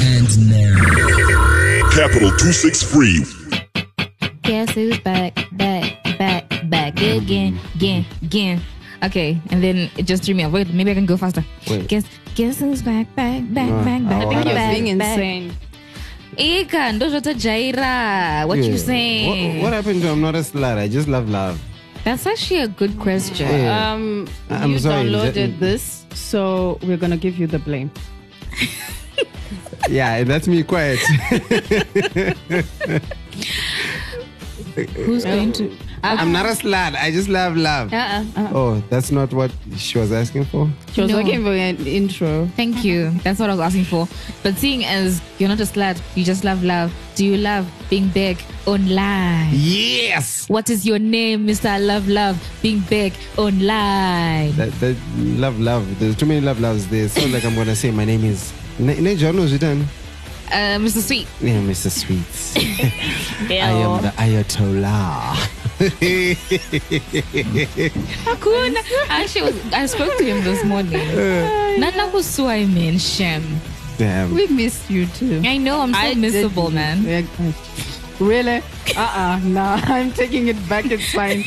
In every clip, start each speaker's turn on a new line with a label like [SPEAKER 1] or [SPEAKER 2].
[SPEAKER 1] And now.
[SPEAKER 2] Capital 263.
[SPEAKER 3] Guess who's back, back, back, back again, again, again. Okay, and then it just threw me off. Wait, maybe I can go faster.
[SPEAKER 4] Wait.
[SPEAKER 3] Guess, guess who's back, back, back,
[SPEAKER 4] No,
[SPEAKER 3] back,
[SPEAKER 4] I
[SPEAKER 3] back,
[SPEAKER 4] think
[SPEAKER 3] back,
[SPEAKER 4] you're
[SPEAKER 3] back,
[SPEAKER 5] being
[SPEAKER 3] back.
[SPEAKER 5] insane.
[SPEAKER 3] Ika, ndozvota Jaira. What you
[SPEAKER 4] Yeah.
[SPEAKER 3] saying?
[SPEAKER 4] What, what happened to I'm not a slut? I just love love.
[SPEAKER 3] That's actually a good question.
[SPEAKER 4] Yeah.
[SPEAKER 5] Um,
[SPEAKER 4] I'm
[SPEAKER 5] you
[SPEAKER 4] sorry,
[SPEAKER 5] downloaded
[SPEAKER 4] that-
[SPEAKER 5] this, so we're gonna give you the blame.
[SPEAKER 4] yeah, that's me quiet.
[SPEAKER 3] Uh-uh. Who's going to?
[SPEAKER 4] I'm not a slut. I just love love.
[SPEAKER 5] Uh-uh. uh
[SPEAKER 4] Oh, that's not what she was asking for?
[SPEAKER 5] She was
[SPEAKER 3] No.
[SPEAKER 5] looking for an intro.
[SPEAKER 3] Thank you. That's what I was asking for. But seeing as you're not a slut, you just love love. Do you love being big online?
[SPEAKER 4] Yes!
[SPEAKER 3] What is your name, Mr. Love Love? Being big online.
[SPEAKER 4] That, that love, love. There's too many love, loves there. So like I'm gonna say my name is. Ne- Ne John was done.
[SPEAKER 3] Uh, Mr. Sweet.
[SPEAKER 4] Yeah, Mr. Sweets. I am the Ayatollah.
[SPEAKER 3] Hakuna. Actually, I was- I spoke to him this morning. Nana Kusua, man. Shem.
[SPEAKER 4] Damn.
[SPEAKER 5] We missed you too.
[SPEAKER 3] I know I'm so
[SPEAKER 5] I did
[SPEAKER 3] miserable,
[SPEAKER 5] miss
[SPEAKER 3] man.
[SPEAKER 5] you. Yeah, Really? Uh-uh. Nah, I'm taking it back. It's fine.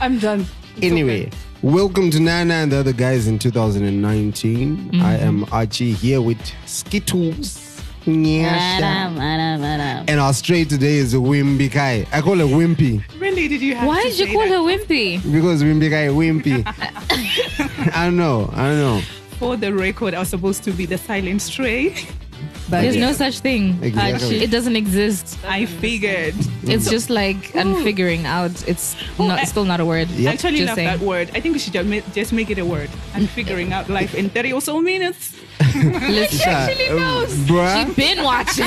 [SPEAKER 5] I'm done. It's
[SPEAKER 4] Anyway,
[SPEAKER 5] okay.
[SPEAKER 4] welcome to Nana and the other guys in 2019.
[SPEAKER 3] Mm-hmm.
[SPEAKER 4] I am Archie here with Skittles. Nyasha. And our straight today is Wimpy Kai. I call her Wimpy
[SPEAKER 6] Really? Did you have
[SPEAKER 3] Why
[SPEAKER 6] to
[SPEAKER 3] did you
[SPEAKER 6] say
[SPEAKER 3] call
[SPEAKER 6] that
[SPEAKER 3] her wimpy?
[SPEAKER 4] because Wimpy Kai Wimpy. I don't know. I don't know.
[SPEAKER 6] For the record, I was supposed to be the silent stray.
[SPEAKER 5] But
[SPEAKER 3] There's no such thing.
[SPEAKER 4] Exactly.
[SPEAKER 3] It doesn't exist.
[SPEAKER 6] I figured.
[SPEAKER 3] It's just like I'm figuring out. It's not
[SPEAKER 6] I-
[SPEAKER 3] still not a word.
[SPEAKER 6] I actually
[SPEAKER 3] Just
[SPEAKER 6] love
[SPEAKER 3] saying. Mm.
[SPEAKER 6] that word. I think we should ju- ma- just make it a word. I'm figuring out life in 30 or so minutes.
[SPEAKER 3] Listen.
[SPEAKER 4] actually knows. Bruh.
[SPEAKER 3] She's been watching.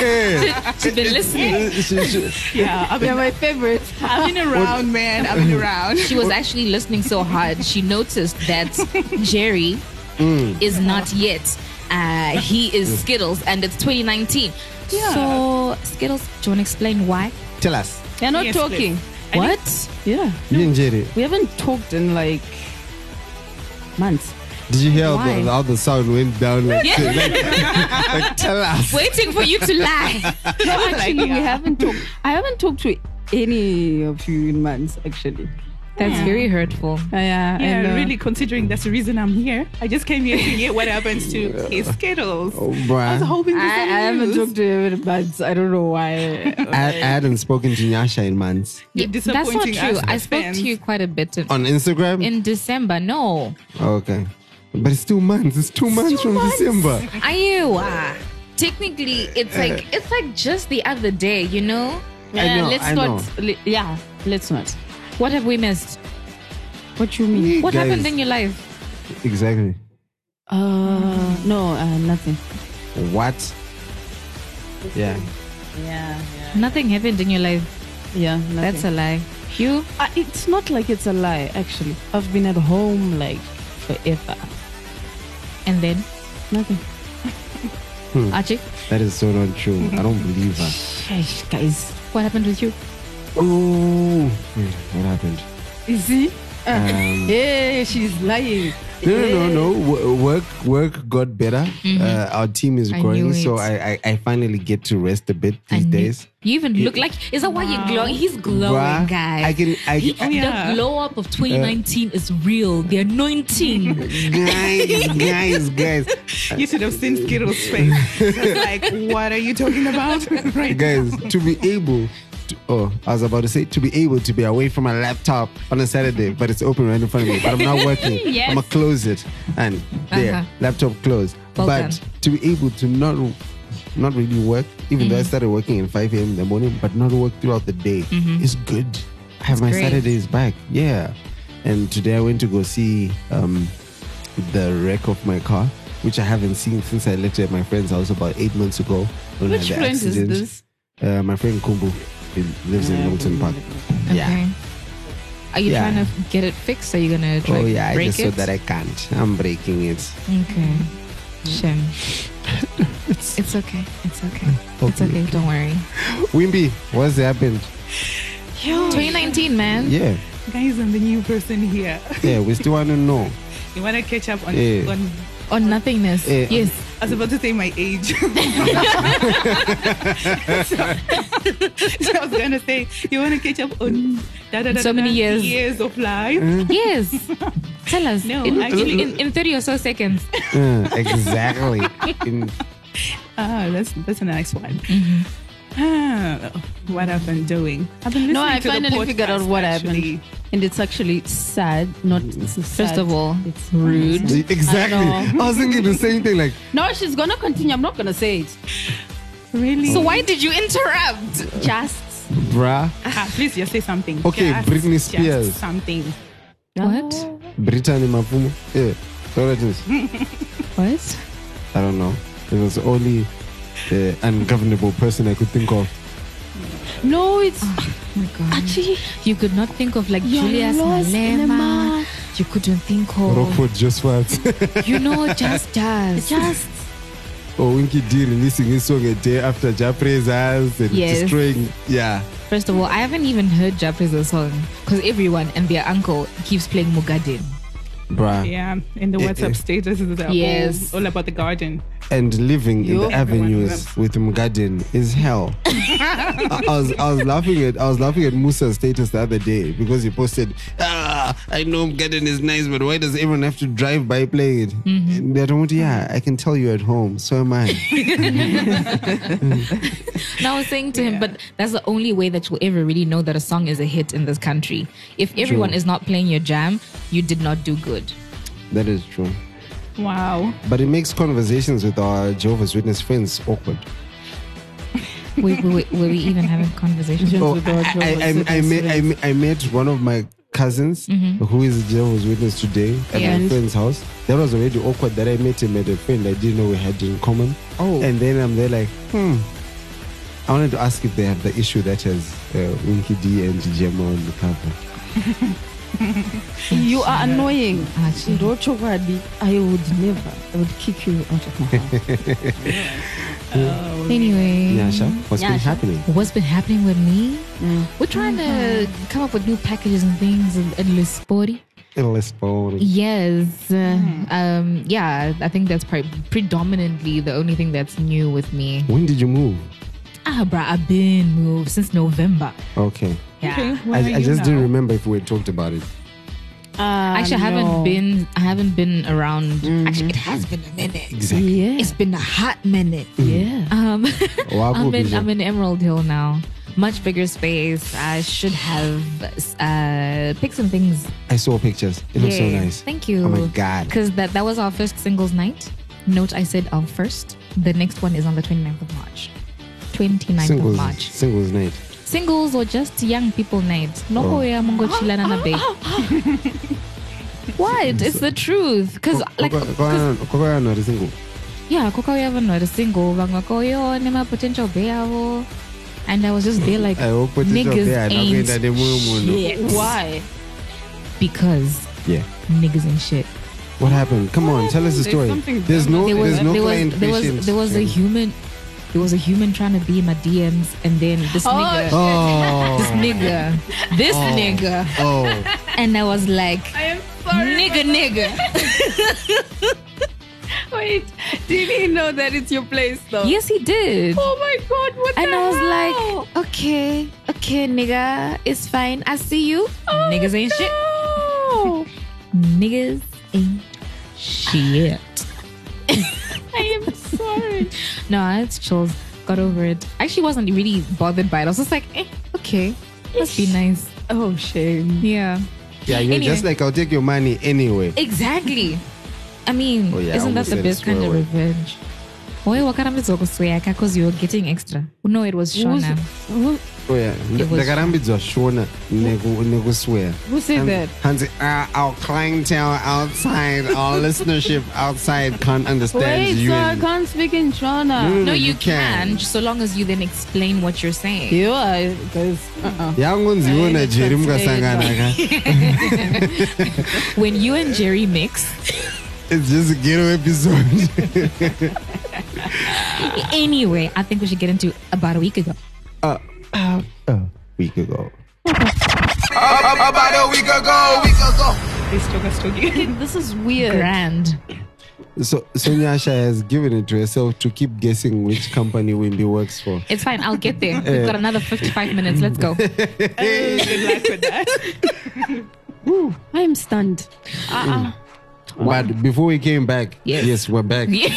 [SPEAKER 4] Yeah.
[SPEAKER 3] She's been listening.
[SPEAKER 4] She- she-
[SPEAKER 6] Yeah, I've
[SPEAKER 5] They're
[SPEAKER 6] been,
[SPEAKER 5] my favorite.
[SPEAKER 6] I've been around, man. I've been around.
[SPEAKER 3] She was actually listening so hard. She noticed that Jerry
[SPEAKER 4] Mm.
[SPEAKER 3] is not yet. Uh, he is Skittles, and it's 2019.
[SPEAKER 6] Yeah.
[SPEAKER 3] So Skittles, do you want to explain why?
[SPEAKER 4] Tell us.
[SPEAKER 5] They're not
[SPEAKER 6] Yes,
[SPEAKER 5] talking.
[SPEAKER 6] I
[SPEAKER 3] What?
[SPEAKER 5] Yeah.
[SPEAKER 4] You and Jerry,
[SPEAKER 5] We haven't talked in like months.
[SPEAKER 4] did you hear how
[SPEAKER 3] Why?
[SPEAKER 4] the, how the sound went down? Like,
[SPEAKER 3] Yeah.
[SPEAKER 4] like- like, tell us.
[SPEAKER 3] Waiting for you to lie.
[SPEAKER 5] No, actually, we
[SPEAKER 6] Like, yeah.
[SPEAKER 5] haven't talked. I haven't talked to any of you in months, actually.
[SPEAKER 3] That's very hurtful.
[SPEAKER 5] Uh, yeah, I
[SPEAKER 6] Yeah,
[SPEAKER 5] know.
[SPEAKER 6] really, considering that's the reason I'm here. I just came here to hear what happens to his Skittles.
[SPEAKER 4] Oh,
[SPEAKER 6] I was
[SPEAKER 4] bruh.
[SPEAKER 6] hoping
[SPEAKER 5] I,
[SPEAKER 6] for
[SPEAKER 5] I
[SPEAKER 6] some
[SPEAKER 5] haven't
[SPEAKER 6] news.
[SPEAKER 5] talked to you in months. I don't know why.
[SPEAKER 4] I, I hadn't spoken to Nyasha in months.
[SPEAKER 6] You're
[SPEAKER 3] That's not
[SPEAKER 6] disappointing
[SPEAKER 3] true.
[SPEAKER 6] us,
[SPEAKER 3] I
[SPEAKER 6] the
[SPEAKER 3] spoke
[SPEAKER 6] fans.
[SPEAKER 3] to you quite a bit in,
[SPEAKER 4] On Instagram?
[SPEAKER 3] in December. No,
[SPEAKER 4] Okay. But it's two months. It's two months from December.
[SPEAKER 3] are you? Uh, technically, it's like it's like just the other day. You know. Uh,
[SPEAKER 4] I know,
[SPEAKER 5] let's
[SPEAKER 4] I know.
[SPEAKER 5] not. le- yeah, let's not.
[SPEAKER 3] What have we missed?
[SPEAKER 5] What you mean?
[SPEAKER 3] What
[SPEAKER 4] Guys,
[SPEAKER 3] happened in your life?
[SPEAKER 4] Exactly.
[SPEAKER 5] Uh, no, uh, nothing.
[SPEAKER 4] What? Yeah.
[SPEAKER 5] Yeah,
[SPEAKER 3] Nothing happened in your life.
[SPEAKER 5] yeah, nothing.
[SPEAKER 3] That's a lie. You?
[SPEAKER 5] Uh, it's not like it's a lie, actually. I've been at home like forever.
[SPEAKER 3] And then
[SPEAKER 5] Nothing.
[SPEAKER 4] Hmm.
[SPEAKER 3] Archie,
[SPEAKER 4] That is so not true. I don't believe her.
[SPEAKER 5] Sheesh, guys.
[SPEAKER 3] what happened with you?
[SPEAKER 4] Ooh. Wait, What happened?
[SPEAKER 5] You see?
[SPEAKER 4] Um,
[SPEAKER 5] Hey, she's lying.
[SPEAKER 4] no, no, no, no. Wo- Work, work got better. Uh, our team is
[SPEAKER 3] I
[SPEAKER 4] growing,
[SPEAKER 3] knew
[SPEAKER 4] so
[SPEAKER 3] it.
[SPEAKER 4] I, I, I finally get to rest a bit these
[SPEAKER 3] I knew-
[SPEAKER 4] days.
[SPEAKER 3] You even look like. Is that why you're glowing? He's glowing,
[SPEAKER 4] Bruh,
[SPEAKER 3] guys.
[SPEAKER 4] I Uh, can, I,
[SPEAKER 3] He-
[SPEAKER 4] I
[SPEAKER 3] The
[SPEAKER 6] yeah.
[SPEAKER 3] glow up of 2019 is real. The anointing.
[SPEAKER 4] guys, guys, guys.
[SPEAKER 6] You should have seen Skittles' face. It's like, what are you talking about? right
[SPEAKER 4] guys to be able to, oh i was about to say to be able to be away from my laptop on a saturday but it's open right in front of me but i'm not working
[SPEAKER 3] Yes.
[SPEAKER 4] i'm gonna close it and there
[SPEAKER 3] Uh-huh.
[SPEAKER 4] laptop closed
[SPEAKER 3] Well
[SPEAKER 4] but
[SPEAKER 3] done.
[SPEAKER 4] to be able to not not really work even though i started working at 5 a.m in the morning but not work throughout the day is good i have my
[SPEAKER 3] great.
[SPEAKER 4] saturdays back yeah and today i went to go see um the wreck of my car which I haven't seen since I left it at my friend's house about eight months ago. when I
[SPEAKER 5] Which
[SPEAKER 4] had the
[SPEAKER 5] friend is
[SPEAKER 4] accident.
[SPEAKER 5] this?
[SPEAKER 4] Uh, my friend Kumbu, he lives in Milton Park.
[SPEAKER 3] Okay. Are you
[SPEAKER 4] Yeah.
[SPEAKER 3] trying to get it fixed? Are you gonna try to
[SPEAKER 4] oh yeah, I
[SPEAKER 3] break
[SPEAKER 4] just
[SPEAKER 3] it?
[SPEAKER 4] saw that I can't. I'm breaking it.
[SPEAKER 3] Okay. Shem. it's okay. It's okay.
[SPEAKER 4] Oh,
[SPEAKER 3] It's okay. Don't worry.
[SPEAKER 4] Wimby, what's happened?
[SPEAKER 3] 2019, man.
[SPEAKER 4] Yeah,
[SPEAKER 6] Guys, I'm the new person here.
[SPEAKER 4] yeah, we still want to know.
[SPEAKER 6] You want to catch up on,
[SPEAKER 4] Yeah.
[SPEAKER 6] on
[SPEAKER 5] on nothingness.
[SPEAKER 4] Eh,
[SPEAKER 5] yes.
[SPEAKER 6] I was about to say my age. so, so I was gonna say you wanna catch up on da, da, da,
[SPEAKER 3] So
[SPEAKER 6] da,
[SPEAKER 3] many
[SPEAKER 6] da,
[SPEAKER 3] years.
[SPEAKER 6] years of life.
[SPEAKER 4] Mm-hmm.
[SPEAKER 3] Yes. Tell us.
[SPEAKER 6] No,
[SPEAKER 3] in,
[SPEAKER 6] actually-
[SPEAKER 3] in, in 30 or so seconds.
[SPEAKER 4] Uh, exactly. In-
[SPEAKER 6] Ah, that's that's a nice one.
[SPEAKER 3] Mm-hmm.
[SPEAKER 6] Ah, what I've been doing. Ah, I've been listening
[SPEAKER 5] No, I
[SPEAKER 6] to the
[SPEAKER 5] finally figured out
[SPEAKER 6] podcast,
[SPEAKER 5] what
[SPEAKER 6] actually. Mm.
[SPEAKER 5] happened. And it's actually sad. Not
[SPEAKER 3] First of all,
[SPEAKER 5] it's rude.
[SPEAKER 4] exactly.
[SPEAKER 5] I
[SPEAKER 4] I,
[SPEAKER 5] know.
[SPEAKER 4] was thinking the same thing. Like,
[SPEAKER 5] No, she's gonna continue. I'm not gonna say it.
[SPEAKER 6] Really?
[SPEAKER 3] So why did you interrupt?
[SPEAKER 5] Just
[SPEAKER 4] bruh,
[SPEAKER 6] Ah, please just say something.
[SPEAKER 4] Okay,
[SPEAKER 6] Just-
[SPEAKER 4] Britney
[SPEAKER 6] just
[SPEAKER 4] Spears.
[SPEAKER 6] something.
[SPEAKER 3] What? Oh
[SPEAKER 4] Brittany Mapumo. Yeah. Sorry, James.
[SPEAKER 3] What?
[SPEAKER 4] I don't know. It was the only uh, ungovernable person I could think of.
[SPEAKER 5] No, it's
[SPEAKER 3] Oh my God. You could not think of like
[SPEAKER 5] You're
[SPEAKER 3] Julius
[SPEAKER 5] lost in a
[SPEAKER 3] Malema.
[SPEAKER 5] mud.
[SPEAKER 3] You couldn't think of,
[SPEAKER 4] Rockford just once.
[SPEAKER 3] you know, just jazz.
[SPEAKER 5] just
[SPEAKER 4] or Winky D releasing his song a day after Japre's us and
[SPEAKER 3] Yes.
[SPEAKER 4] destroying. Yeah.
[SPEAKER 3] First of all, I haven't even heard Japre's song because everyone and their uncle keeps playing Mugadin.
[SPEAKER 4] Bruh.
[SPEAKER 6] Yeah, in the
[SPEAKER 4] Eh, eh.
[SPEAKER 6] WhatsApp status is all,
[SPEAKER 3] Yes.
[SPEAKER 6] all about the garden.
[SPEAKER 4] and living in the
[SPEAKER 6] Yo. Everyone
[SPEAKER 4] avenues
[SPEAKER 6] loves-
[SPEAKER 4] with Mugadin is hell. I, I was I was laughing at I was laughing at Musa's status the other day because he posted, ah, I know Mugadin is nice, but why does everyone have to drive by playing it?
[SPEAKER 6] Mm-hmm.
[SPEAKER 4] And they don't. Yeah, I can tell you at home. So am I.
[SPEAKER 3] And I was saying to him, but that's the only way that you'll ever really know that a song is a hit in this country. If everyone is not playing your jam, you did not do good.
[SPEAKER 4] that is true.
[SPEAKER 6] Wow.
[SPEAKER 4] But it makes conversations with our Jehovah's Witness friends awkward.
[SPEAKER 3] Wait, wait, wait, were we even having conversations?
[SPEAKER 4] Oh, I, I, I, I, met, I, met, I met one of my cousins
[SPEAKER 3] Mm-hmm.
[SPEAKER 4] who is Jehovah's Witness today at my
[SPEAKER 3] Yeah.
[SPEAKER 4] friend's house. That was already awkward that I met him at a friend I didn't know we had in common.
[SPEAKER 3] Oh.
[SPEAKER 4] And then I'm there like, hmm. I wanted to ask if they have the issue that has uh, Winky D and Gemma on the cover.
[SPEAKER 5] you are annoying.
[SPEAKER 3] Actually.
[SPEAKER 5] Rocho Wadi, I would never. I would kick you out of my house.
[SPEAKER 3] Anyway.
[SPEAKER 4] Nyasha, what's been
[SPEAKER 5] Nyasha.
[SPEAKER 4] happening?
[SPEAKER 3] What's been happening with me? We're trying to come up with new packages and things and and less sporty.
[SPEAKER 4] Illness phone.
[SPEAKER 3] Yes. uh, Um, yeah, I think that's pri- predominantly the only thing that's new with me.
[SPEAKER 4] When did you move?
[SPEAKER 3] Ah, bruh, I've been moved since November.
[SPEAKER 4] Okay.
[SPEAKER 3] Yeah.
[SPEAKER 6] Okay,
[SPEAKER 4] I,
[SPEAKER 6] where are
[SPEAKER 4] I
[SPEAKER 6] you
[SPEAKER 4] just
[SPEAKER 6] now?
[SPEAKER 4] didn't remember if we had talked about it.
[SPEAKER 3] Actually, I haven't been. I haven't been around. Actually, it has been a minute.
[SPEAKER 4] Exactly.
[SPEAKER 5] Yeah.
[SPEAKER 3] It's been a hot minute.
[SPEAKER 4] Mm.
[SPEAKER 5] yeah.
[SPEAKER 3] Um,
[SPEAKER 4] Wow,
[SPEAKER 3] I'm in.
[SPEAKER 4] Bijou.
[SPEAKER 3] I'm in Emerald Hill now. Much bigger space. I should have uh, picked some things.
[SPEAKER 4] I saw pictures. It looks so
[SPEAKER 3] Yay.
[SPEAKER 4] nice.
[SPEAKER 3] Thank you.
[SPEAKER 4] Oh my God.
[SPEAKER 3] Because that that was our first singles night. Note: I said our first. The next one is on the 29th of March. 29th of
[SPEAKER 4] Singles,
[SPEAKER 3] March.
[SPEAKER 4] singles night.
[SPEAKER 3] Singles or just young people night.
[SPEAKER 4] Oh.
[SPEAKER 3] No way I'm gonna chill and a bit. What? It's the truth. Because like.
[SPEAKER 4] Kwa- kwa- kwa- kwa- kwa- kwa- single.
[SPEAKER 3] yeah kokauya vanhu vari single vamwe vakaoyawo nemapotential bay avo and i was just there like
[SPEAKER 4] I hope potential
[SPEAKER 3] niggas
[SPEAKER 4] bay haina
[SPEAKER 3] ain't
[SPEAKER 4] kuenda nemumwe munhu."
[SPEAKER 3] shit.
[SPEAKER 5] Why?
[SPEAKER 3] because
[SPEAKER 4] Yeah.
[SPEAKER 3] niggas ain't shit
[SPEAKER 4] What happened? Come on, tell us the
[SPEAKER 6] There's
[SPEAKER 4] story.
[SPEAKER 6] something
[SPEAKER 4] There's no,
[SPEAKER 3] there was
[SPEAKER 4] there's no
[SPEAKER 3] there was
[SPEAKER 4] client
[SPEAKER 3] there was
[SPEAKER 4] patience.
[SPEAKER 3] there was a human there was a human trying to be in my DMs and then this
[SPEAKER 5] Oh.
[SPEAKER 3] nigga this
[SPEAKER 4] Oh,
[SPEAKER 3] nigga this nigga
[SPEAKER 4] oh,
[SPEAKER 3] and I was like
[SPEAKER 5] I am
[SPEAKER 3] nigga nigga
[SPEAKER 5] Wait, did he know that it's your place though?
[SPEAKER 3] yes he did
[SPEAKER 5] Oh my god, what
[SPEAKER 3] and
[SPEAKER 5] the
[SPEAKER 3] I was
[SPEAKER 5] hell?
[SPEAKER 3] like okay okay nigga it's fine I see you niggas ain't shit
[SPEAKER 5] Oh, no.
[SPEAKER 3] niggas ain't shit.
[SPEAKER 5] I am sorry.
[SPEAKER 3] No, it's chills. Got over it. I actually wasn't really bothered by it. I was just like, eh, okay. Must be nice.
[SPEAKER 5] oh shame.
[SPEAKER 3] Yeah.
[SPEAKER 4] yeah, you're
[SPEAKER 3] Anyway.
[SPEAKER 4] just like I'll take your money anyway.
[SPEAKER 3] Exactly. I mean,
[SPEAKER 4] Oh, yeah, I
[SPEAKER 3] isn't that
[SPEAKER 4] almost
[SPEAKER 3] the
[SPEAKER 4] said a
[SPEAKER 3] best kind
[SPEAKER 4] swear
[SPEAKER 3] of
[SPEAKER 4] word.
[SPEAKER 3] revenge? Why Because you're getting extra. No, it was
[SPEAKER 5] Who's-
[SPEAKER 3] Shona.
[SPEAKER 5] Who,
[SPEAKER 4] Oh yeah,
[SPEAKER 3] It was-
[SPEAKER 4] ndakarambidzwa shona neku- nekuswear.
[SPEAKER 5] who said that?
[SPEAKER 4] Hanzi, uh, our clientele outside, our listenership outside can't understand
[SPEAKER 5] Wait,
[SPEAKER 4] you.
[SPEAKER 5] so I
[SPEAKER 4] and-
[SPEAKER 5] can't speak in Shona.
[SPEAKER 3] No,
[SPEAKER 4] you
[SPEAKER 3] you
[SPEAKER 4] can.
[SPEAKER 3] can, so long as you then explain what you're saying.
[SPEAKER 5] You are guys. Uh-uh.
[SPEAKER 4] yangunziona
[SPEAKER 5] I
[SPEAKER 4] jeri mukasangana ka
[SPEAKER 3] When you and Jerry mix,
[SPEAKER 4] it's just a ghetto episode
[SPEAKER 5] Ah.
[SPEAKER 3] anyway, I think we should get into about a week ago.
[SPEAKER 4] oh, week ago
[SPEAKER 6] It's Togastogi.
[SPEAKER 5] This is weird.
[SPEAKER 3] Grand.
[SPEAKER 4] So Sonyasha has given it to herself to keep guessing which company Wimby works for.
[SPEAKER 3] It's fine. I'll get there. We've got another 55 minutes. Let's go.
[SPEAKER 6] Good luck with that.
[SPEAKER 1] I am stunned.
[SPEAKER 4] But before we came back,
[SPEAKER 3] Yes.
[SPEAKER 4] we're back.
[SPEAKER 3] Yeah.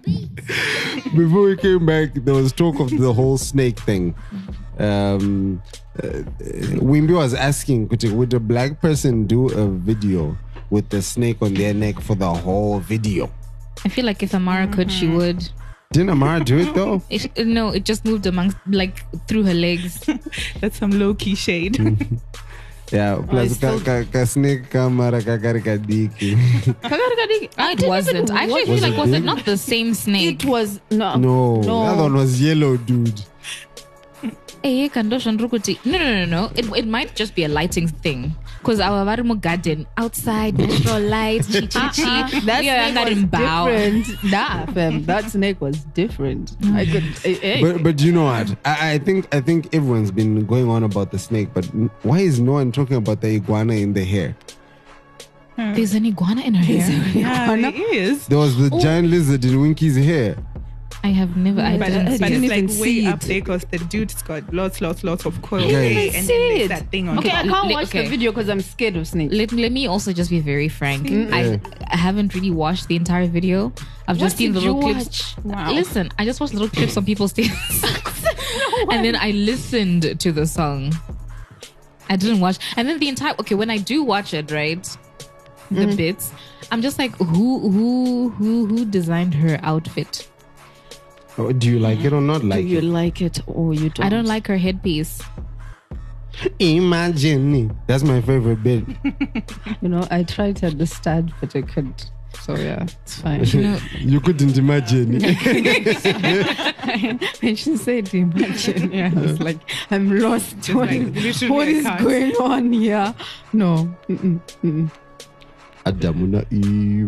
[SPEAKER 4] Before we came back, there was talk of the whole snake thing. Um, uh, Wimby was asking, "Kuti, would a black person do a video with the snake on their neck for the whole video?
[SPEAKER 3] I feel like if Amara could, she
[SPEAKER 5] Mm-hmm.
[SPEAKER 3] would.
[SPEAKER 4] Didn't Amara do it though?
[SPEAKER 3] It, no, it just moved amongst, like, through her legs.
[SPEAKER 6] That's some low key shade.
[SPEAKER 4] Mm. Yeah, plus ka,
[SPEAKER 5] still-
[SPEAKER 4] ka, ka snake kamara kakari
[SPEAKER 3] No, it wasn't. I actually feel
[SPEAKER 4] Was
[SPEAKER 3] like,
[SPEAKER 4] it
[SPEAKER 3] was it
[SPEAKER 4] big?
[SPEAKER 3] not the same snake?
[SPEAKER 5] It was no.
[SPEAKER 4] No,
[SPEAKER 5] No.
[SPEAKER 4] that one was yellow, dude.
[SPEAKER 3] Eh, Kandoshan Rukuti. No, no, no, no. It, it might just be a lighting thing. Because our Varumo garden, outside, natural light, chi chi chi.
[SPEAKER 5] That
[SPEAKER 3] We are
[SPEAKER 5] snake was
[SPEAKER 3] in Bao.
[SPEAKER 5] different. Nah, fam, that snake was different. I could. eh, eh.
[SPEAKER 4] But but you know what? I, I think I think everyone's been going on about the snake, but n- why is no one talking about the iguana in the hair?
[SPEAKER 3] There's an iguana in her hair.
[SPEAKER 6] yeah, it is.
[SPEAKER 4] There was the giant lizard in Winky's hair.
[SPEAKER 3] I have never. I
[SPEAKER 6] But,
[SPEAKER 3] didn't. see
[SPEAKER 6] but it's
[SPEAKER 3] it.
[SPEAKER 6] like
[SPEAKER 1] even
[SPEAKER 6] way
[SPEAKER 1] see
[SPEAKER 6] up
[SPEAKER 1] it.
[SPEAKER 6] there because the dude's got lots, lots, lots of coils.
[SPEAKER 4] Yeah.
[SPEAKER 6] And then there's
[SPEAKER 5] it.
[SPEAKER 6] that thing on
[SPEAKER 5] okay,
[SPEAKER 6] top.
[SPEAKER 5] I can't
[SPEAKER 3] li-
[SPEAKER 5] watch
[SPEAKER 3] okay.
[SPEAKER 5] the video because I'm scared of snakes.
[SPEAKER 3] Let, let me also just be very frank. I, I haven't really watched the entire video. I've just
[SPEAKER 5] What
[SPEAKER 3] seen
[SPEAKER 5] did
[SPEAKER 3] little
[SPEAKER 5] you
[SPEAKER 3] clips.
[SPEAKER 6] watch? Wow.
[SPEAKER 3] Listen, I just watched little clips on people's things. and then I listened to the song. I didn't watch. And then the entire okay, when I do watch it, right? The bits, I'm just like, who who who who designed her outfit?
[SPEAKER 4] Oh, Do you like it or not
[SPEAKER 1] Do
[SPEAKER 4] like
[SPEAKER 1] you
[SPEAKER 4] it?
[SPEAKER 1] like it or you don't?
[SPEAKER 3] I don't like her headpiece.
[SPEAKER 4] Imagine me. That's my favorite bit.
[SPEAKER 5] You know, I tried at the start, but I couldn't. So yeah, it's fine.
[SPEAKER 4] you couldn't imagine.
[SPEAKER 5] and she said, "Imagine." Yeah, I was like, "I'm lost. What
[SPEAKER 6] like,
[SPEAKER 5] is,
[SPEAKER 6] literally,
[SPEAKER 5] what
[SPEAKER 6] I
[SPEAKER 5] is
[SPEAKER 6] can't.
[SPEAKER 5] going on here?" No. Mm-mm.
[SPEAKER 4] Adamuna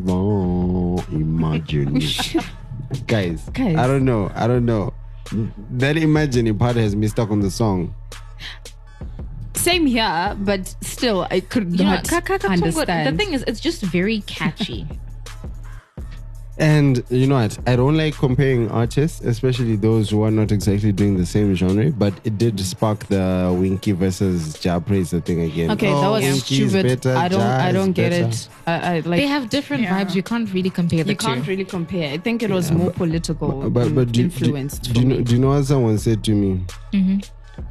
[SPEAKER 4] Ivan. Imagine. Guys,
[SPEAKER 5] Guys.
[SPEAKER 4] I don't know. I don't know. That imagine part has me stuck on the song.
[SPEAKER 5] Same here, but still, I could
[SPEAKER 3] You know,
[SPEAKER 5] not
[SPEAKER 3] Ka- Ka- Ka- Tungo,
[SPEAKER 5] understand.
[SPEAKER 3] the thing is, it's just very catchy.
[SPEAKER 4] And you know what? I don't like comparing artists, especially those who are not exactly doing the same genre, but it did spark the Winky versus Ja Praiser thing again.
[SPEAKER 5] okay, that
[SPEAKER 4] Oh,
[SPEAKER 5] was
[SPEAKER 4] Winky is
[SPEAKER 5] stupid.
[SPEAKER 4] better,
[SPEAKER 5] I don't,
[SPEAKER 4] Ja
[SPEAKER 5] I
[SPEAKER 4] is
[SPEAKER 5] don't get
[SPEAKER 4] better.
[SPEAKER 5] it. I, I like.
[SPEAKER 3] they have different
[SPEAKER 6] Yeah.
[SPEAKER 3] vibes. You can't really compare the
[SPEAKER 5] you
[SPEAKER 3] 2
[SPEAKER 5] can't really compare. I think it was more political
[SPEAKER 4] But, but
[SPEAKER 5] mm,
[SPEAKER 4] do,
[SPEAKER 5] influenced.
[SPEAKER 4] Do,
[SPEAKER 5] Mm-hmm.
[SPEAKER 4] do, you know, do you know what someone said to me?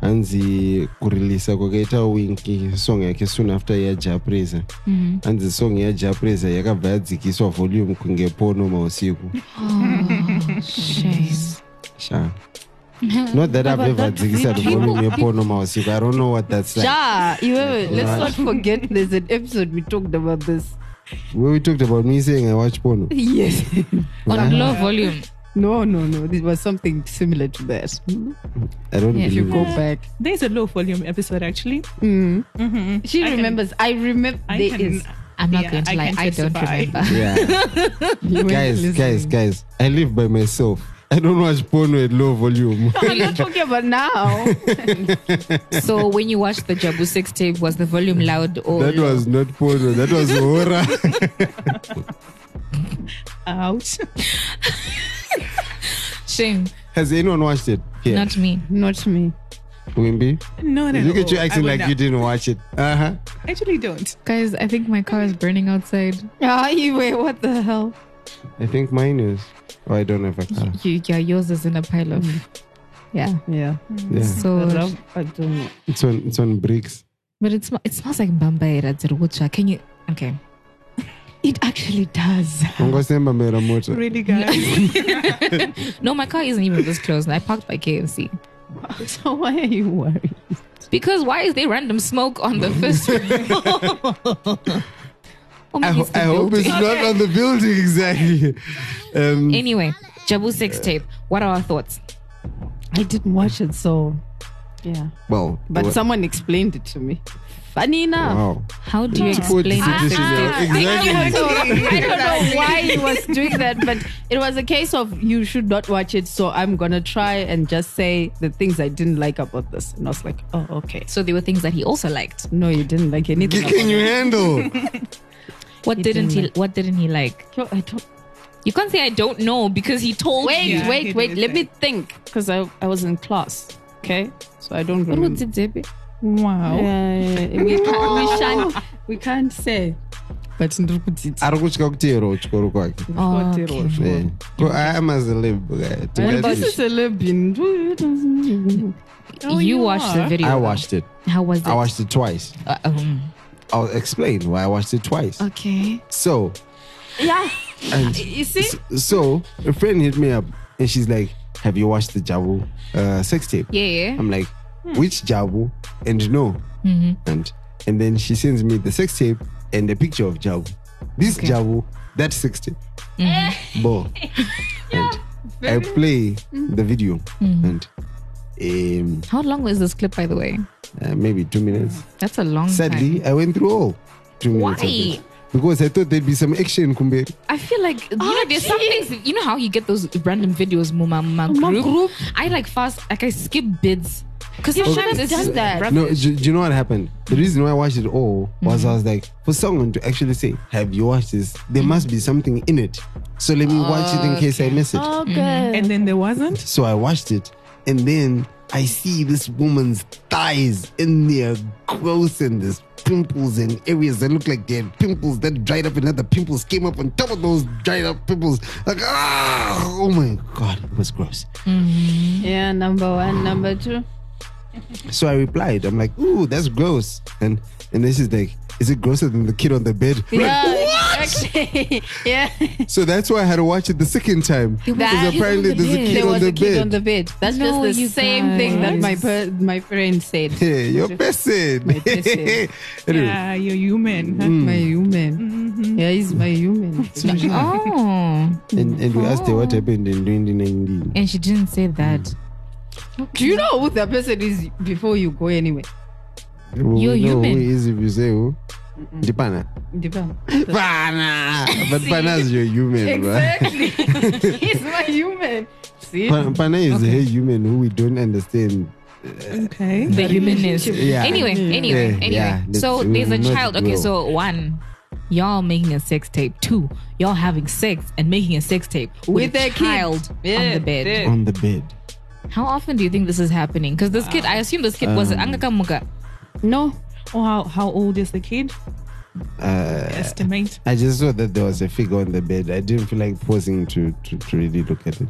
[SPEAKER 4] anzi kureleasa kwakaita winki song yake soon after yajapresa
[SPEAKER 5] Mm-hmm.
[SPEAKER 4] anzi song yajapresa yakabva yadzikiswa volume kunge pono mausiku
[SPEAKER 3] Oh, shame.
[SPEAKER 4] sha not that i've ever dzikisa volume yepono mausiku i don't know what that's like
[SPEAKER 5] Ja, you know,
[SPEAKER 4] Right.
[SPEAKER 5] let's not forget there's an episode we talked about this.
[SPEAKER 4] When we talked about me saying i watch porno
[SPEAKER 5] Yes.
[SPEAKER 3] On low volume.
[SPEAKER 5] no, no, no. It was something similar to that.
[SPEAKER 6] Hmm?
[SPEAKER 4] i don't
[SPEAKER 3] Yeah, if you
[SPEAKER 4] believe
[SPEAKER 5] Go
[SPEAKER 4] it.
[SPEAKER 5] back.
[SPEAKER 6] There's a low volume episode actually.
[SPEAKER 5] She
[SPEAKER 6] I can-
[SPEAKER 5] remembers. I remember
[SPEAKER 6] I
[SPEAKER 5] there
[SPEAKER 6] can-
[SPEAKER 5] is.
[SPEAKER 3] I'm not
[SPEAKER 6] Yeah,
[SPEAKER 3] going to
[SPEAKER 6] I
[SPEAKER 3] lie.
[SPEAKER 6] can
[SPEAKER 3] I don't
[SPEAKER 6] testify.
[SPEAKER 3] remember.
[SPEAKER 4] yeah
[SPEAKER 5] You
[SPEAKER 4] guys guys guys i live by myself i don't watch porno at low volume
[SPEAKER 5] I'm not talking about now.
[SPEAKER 3] so when you watched the Jabu Six tape, was the volume loud or
[SPEAKER 4] that was not porno that was horror
[SPEAKER 6] Ouch.
[SPEAKER 3] shame?
[SPEAKER 4] has anyone watched it here
[SPEAKER 3] Not me.
[SPEAKER 5] Not me.
[SPEAKER 4] wimby
[SPEAKER 6] No, no.
[SPEAKER 4] Look
[SPEAKER 6] no.
[SPEAKER 4] at you
[SPEAKER 6] I
[SPEAKER 4] acting
[SPEAKER 6] would
[SPEAKER 4] like
[SPEAKER 6] not.
[SPEAKER 4] you didn't watch it. Uh huh.
[SPEAKER 6] Actually, don't.
[SPEAKER 3] Guys, I think my car is burning outside.
[SPEAKER 5] Ah, you wait, what the hell?
[SPEAKER 4] I think mine is. Oh, I don't have a car.
[SPEAKER 3] You, yeah, yours is in a pile of. Yeah.
[SPEAKER 5] Yeah.
[SPEAKER 4] Yeah,
[SPEAKER 5] I,
[SPEAKER 3] So,
[SPEAKER 5] love, I don't know.
[SPEAKER 4] it's on it's on bricks.
[SPEAKER 3] but it, sm- it smells like bambaira zerucha. Can you? Okay.
[SPEAKER 5] It actually does.
[SPEAKER 4] Ungosemba mera moto.
[SPEAKER 6] Really, guys.
[SPEAKER 3] No, my car isn't even this close. and I parked by KFC.
[SPEAKER 5] So why are you worried?
[SPEAKER 3] Because why is there random smoke on the first floor? Oh, Or
[SPEAKER 4] I,
[SPEAKER 3] maybe
[SPEAKER 4] ho-
[SPEAKER 3] it's the
[SPEAKER 4] I hope it's
[SPEAKER 3] building.
[SPEAKER 4] not on the building exactly. Um,
[SPEAKER 3] Anyway, Jabu Six tape. What are our thoughts?
[SPEAKER 5] I didn't watch it, so yeah.
[SPEAKER 4] well,
[SPEAKER 5] But
[SPEAKER 4] well,
[SPEAKER 5] someone explained it to me. Funny enough.
[SPEAKER 4] wow.
[SPEAKER 3] How do you
[SPEAKER 4] It's poor
[SPEAKER 3] explain
[SPEAKER 4] decision,
[SPEAKER 3] this?
[SPEAKER 4] yeah.
[SPEAKER 5] I
[SPEAKER 4] Exactly.
[SPEAKER 5] don't know why he was doing that, but it was a case of you should not watch it. So I'm gonna try and just say the things I didn't like about this. And I was like, oh, okay.
[SPEAKER 3] So there were things that he also liked.
[SPEAKER 5] No, you didn't like anything.
[SPEAKER 4] Can
[SPEAKER 5] about
[SPEAKER 4] you handle?
[SPEAKER 5] it.
[SPEAKER 3] What didn't he? What didn't he like?
[SPEAKER 5] Yo, I don't.
[SPEAKER 3] You can't say I don't know because he told
[SPEAKER 5] Wait,
[SPEAKER 3] you.
[SPEAKER 6] Yeah, he
[SPEAKER 5] wait,
[SPEAKER 6] did
[SPEAKER 5] wait. Let
[SPEAKER 6] say.
[SPEAKER 5] me think, because I, I was in class. Okay, so I don't
[SPEAKER 1] What
[SPEAKER 5] remember.
[SPEAKER 1] would it they be?
[SPEAKER 6] Wow.
[SPEAKER 5] Uh, we, can't, we shan't. We can't say. But ndikudzidza.
[SPEAKER 4] ari kutya kuteerawo kuchikoro kwake
[SPEAKER 5] Ah,
[SPEAKER 4] Eh. Ko- I- I'm as a lib guy. To
[SPEAKER 5] Well,
[SPEAKER 4] get
[SPEAKER 5] this
[SPEAKER 4] this.
[SPEAKER 5] is a Libyan.
[SPEAKER 3] You, watched the video.
[SPEAKER 4] I watched it.
[SPEAKER 3] How was it?
[SPEAKER 4] I watched it twice.
[SPEAKER 3] Uh, um,
[SPEAKER 4] I'll explain why I watched it twice.
[SPEAKER 3] okay.
[SPEAKER 4] So,
[SPEAKER 5] Yeah.
[SPEAKER 4] and
[SPEAKER 5] You see?
[SPEAKER 4] so a friend hit me up and she's like, "Have you watched the Jabu uh, sex tape?"
[SPEAKER 3] Yeah.
[SPEAKER 4] I'm like, "Which Jabu?" And no, and and then she sends me the sex tape and a picture of Jabu. This Jabu, that sex tape. Bo. and I play the video and um,
[SPEAKER 3] How long was this clip, by the way?
[SPEAKER 4] uh, maybe two minutes.
[SPEAKER 3] That's a long time.
[SPEAKER 4] Sadly, I went through all two minutes. of
[SPEAKER 3] Why?
[SPEAKER 4] it. Because I thought there'd be some action, Kumbe.
[SPEAKER 3] I feel like you know, there's some things. You know how you get those random videos, Muma
[SPEAKER 5] Oh,
[SPEAKER 3] Muma group. I like fast, like I skip bids because sometimes it's
[SPEAKER 5] done that.
[SPEAKER 3] rubbish.
[SPEAKER 4] No, do, do you know what happened? The reason why I watched it all was I was like, for someone to actually say, "Have you watched this?" There must be something in it. So let me watch it in case I miss it.
[SPEAKER 5] Oh, Okay.
[SPEAKER 6] And then there wasn't.
[SPEAKER 4] So I watched it, and then I see this woman's thighs in there, gross, and there's pimples and areas that look like they had pimples that dried up, and other pimples came up on top of those dried up pimples. Like, ah, oh my god, it was gross.
[SPEAKER 5] Yeah, number one, number two.
[SPEAKER 4] So I replied, I'm like, ooh, that's gross. And and then she's like, is it grosser than the kid on the bed? I'm like,
[SPEAKER 5] Yeah, exactly. yeah.
[SPEAKER 4] So that's why I had to watch it the second time. Because apparently there's a kid
[SPEAKER 5] There
[SPEAKER 4] on
[SPEAKER 5] was
[SPEAKER 4] the
[SPEAKER 5] a kid
[SPEAKER 4] bed.
[SPEAKER 5] on the bed. That's
[SPEAKER 3] No,
[SPEAKER 5] just the
[SPEAKER 3] you
[SPEAKER 5] same
[SPEAKER 3] guys.
[SPEAKER 5] thing that my per- my friend said.
[SPEAKER 4] Hey, you're pissing.
[SPEAKER 5] My person.
[SPEAKER 4] anyway,
[SPEAKER 6] Yeah, you're human. huh?
[SPEAKER 4] hmm.
[SPEAKER 5] My human. Yeah, he's my human.
[SPEAKER 3] Oh,
[SPEAKER 4] and, and we asked her
[SPEAKER 5] Oh.
[SPEAKER 4] what happened in 2019.
[SPEAKER 3] and she didn't say
[SPEAKER 4] Mm.
[SPEAKER 3] that.
[SPEAKER 5] Do you know who the person is before you go anyway?
[SPEAKER 4] Well,
[SPEAKER 3] You're
[SPEAKER 4] we know
[SPEAKER 3] human.
[SPEAKER 4] Who it is if you say who? Dipana.
[SPEAKER 5] Depends.
[SPEAKER 4] Pana! But Pana is your human, bruh.
[SPEAKER 5] Exactly. he's my human. See?
[SPEAKER 4] Pan- Pana is a human who we don't understand.
[SPEAKER 6] Okay.
[SPEAKER 3] The humanness.
[SPEAKER 4] Yeah.
[SPEAKER 3] Anyway, anyway,
[SPEAKER 4] Yeah,
[SPEAKER 3] anyway.
[SPEAKER 4] yeah. Let's-
[SPEAKER 3] so
[SPEAKER 4] we
[SPEAKER 3] there's a
[SPEAKER 4] will not
[SPEAKER 3] child. Okay,
[SPEAKER 4] dwell.
[SPEAKER 3] so one, y'all making a sex tape. Two, y'all having sex and making a sex tape with,
[SPEAKER 5] With
[SPEAKER 3] a
[SPEAKER 5] a kid.
[SPEAKER 3] child on
[SPEAKER 5] Yeah,
[SPEAKER 3] the bed.
[SPEAKER 5] yeah.
[SPEAKER 4] On the bed.
[SPEAKER 3] How often do you think this is happening? Because this kid, I assume this kid
[SPEAKER 4] Um,
[SPEAKER 3] was angakamuka.
[SPEAKER 5] No.
[SPEAKER 6] Oh, how, how old is the kid?
[SPEAKER 4] Uh,
[SPEAKER 6] Estimate.
[SPEAKER 4] I just saw that there was a figure on the bed. I didn't feel like pausing to, to, to really look at it.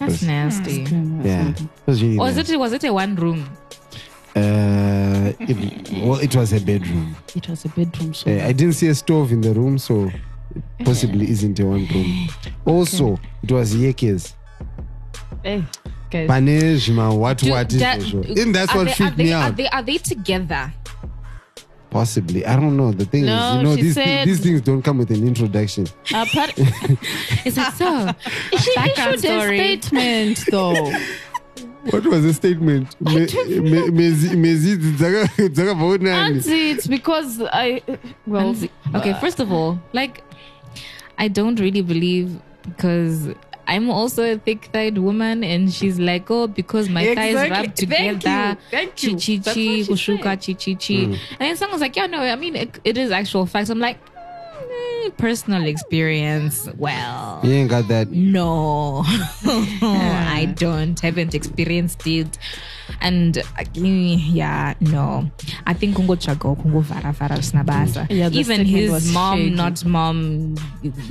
[SPEAKER 3] That's
[SPEAKER 4] Yes.
[SPEAKER 3] nasty.
[SPEAKER 4] Yeah. It was really
[SPEAKER 3] Or was
[SPEAKER 4] nice.
[SPEAKER 3] it was it a one room?
[SPEAKER 4] Uh, it, well, it was a bedroom.
[SPEAKER 5] It was a bedroom. So
[SPEAKER 4] Uh, I didn't see a stove in the room, so it possibly isn't a one room. Also, it was Yeke's.
[SPEAKER 5] hey, guys.
[SPEAKER 4] Panejma, what,
[SPEAKER 3] Do-
[SPEAKER 4] what is
[SPEAKER 3] da-
[SPEAKER 4] for sure. And that's
[SPEAKER 3] are
[SPEAKER 4] what
[SPEAKER 3] they, are
[SPEAKER 4] freaked
[SPEAKER 3] they,
[SPEAKER 4] me
[SPEAKER 3] Are
[SPEAKER 4] out.
[SPEAKER 3] they are they together?
[SPEAKER 4] Possibly. I don't know. The thing is,
[SPEAKER 5] No,
[SPEAKER 4] you know,
[SPEAKER 5] she
[SPEAKER 4] these, thi-
[SPEAKER 5] said-
[SPEAKER 4] these things don't come with an introduction.
[SPEAKER 3] Uh,
[SPEAKER 5] Apart-
[SPEAKER 3] It's like so.
[SPEAKER 5] she
[SPEAKER 3] Background
[SPEAKER 5] issued
[SPEAKER 3] story.
[SPEAKER 5] a statement though.
[SPEAKER 4] What was the statement? Me- me- mezi- mezi- zaka- zaka vaonani?
[SPEAKER 5] Auntie, it's because I well Uh,
[SPEAKER 3] okay, first of all, like I don't really believe because I'm also a thick thighed woman and she's like, Oh, because my thighs
[SPEAKER 5] Exactly.
[SPEAKER 3] rub
[SPEAKER 5] Thank
[SPEAKER 3] together.
[SPEAKER 5] you. Thank
[SPEAKER 3] Chi
[SPEAKER 5] you.
[SPEAKER 3] chi
[SPEAKER 5] That's
[SPEAKER 3] chi,
[SPEAKER 5] what she Hmm.
[SPEAKER 3] kushuka chi chi chi. And then someone's like, Yeah, no, I mean it, it is actual facts. I'm like mm, personal experience. Well,
[SPEAKER 4] You ain't got that.
[SPEAKER 3] no i don't haven't experienced it and uh, yeah no i think kungo chago kungo vara vara usina basa.
[SPEAKER 5] Yeah, the
[SPEAKER 3] even
[SPEAKER 5] statement
[SPEAKER 3] his
[SPEAKER 5] was
[SPEAKER 3] mom
[SPEAKER 5] shady.
[SPEAKER 3] not mom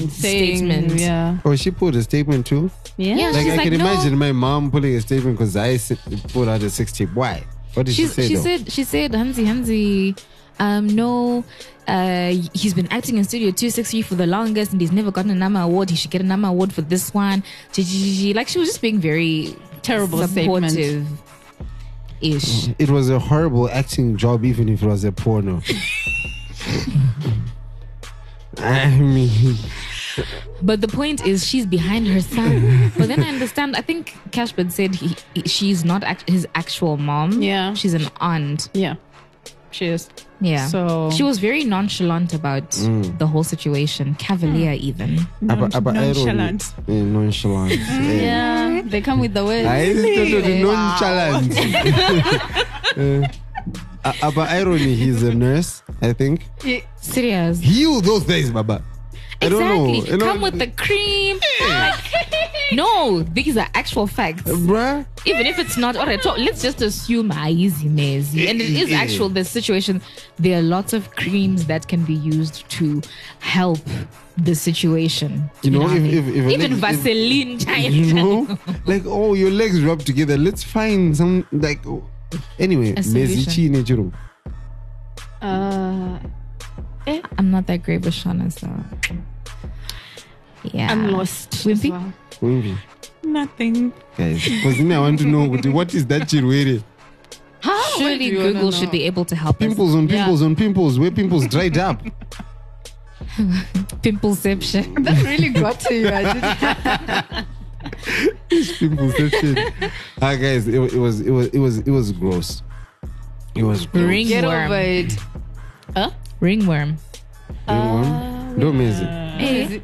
[SPEAKER 3] statement
[SPEAKER 5] Yeah.
[SPEAKER 4] Oh, she put a statement too?
[SPEAKER 5] Yeah.
[SPEAKER 3] Yeah,
[SPEAKER 4] Like,
[SPEAKER 3] she's
[SPEAKER 4] I
[SPEAKER 3] like
[SPEAKER 4] can
[SPEAKER 3] no
[SPEAKER 4] imagine my mom putting a statement because I s- put out a sex tape. Why? What did
[SPEAKER 3] She's,
[SPEAKER 4] she say?
[SPEAKER 3] she
[SPEAKER 4] though?
[SPEAKER 3] said she said Hansi Hansi um no uh he's been acting in studio 263 for the longest and he's never gotten an AMA award he should get an AMA award for this one Gee, gee, gee, gee. like she was just being very
[SPEAKER 5] Terrible statement.
[SPEAKER 3] supportive ish
[SPEAKER 4] It was a horrible acting job, even if it was a porno. I mean,
[SPEAKER 3] but the point is she's behind her son but then I understand I think Cashbird said he, he- she's not act- his actual mom
[SPEAKER 5] Yeah.
[SPEAKER 3] she's an aunt
[SPEAKER 5] Yeah. Cheers.
[SPEAKER 3] yeah
[SPEAKER 5] So-
[SPEAKER 3] she was very nonchalant about
[SPEAKER 4] Mm.
[SPEAKER 3] the whole situation cavalier
[SPEAKER 5] Hmm.
[SPEAKER 3] even
[SPEAKER 4] aba- aba- I don't-
[SPEAKER 6] nonchalant.
[SPEAKER 4] Eh, nonchalant. Eh.
[SPEAKER 5] Yeah. They come with the words.
[SPEAKER 4] I totally nonchalant. Eh, uh, uh, by irony, he's a nurse, I think.
[SPEAKER 3] Serious.
[SPEAKER 4] Heal those days, Baba. I don't know.
[SPEAKER 3] Exactly.
[SPEAKER 4] You know,
[SPEAKER 3] Come with the cream. Like- no, these are actual facts.
[SPEAKER 4] Bruh.
[SPEAKER 3] Even if it's not, all right, so let's just assume ah, easy, messy. And it
[SPEAKER 4] Eh,
[SPEAKER 3] is actual, the situation. There are lots of creams that can be used to help the situation.
[SPEAKER 4] You know, if-
[SPEAKER 3] what I
[SPEAKER 4] if-
[SPEAKER 3] mean?
[SPEAKER 4] if a
[SPEAKER 3] even
[SPEAKER 4] leg- if-
[SPEAKER 3] Vaseline, child.
[SPEAKER 4] you know, like oh, your legs rub together. Let's find some like. oh. Anyway,
[SPEAKER 3] A solution.
[SPEAKER 4] mezichi nechuru.
[SPEAKER 5] Uh,
[SPEAKER 3] I'm not that great with Shauna, so. Yeah.
[SPEAKER 5] I'm lost.
[SPEAKER 3] Wimpy?
[SPEAKER 5] as Ah. well.
[SPEAKER 4] Wimbi,
[SPEAKER 6] Nothing.
[SPEAKER 4] guys. Because then I want to know what- what is that chirwere?
[SPEAKER 5] Why do
[SPEAKER 3] Surely
[SPEAKER 5] you wanna
[SPEAKER 3] Google should
[SPEAKER 5] know?
[SPEAKER 3] be able to help
[SPEAKER 4] Pimples on
[SPEAKER 5] Yeah.
[SPEAKER 4] pimples on pimples. Where pimples dried up.
[SPEAKER 3] us. Pimpleception.
[SPEAKER 5] That really got to you. I didn't-
[SPEAKER 4] pimples. that shit. Ah, guys, it, wa- it was it was it was it was gross. It was gross.
[SPEAKER 5] Get over
[SPEAKER 3] Ringworm.
[SPEAKER 5] it.
[SPEAKER 3] Ringworm.
[SPEAKER 4] Ringworm. Don't miss it.
[SPEAKER 3] Eh,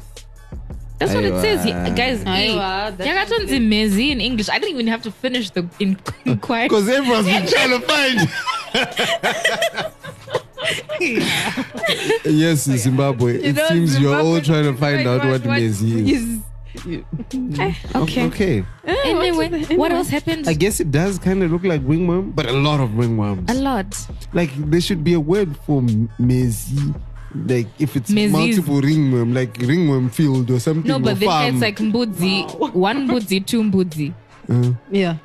[SPEAKER 3] That's what it says, yeah,
[SPEAKER 4] Aiwa.
[SPEAKER 3] guys. eh,
[SPEAKER 5] Aiwa, that's
[SPEAKER 3] Yakatonzi mezi in English. I didn't even have to finish the in- inquiry.
[SPEAKER 4] Because everyone's been trying to find. yes, Zimbabwe.
[SPEAKER 5] You
[SPEAKER 4] it
[SPEAKER 5] know,
[SPEAKER 4] seems you're all
[SPEAKER 5] Zimbabwe
[SPEAKER 4] trying to find out what,
[SPEAKER 5] what
[SPEAKER 4] Mezi is.
[SPEAKER 5] Yes.
[SPEAKER 4] Okay. okay.
[SPEAKER 3] Eh, Anyway, what else happened?
[SPEAKER 4] I guess it does kind of look like ringworm, but a lot of ringworms.
[SPEAKER 3] A lot.
[SPEAKER 4] like there should be a word for m- mezi. Like if it's
[SPEAKER 3] Mezis.
[SPEAKER 4] multiple ringworm, like ringworm field or something.
[SPEAKER 3] No,
[SPEAKER 4] or
[SPEAKER 3] but then
[SPEAKER 4] farm.
[SPEAKER 3] it's like mbudzi. One mbudzi, two mbudzi.
[SPEAKER 4] Uh,
[SPEAKER 5] Yeah.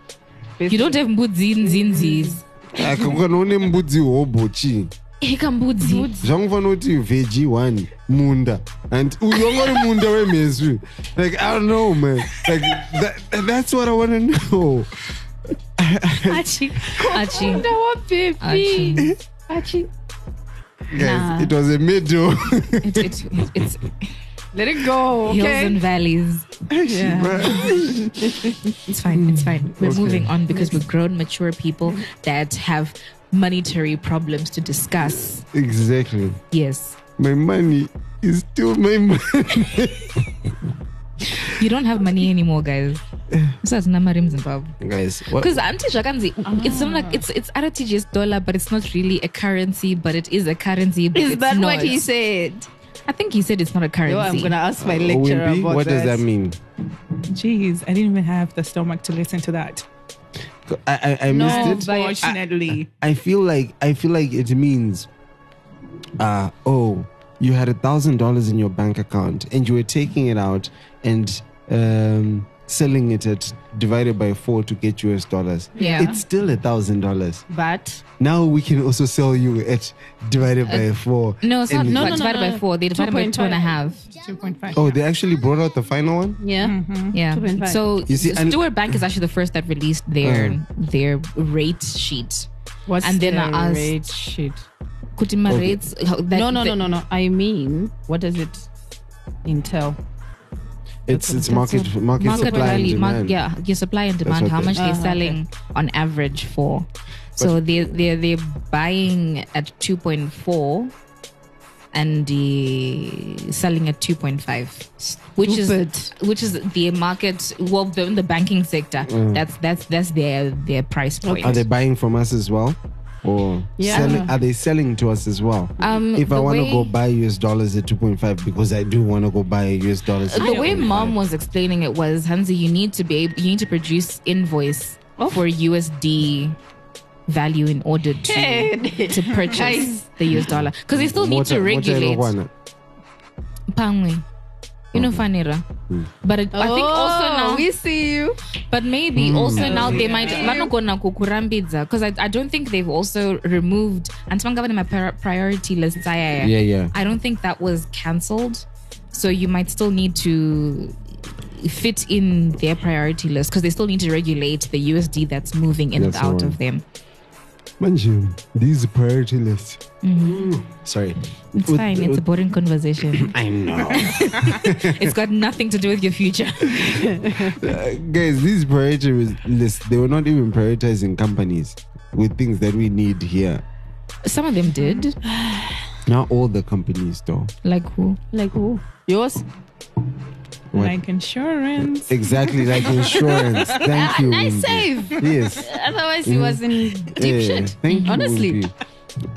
[SPEAKER 3] You don't have mbudzi nzinzis.
[SPEAKER 4] like ukanoone mbudzi hobochi
[SPEAKER 3] Eka mbudzi.
[SPEAKER 4] zvangufana kuti vegi one munda and uyu wanga uri munda wemhezvi like i don't know man like that, that's what i want to know
[SPEAKER 3] Achi. Achi. Achi.
[SPEAKER 4] guys it was a middle
[SPEAKER 3] It, it, it, it's
[SPEAKER 5] Let it go.
[SPEAKER 3] hills
[SPEAKER 5] Okay.
[SPEAKER 3] and valleys. It's fine. It's fine. We're moving on because we're grown, mature people that have monetary problems to discuss.
[SPEAKER 4] exactly
[SPEAKER 3] Yes.
[SPEAKER 4] my money is still my money
[SPEAKER 3] You don't have money anymore, guys. Because
[SPEAKER 4] guys what,
[SPEAKER 3] anti Shakanzi, it's not
[SPEAKER 5] Ah.
[SPEAKER 3] like it's it's RTGS dollar, but it's not really a currency, but it is a currency. But
[SPEAKER 5] Is
[SPEAKER 3] it's
[SPEAKER 5] that
[SPEAKER 3] not.
[SPEAKER 5] what he said?
[SPEAKER 3] I think he said it's not a currency.
[SPEAKER 5] Yo, I'm gonna ask my lecturer
[SPEAKER 4] Oh, Wimpy,
[SPEAKER 5] about
[SPEAKER 4] what does that
[SPEAKER 5] that
[SPEAKER 4] mean
[SPEAKER 6] Jeez, I didn't even have the stomach to listen to that.
[SPEAKER 4] i, I, I missed it
[SPEAKER 6] Unfortunately.
[SPEAKER 4] I feel like I feel like it means uh oh you had a thousand dollars in your bank account and you were taking it out and um selling it at divided by four to get US dollars.
[SPEAKER 3] Yeah.
[SPEAKER 4] It's still a thousand dollars.
[SPEAKER 5] But
[SPEAKER 4] Now we can also sell you at divided by four.
[SPEAKER 3] Uh, no, it's not
[SPEAKER 4] and-
[SPEAKER 3] no,
[SPEAKER 5] no,
[SPEAKER 3] divided
[SPEAKER 5] no,
[SPEAKER 3] by
[SPEAKER 5] no.
[SPEAKER 3] four. They divided by two and a
[SPEAKER 5] 2.5.
[SPEAKER 3] half.
[SPEAKER 6] 2.5.
[SPEAKER 4] Oh, they actually brought out the final one?
[SPEAKER 5] yeah,
[SPEAKER 3] Yeah.
[SPEAKER 5] 2.5.
[SPEAKER 3] So
[SPEAKER 4] You see,
[SPEAKER 3] the
[SPEAKER 4] and- Mm.
[SPEAKER 3] Stewart Bank is actually the first that released their their rate sheet.
[SPEAKER 5] what's
[SPEAKER 3] And then I
[SPEAKER 5] the
[SPEAKER 3] asked-
[SPEAKER 5] rate sheet?
[SPEAKER 3] Kutima rates. how- That,
[SPEAKER 5] No, no,
[SPEAKER 3] that-
[SPEAKER 5] no, no, no. I mean, what does it entail?
[SPEAKER 4] It's it's market market,
[SPEAKER 3] Market
[SPEAKER 4] supply and
[SPEAKER 3] value, mar-
[SPEAKER 4] demand.
[SPEAKER 3] yeah, your supply and demand,
[SPEAKER 4] what
[SPEAKER 3] how
[SPEAKER 4] they-
[SPEAKER 3] much they're
[SPEAKER 5] Ah,
[SPEAKER 3] selling on average for. So they they they're buying at two point four, and the selling at two point five, which is
[SPEAKER 5] Stupid.
[SPEAKER 3] which is the market. Well, the, in the banking sector,
[SPEAKER 4] Mm.
[SPEAKER 3] that's that's that's their their price point.
[SPEAKER 4] Are they buying from us as well? Or
[SPEAKER 5] Yeah.
[SPEAKER 4] selling, are they selling to us as well?
[SPEAKER 3] Um,
[SPEAKER 4] if I
[SPEAKER 3] the
[SPEAKER 4] want to
[SPEAKER 3] way-
[SPEAKER 4] go buy US dollars at 2.5 because I do want to go buy US dollars. at
[SPEAKER 3] the way
[SPEAKER 4] 2.5.
[SPEAKER 3] mom was explaining it was Hansi, you need to be able, you need to produce invoice for USD value in order to to purchase
[SPEAKER 5] Guys.
[SPEAKER 3] the US dollar because they still need
[SPEAKER 4] Mota-
[SPEAKER 3] to
[SPEAKER 4] mota
[SPEAKER 3] regulate.
[SPEAKER 4] inokwana.
[SPEAKER 3] Pangwe. You know Fanira. But it, I think also now
[SPEAKER 5] Oh, we see you.
[SPEAKER 3] but maybe
[SPEAKER 4] Hmm.
[SPEAKER 3] also now they might vanogona kukurambidza because I, I don't think they've also removed antimangava my priority list ayaya.
[SPEAKER 4] Yeah, yeah.
[SPEAKER 3] I don't think that was cancelled. So you might still need to fit in their priority list because they still need to regulate the USD that's moving in
[SPEAKER 4] That's
[SPEAKER 3] and out
[SPEAKER 4] the one.
[SPEAKER 3] of them.
[SPEAKER 4] Manje, these priority lists. Sorry.
[SPEAKER 3] Mm-hmm. It's
[SPEAKER 4] With-
[SPEAKER 3] fine. It's a
[SPEAKER 4] with-
[SPEAKER 3] boring conversation.
[SPEAKER 4] I know.
[SPEAKER 3] it's got nothing to do with your future.
[SPEAKER 4] Guys, these priority ris- lists, they were not even prioritizing companies with things that we need here.
[SPEAKER 3] Some of them did.
[SPEAKER 4] Not all the companies, though.
[SPEAKER 3] Like who?
[SPEAKER 5] Like who? Yours?
[SPEAKER 4] What?
[SPEAKER 6] Like insurance.
[SPEAKER 4] Exactly like insurance. Thank you.
[SPEAKER 5] nice
[SPEAKER 4] Wimpy.
[SPEAKER 5] save.
[SPEAKER 4] Yes.
[SPEAKER 5] Otherwise, he was in deep
[SPEAKER 4] Yeah,
[SPEAKER 5] shit.
[SPEAKER 4] Thank you,
[SPEAKER 5] Honestly.
[SPEAKER 4] Wimpy.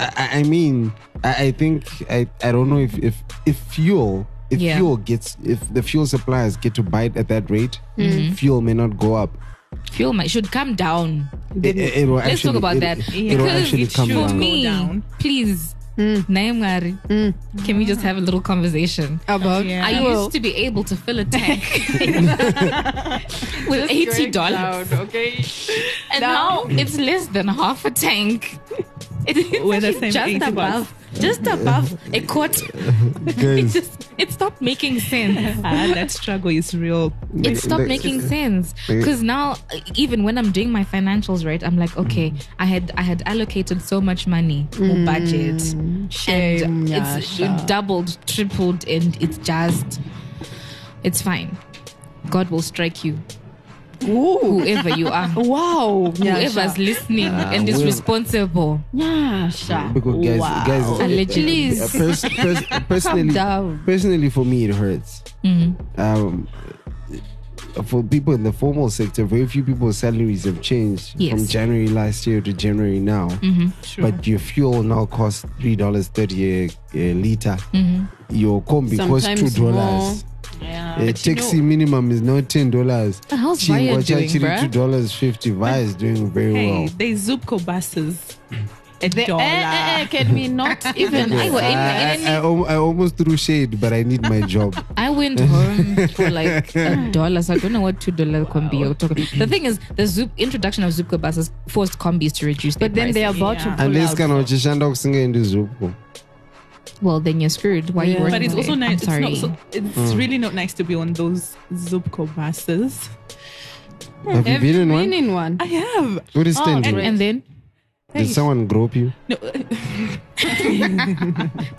[SPEAKER 4] I, I- I mean, I, I think I, I don't know if if if fuel if
[SPEAKER 3] Yeah.
[SPEAKER 4] fuel gets if the fuel suppliers get to buy it at that rate,
[SPEAKER 3] Mm-hmm.
[SPEAKER 4] fuel may not go up.
[SPEAKER 3] Fuel might should come down.
[SPEAKER 4] It, it- it will
[SPEAKER 3] Let's
[SPEAKER 4] actually-
[SPEAKER 3] talk about
[SPEAKER 4] it-
[SPEAKER 3] that.
[SPEAKER 4] It will
[SPEAKER 3] Because
[SPEAKER 4] actually
[SPEAKER 3] it
[SPEAKER 4] come
[SPEAKER 3] should-
[SPEAKER 6] should
[SPEAKER 3] For
[SPEAKER 4] down.
[SPEAKER 3] me,
[SPEAKER 6] down.
[SPEAKER 3] please,
[SPEAKER 6] Hmm.
[SPEAKER 3] Naimari, can we just have a little conversation?
[SPEAKER 5] About
[SPEAKER 6] Yeah.
[SPEAKER 3] I
[SPEAKER 5] I will.
[SPEAKER 3] used to be able to fill a tank with eighty dollars,
[SPEAKER 5] Okay.
[SPEAKER 3] and now
[SPEAKER 5] down.
[SPEAKER 3] it's less than half a tank. It- It's
[SPEAKER 6] We're the
[SPEAKER 3] actually
[SPEAKER 6] same age,
[SPEAKER 3] just
[SPEAKER 6] boss.
[SPEAKER 3] above, just above a quarter. It
[SPEAKER 4] Guys,
[SPEAKER 3] just it stopped making sense.
[SPEAKER 6] Ah, that struggle is real.
[SPEAKER 3] It stopped
[SPEAKER 4] like-
[SPEAKER 3] making sense because now, uh, even when I'm doing my financials, right, I'm like, okay, I had I had allocated so much money for budget, and it's doubled, tripled, and it's just, it's fine. God will strike you, whoever you are,
[SPEAKER 5] Wow.
[SPEAKER 3] whoever's listening and is
[SPEAKER 4] will.
[SPEAKER 3] responsible.
[SPEAKER 5] Nyasha.
[SPEAKER 4] because guys, guys, it's-
[SPEAKER 3] Allegedly,
[SPEAKER 4] uh, pers- pers- personally,
[SPEAKER 5] down.
[SPEAKER 4] personally for me it hurts.
[SPEAKER 3] Mm-hmm.
[SPEAKER 4] Um, for people in the formal sector, very few people's salaries have changed from
[SPEAKER 3] Yes.
[SPEAKER 4] January last year to January now. But your fuel now costs three dollars thirty a liter. Your combi costs two
[SPEAKER 5] Sometimes
[SPEAKER 4] dollars. A taxi minimum is now ten dollars.
[SPEAKER 3] how's Vaya doing, bruh?
[SPEAKER 4] two dollars fifty. Vaya is doing very
[SPEAKER 6] Hey,
[SPEAKER 4] well.
[SPEAKER 6] they Zupco buses. A
[SPEAKER 5] The-
[SPEAKER 6] dollar.
[SPEAKER 5] eh, eh, eh, can we not even?
[SPEAKER 3] I were in-
[SPEAKER 4] I,
[SPEAKER 3] in-
[SPEAKER 4] I- I al- I almost threw shade, but I need my job.
[SPEAKER 3] I went home for like a dollar, so I don't know what two dollar combi you're talking. The thing is, the Zoop introduction of Zoopco buses forced combis to reduce. Their
[SPEAKER 5] but then they are
[SPEAKER 3] prices.
[SPEAKER 5] about to
[SPEAKER 6] Yeah.
[SPEAKER 5] pull
[SPEAKER 4] Unless
[SPEAKER 5] out.
[SPEAKER 4] kana uchishanda kusinga indi zuku.
[SPEAKER 3] well, then you're screwed. Why are you
[SPEAKER 5] Yeah.
[SPEAKER 3] working?
[SPEAKER 6] but it's also
[SPEAKER 3] there?
[SPEAKER 6] nice.
[SPEAKER 3] I'm
[SPEAKER 6] It's,
[SPEAKER 3] sorry.
[SPEAKER 6] not so, it's
[SPEAKER 4] Mm.
[SPEAKER 6] really not nice to be on those Zupco buses.
[SPEAKER 4] Have you been in
[SPEAKER 5] Been
[SPEAKER 4] one?
[SPEAKER 5] in one.
[SPEAKER 6] I have.
[SPEAKER 4] What is standing?
[SPEAKER 6] and-
[SPEAKER 3] and then
[SPEAKER 4] Did someone grope you?
[SPEAKER 6] No,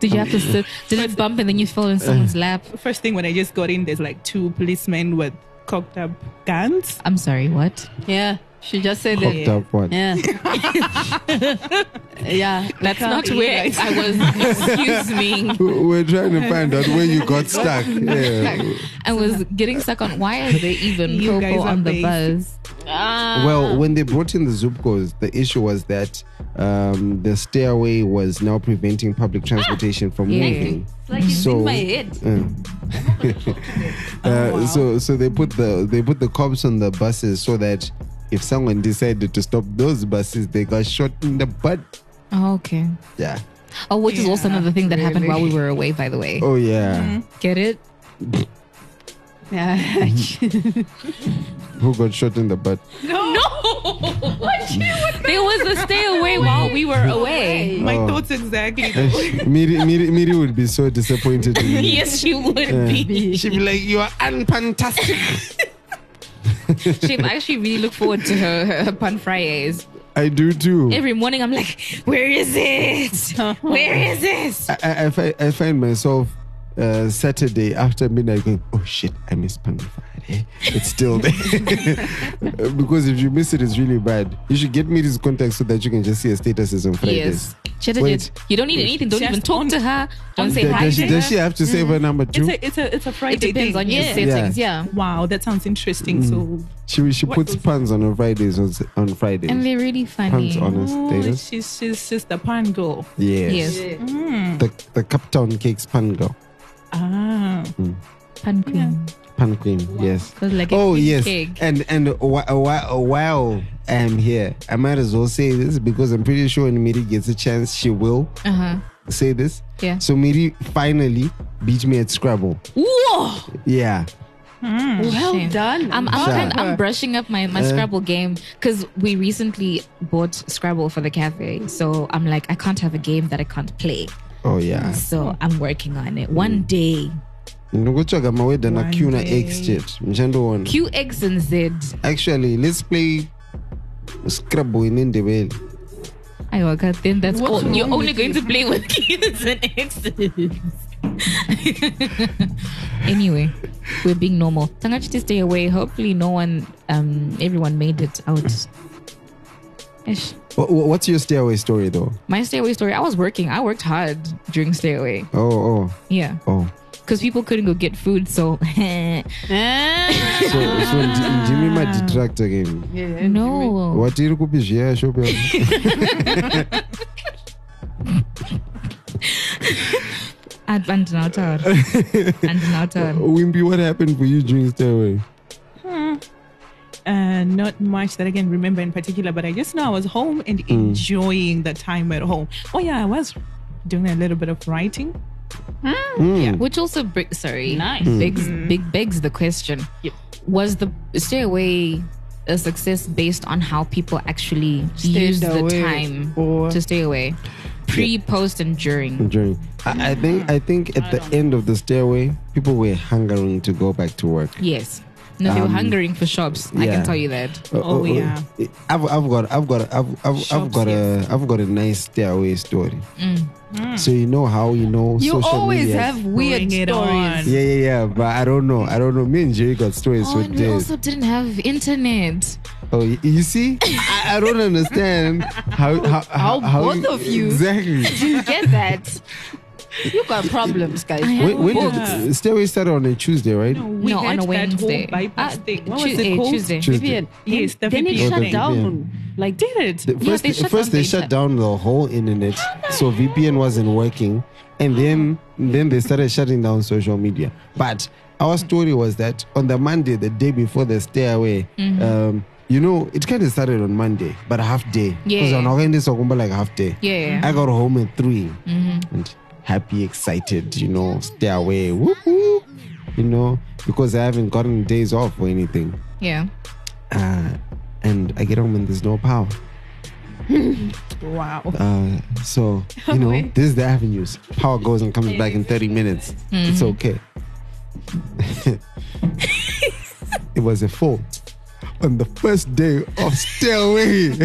[SPEAKER 3] did you have to sit? Did it bump and then you fell in someone's lap?
[SPEAKER 6] first thing when I just got in, there's like two policemen with cocked up guns.
[SPEAKER 3] I'm sorry. What?
[SPEAKER 5] Yeah. She just said that.
[SPEAKER 4] Hooked up one.
[SPEAKER 5] Yeah. yeah.
[SPEAKER 3] That's not where I was. Excuse me.
[SPEAKER 4] We're trying to find out where you got stuck. Yeah.
[SPEAKER 3] I was getting stuck on. Why are they even
[SPEAKER 6] You guys
[SPEAKER 3] Coco
[SPEAKER 6] are
[SPEAKER 3] on the bus?
[SPEAKER 6] based.
[SPEAKER 5] Uh-huh.
[SPEAKER 4] Well, when they brought in the Zupcos, the issue was that um, the stairway was now preventing public transportation from
[SPEAKER 3] Yeah.
[SPEAKER 4] moving.
[SPEAKER 5] like Ah! it's
[SPEAKER 4] So-
[SPEAKER 5] in my head. Oh,
[SPEAKER 4] Uh, So, so they put the they put the cops on the buses so that if someone decided to stop those buses, they got shot in the butt.
[SPEAKER 3] Oh, okay.
[SPEAKER 4] Yeah.
[SPEAKER 3] Oh, which is also another thing that happened while we were away. By the way,
[SPEAKER 4] Oh yeah.
[SPEAKER 5] Mm-hmm.
[SPEAKER 3] get it?
[SPEAKER 5] Yeah.
[SPEAKER 4] Who got shot in the butt?
[SPEAKER 3] There was a stay away while we were away.
[SPEAKER 6] My
[SPEAKER 4] Oh.
[SPEAKER 6] thoughts exactly.
[SPEAKER 4] Miri, Miri, Miri would be so disappointed. in me.
[SPEAKER 3] Yes, she would be.
[SPEAKER 4] She'd be like, "You are unfantastic."
[SPEAKER 3] She I actually really look forward to her, her, her pun Fridays.
[SPEAKER 4] I do too.
[SPEAKER 3] Every morning I'm like, where is it? Where is it?
[SPEAKER 4] I, I, I, fi- I find myself uh, Saturday after midnight going, oh shit, I missed Pan Friday. It's still there. because if you miss it, it's really bad. You should get me this contact so that you can just see her statuses on Fridays.
[SPEAKER 3] Yes. She had to
[SPEAKER 4] Wait.
[SPEAKER 3] do- You don't need anything. Don't
[SPEAKER 6] Just
[SPEAKER 3] even talk
[SPEAKER 6] on-
[SPEAKER 3] to her. Don't
[SPEAKER 6] on
[SPEAKER 3] say
[SPEAKER 4] Th-
[SPEAKER 3] hi.
[SPEAKER 4] Does, she,
[SPEAKER 3] to
[SPEAKER 4] does
[SPEAKER 3] her. Mm-hmm.
[SPEAKER 4] she have to save her number
[SPEAKER 6] It's
[SPEAKER 4] too?
[SPEAKER 6] a it's a it's a Friday.
[SPEAKER 3] It depends
[SPEAKER 6] thing.
[SPEAKER 3] on your
[SPEAKER 5] Yeah.
[SPEAKER 3] settings. Yeah.
[SPEAKER 6] Wow, that sounds interesting. So
[SPEAKER 4] She she
[SPEAKER 6] What
[SPEAKER 4] puts
[SPEAKER 6] was-
[SPEAKER 4] puns on her Fridays on, s- on Fridays.
[SPEAKER 3] And they're really
[SPEAKER 4] puns
[SPEAKER 3] funny.
[SPEAKER 4] on her
[SPEAKER 6] Ooh,
[SPEAKER 4] Mm. status.
[SPEAKER 6] oh, she's she's she's the pan girl.
[SPEAKER 4] Yes.
[SPEAKER 3] Yes.
[SPEAKER 4] The the Cup Town Cakes pan girl.
[SPEAKER 6] Ah,
[SPEAKER 3] Pun queen.
[SPEAKER 4] Pan queen. Yes.
[SPEAKER 3] 'Cause like a
[SPEAKER 4] Oh
[SPEAKER 3] queen
[SPEAKER 4] yes,
[SPEAKER 3] cake.
[SPEAKER 4] and and wh- wh- while I'm um, here, I might as well say this because I'm pretty sure when Miri gets a chance, she will
[SPEAKER 3] Uh-huh.
[SPEAKER 4] say this.
[SPEAKER 3] Yeah.
[SPEAKER 4] So Miri finally beat me at Scrabble.
[SPEAKER 3] Whoa!
[SPEAKER 4] Yeah.
[SPEAKER 5] Well
[SPEAKER 3] Shame.
[SPEAKER 5] done.
[SPEAKER 3] I'm I'm,
[SPEAKER 4] Sure.
[SPEAKER 3] kind I'm brushing up my, my Scrabble game because we recently bought Scrabble for the cafe. So I'm like, I can't have a game that I can't play.
[SPEAKER 4] Oh yeah.
[SPEAKER 3] So I'm working on it. One day,
[SPEAKER 4] Ndinokutsvaga mawedha na
[SPEAKER 6] One
[SPEAKER 4] Q na
[SPEAKER 6] day.
[SPEAKER 4] X jet. Mchandoona.
[SPEAKER 3] Q, X, and Z.
[SPEAKER 4] Actually, let's play Scrabble in Ndebele.
[SPEAKER 3] I work out. Then that's
[SPEAKER 6] What's
[SPEAKER 3] all. You're
[SPEAKER 6] wrong
[SPEAKER 3] only
[SPEAKER 6] with
[SPEAKER 3] going to play with Q's and X's. anyway, we're being normal. Tangachiti stay away. Hopefully, no one, um, everyone made it out. Ish.
[SPEAKER 4] Wha- wha- What's your stairway story though?
[SPEAKER 3] My stay away story. I was working. I worked hard during stay away.
[SPEAKER 4] Oh oh
[SPEAKER 3] Yeah.
[SPEAKER 4] oh.
[SPEAKER 3] because people couldn't go get food. So
[SPEAKER 4] so, so ndi- ndimi madetract again
[SPEAKER 3] no,
[SPEAKER 4] watiri kupi zviya shop yako
[SPEAKER 3] and and not out, and not out.
[SPEAKER 4] wimbi what happened for you during stairway
[SPEAKER 6] Uh, not much that I can remember in particular, but I just know I was home and enjoying the time at home. Oh yeah, I was doing a little bit of writing.
[SPEAKER 3] Which also br- sorry,
[SPEAKER 6] Mm.
[SPEAKER 3] nice
[SPEAKER 4] Hmm.
[SPEAKER 3] begs big begs the question: Was the stay away a success based on how people actually use the
[SPEAKER 5] away
[SPEAKER 3] time
[SPEAKER 5] or-
[SPEAKER 3] to stay away, pre, post, and
[SPEAKER 6] Mm.
[SPEAKER 3] during?
[SPEAKER 4] during I, I think I think at the end of the stairway people were hungering to go back to work Uh,
[SPEAKER 3] Yes. No, they were
[SPEAKER 4] Um,
[SPEAKER 3] hungering for shops. I
[SPEAKER 4] yeah.
[SPEAKER 3] can tell you that.
[SPEAKER 4] Uh,
[SPEAKER 6] Oh,
[SPEAKER 4] uh, uh,
[SPEAKER 6] yeah.
[SPEAKER 4] I've, I've got I've got I've, I've, I've
[SPEAKER 6] Shops,
[SPEAKER 4] got a I've got a nice stairway story so you know how you know
[SPEAKER 5] You
[SPEAKER 4] social
[SPEAKER 5] always
[SPEAKER 4] media.
[SPEAKER 5] have weird
[SPEAKER 6] Bring it on.
[SPEAKER 5] stories.
[SPEAKER 4] yeah yeah yeah but I don't know I don't know me and Jerry got stories
[SPEAKER 3] Oh,
[SPEAKER 4] with
[SPEAKER 3] and we
[SPEAKER 4] this
[SPEAKER 3] also didn't have internet.
[SPEAKER 4] Oh, y- you see, I, I don't understand how how, how,
[SPEAKER 5] How both of you-
[SPEAKER 4] exactly.
[SPEAKER 5] You get that. You got problems, guys.
[SPEAKER 4] when when
[SPEAKER 6] Yeah.
[SPEAKER 4] did Stairway started on a Tuesday, right?
[SPEAKER 6] we
[SPEAKER 3] no,
[SPEAKER 6] had
[SPEAKER 3] on a Wednesday.
[SPEAKER 6] That whole bypass
[SPEAKER 3] Ah,
[SPEAKER 6] thing. What
[SPEAKER 3] Tu-
[SPEAKER 6] was it
[SPEAKER 3] eh,
[SPEAKER 6] called?
[SPEAKER 3] Tuesday.
[SPEAKER 4] Tuesday.
[SPEAKER 5] Vivian,
[SPEAKER 6] Yes, the
[SPEAKER 5] then it
[SPEAKER 6] VPN
[SPEAKER 5] shut
[SPEAKER 4] thing.
[SPEAKER 5] down. Like,
[SPEAKER 6] Did it?
[SPEAKER 4] The first,
[SPEAKER 3] they shut
[SPEAKER 4] first
[SPEAKER 3] down the
[SPEAKER 4] they shut
[SPEAKER 3] internet.
[SPEAKER 4] down the whole internet, so VPN wasn't working, and then then they started shutting down social media. But our story was that on the Monday, the day before the stairway,
[SPEAKER 3] Mm-hmm.
[SPEAKER 4] um, you know, it kind of started on Monday, but half day. 'Cause
[SPEAKER 3] Yeah.
[SPEAKER 4] on Monday, so like half day.
[SPEAKER 3] Yeah. Mm-hmm.
[SPEAKER 4] I got home at 3 and happy, excited, you know, stay away, whoop, whoop, you know, because I haven't gotten days off or anything.
[SPEAKER 3] Yeah.
[SPEAKER 4] Uh, and I get home and there's no power.
[SPEAKER 6] Wow.
[SPEAKER 4] Uh, so, you know, this is the avenues. Power goes and comes back in 30 minutes. It's okay. it was a fault on the first day of stairway.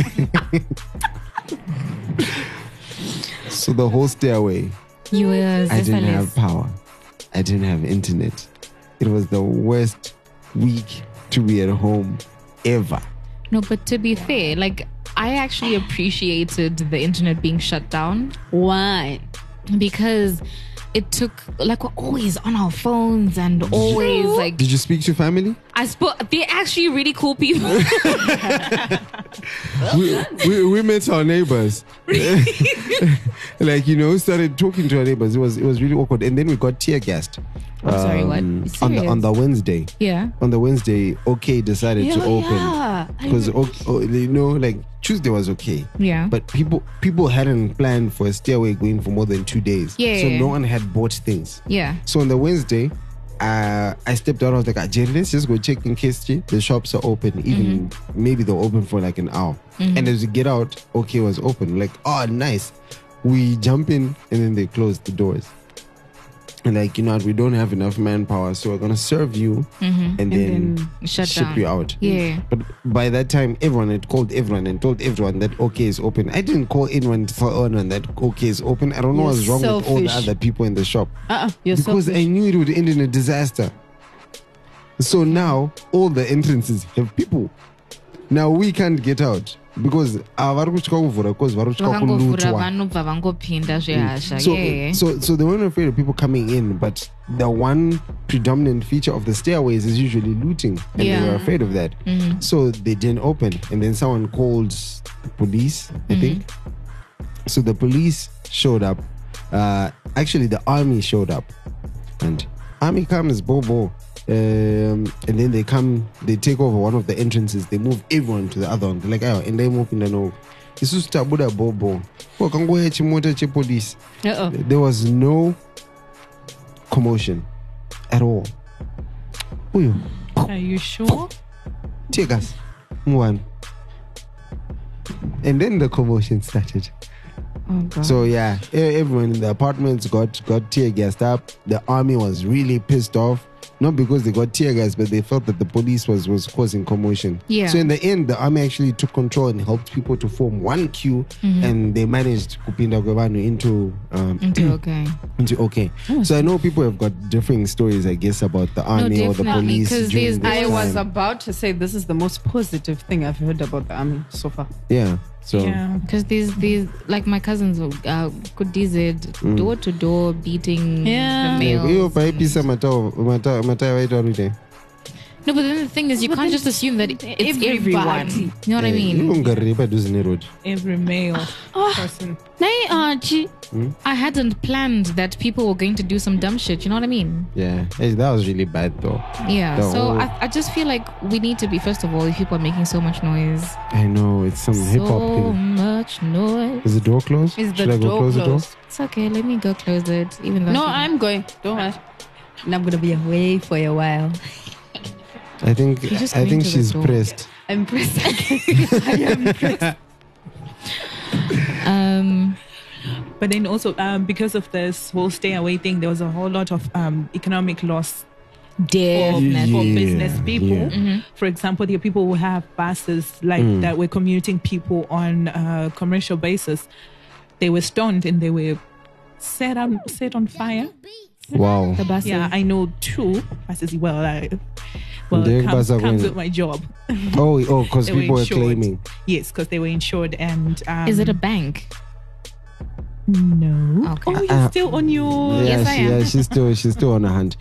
[SPEAKER 4] so the whole stairway.
[SPEAKER 3] You were
[SPEAKER 4] I didn't have
[SPEAKER 3] zealous.
[SPEAKER 4] power. I didn't have internet. It was the worst week to be at home ever.
[SPEAKER 3] No, but to be fair, like I actually appreciated the internet being shut down
[SPEAKER 5] why?
[SPEAKER 3] because it took like we're always on our phones and always like
[SPEAKER 4] Did you speak to family?
[SPEAKER 3] I spoke they're actually really cool people.
[SPEAKER 4] we, we, we met our neighbors. like you know, started talking to our neighbors. It was it was really awkward, and then we got tear gassed.
[SPEAKER 3] I'm sorry, what?
[SPEAKER 4] um,
[SPEAKER 3] Serious?
[SPEAKER 4] On the on the Wednesday,
[SPEAKER 3] yeah.
[SPEAKER 4] on the Wednesday, OK decided to open
[SPEAKER 5] Yeah.
[SPEAKER 4] because you know, like Tuesday was okay,
[SPEAKER 3] Yeah.
[SPEAKER 4] but people people hadn't planned for a stairway going for more than two days.
[SPEAKER 3] Yeah,
[SPEAKER 4] so
[SPEAKER 3] yeah,
[SPEAKER 4] no
[SPEAKER 3] yeah.
[SPEAKER 4] one had bought things.
[SPEAKER 3] yeah.
[SPEAKER 4] So on the Wednesday, uh, I stepped out. I was like, "Ah, Jerry, let's just go check in case the the shops are open. Even maybe they're open for like an hour. And as we get out, okay, it was open. Like, oh, nice. We jump in, and then they close the doors. And like, you know what? We don't have enough manpower, so we're gonna serve you, and, then,
[SPEAKER 3] Shut
[SPEAKER 4] ship
[SPEAKER 3] down.
[SPEAKER 4] you out.
[SPEAKER 3] Yeah.
[SPEAKER 4] But by that time, everyone had called everyone and told everyone that okay is open. I didn't call anyone to tell anyone that okay is open. I don't know
[SPEAKER 5] You're
[SPEAKER 4] what's wrong with all the
[SPEAKER 5] selfish.
[SPEAKER 4] other people in the shop
[SPEAKER 5] Uh-uh. You're
[SPEAKER 4] because
[SPEAKER 5] so
[SPEAKER 4] I knew it would end in a disaster. So now all the entrances have people. Now we can't get out because ah, vari kutya kuvhura because vari kutya
[SPEAKER 3] Vakangofura
[SPEAKER 4] Oh, kulutwa. Mm.
[SPEAKER 3] vanobva vangopinda zvehasha.
[SPEAKER 4] So,
[SPEAKER 3] Yeah.
[SPEAKER 4] so, so they weren't afraid of people coming in, but the one predominant feature of the stairways is usually looting, and they were
[SPEAKER 3] Yeah. Mm-hmm.
[SPEAKER 4] afraid of that. So they didn't open, and then someone called the police, I
[SPEAKER 3] Mm-hmm.
[SPEAKER 4] think. So the police showed up. Uh, actually, the army showed up, and army comes, Bobo. Um, and then they come, they take over one of the entrances, they move everyone to the other one. They're like, oh, and they move in the no. isusu tabuda bobo kwakangoya chimota chepolisi
[SPEAKER 5] Uh-oh.
[SPEAKER 4] there was no commotion at all. Uyo,
[SPEAKER 6] Are you sure?
[SPEAKER 4] tear gas. One. And then the commotion started.
[SPEAKER 3] oh god.
[SPEAKER 4] So yeah, e- everyone in the apartments got got tear gassed up. The army was really pissed off, not because they got tear gas, but they felt that the police was was causing commotion.
[SPEAKER 3] Yeah.
[SPEAKER 4] So in the end, the army actually took control and helped people to form one queue, and they managed kupinda kwebanu into um,
[SPEAKER 3] Okay, okay.
[SPEAKER 4] Into- okay.
[SPEAKER 3] Hmm.
[SPEAKER 4] So I know people have got differing stories, I guess, about the army or the
[SPEAKER 3] definitely,
[SPEAKER 4] police.
[SPEAKER 3] 'cause
[SPEAKER 4] during
[SPEAKER 3] there's-
[SPEAKER 4] this
[SPEAKER 5] I was
[SPEAKER 4] time.
[SPEAKER 5] about to say this is the most positive thing I've heard about the army so far.
[SPEAKER 4] yeah. So
[SPEAKER 6] Yeah.
[SPEAKER 3] Because these these like my cousins uh, could DZ door to door beating
[SPEAKER 5] Yeah.
[SPEAKER 3] the
[SPEAKER 4] Mm. Yeah,
[SPEAKER 3] males.
[SPEAKER 4] hiyo paipisa matao matao matao yaitwa nini?
[SPEAKER 3] No, but then the thing is, you can't just assume that it's everyone.
[SPEAKER 5] everybody.
[SPEAKER 3] You know what I
[SPEAKER 4] Eh,
[SPEAKER 3] mean?
[SPEAKER 4] iko Ngari hapa duzi ni road.
[SPEAKER 6] Every male person.
[SPEAKER 5] Nay, Archie.
[SPEAKER 4] Hmm?
[SPEAKER 3] I hadn't planned that people were going to do some dumb shit. You know what I mean?
[SPEAKER 4] Yeah. Hey, that was really bad though.
[SPEAKER 3] Yeah.
[SPEAKER 4] The
[SPEAKER 3] so
[SPEAKER 4] whole-
[SPEAKER 3] I, I just feel like we need to be first of all, if people are making so much noise,
[SPEAKER 4] I know it's some hip hop
[SPEAKER 3] so
[SPEAKER 4] thing.
[SPEAKER 3] much noise.
[SPEAKER 4] Is the door closed?
[SPEAKER 5] Is the
[SPEAKER 4] Should I go
[SPEAKER 5] door
[SPEAKER 4] close the door?
[SPEAKER 5] closed?
[SPEAKER 3] It's okay. Let me go close it. Even though
[SPEAKER 5] No,
[SPEAKER 3] I
[SPEAKER 5] I'm going. Don't worry. And I'm gonna be away for a while.
[SPEAKER 4] I think
[SPEAKER 3] You're just
[SPEAKER 4] I
[SPEAKER 3] going
[SPEAKER 4] think
[SPEAKER 3] to the
[SPEAKER 4] she's
[SPEAKER 3] door.
[SPEAKER 4] pressed.
[SPEAKER 5] I'm pressed.
[SPEAKER 3] um
[SPEAKER 6] But then also um, because of this whole stay away thing, there was a whole lot of um, economic loss for,
[SPEAKER 3] definitely.
[SPEAKER 6] for
[SPEAKER 4] Oh, Yeah,
[SPEAKER 6] business people.
[SPEAKER 4] yeah.
[SPEAKER 3] Mm-hmm.
[SPEAKER 4] Mm.
[SPEAKER 6] For example, there are people who have buses like that were commuting people on a commercial basis. They were stoned and they were set on set on fire.
[SPEAKER 4] Wow.
[SPEAKER 3] The buses.
[SPEAKER 6] Yeah, I know two buses. Well, I, well,
[SPEAKER 4] Direct
[SPEAKER 6] it comes,
[SPEAKER 4] bus are
[SPEAKER 6] comes
[SPEAKER 4] going-
[SPEAKER 6] with my job.
[SPEAKER 4] Oh, oh, because
[SPEAKER 6] They were
[SPEAKER 4] people were
[SPEAKER 6] insured.
[SPEAKER 4] claiming.
[SPEAKER 6] Yes, because they were insured and um,
[SPEAKER 3] Is it a bank?
[SPEAKER 6] no?
[SPEAKER 3] Okay.
[SPEAKER 6] Oh, you're
[SPEAKER 4] Uh,
[SPEAKER 6] still on your
[SPEAKER 4] yeah,
[SPEAKER 3] Yes, I
[SPEAKER 4] she-
[SPEAKER 3] am.
[SPEAKER 4] yeah, she's still she's still on her hand.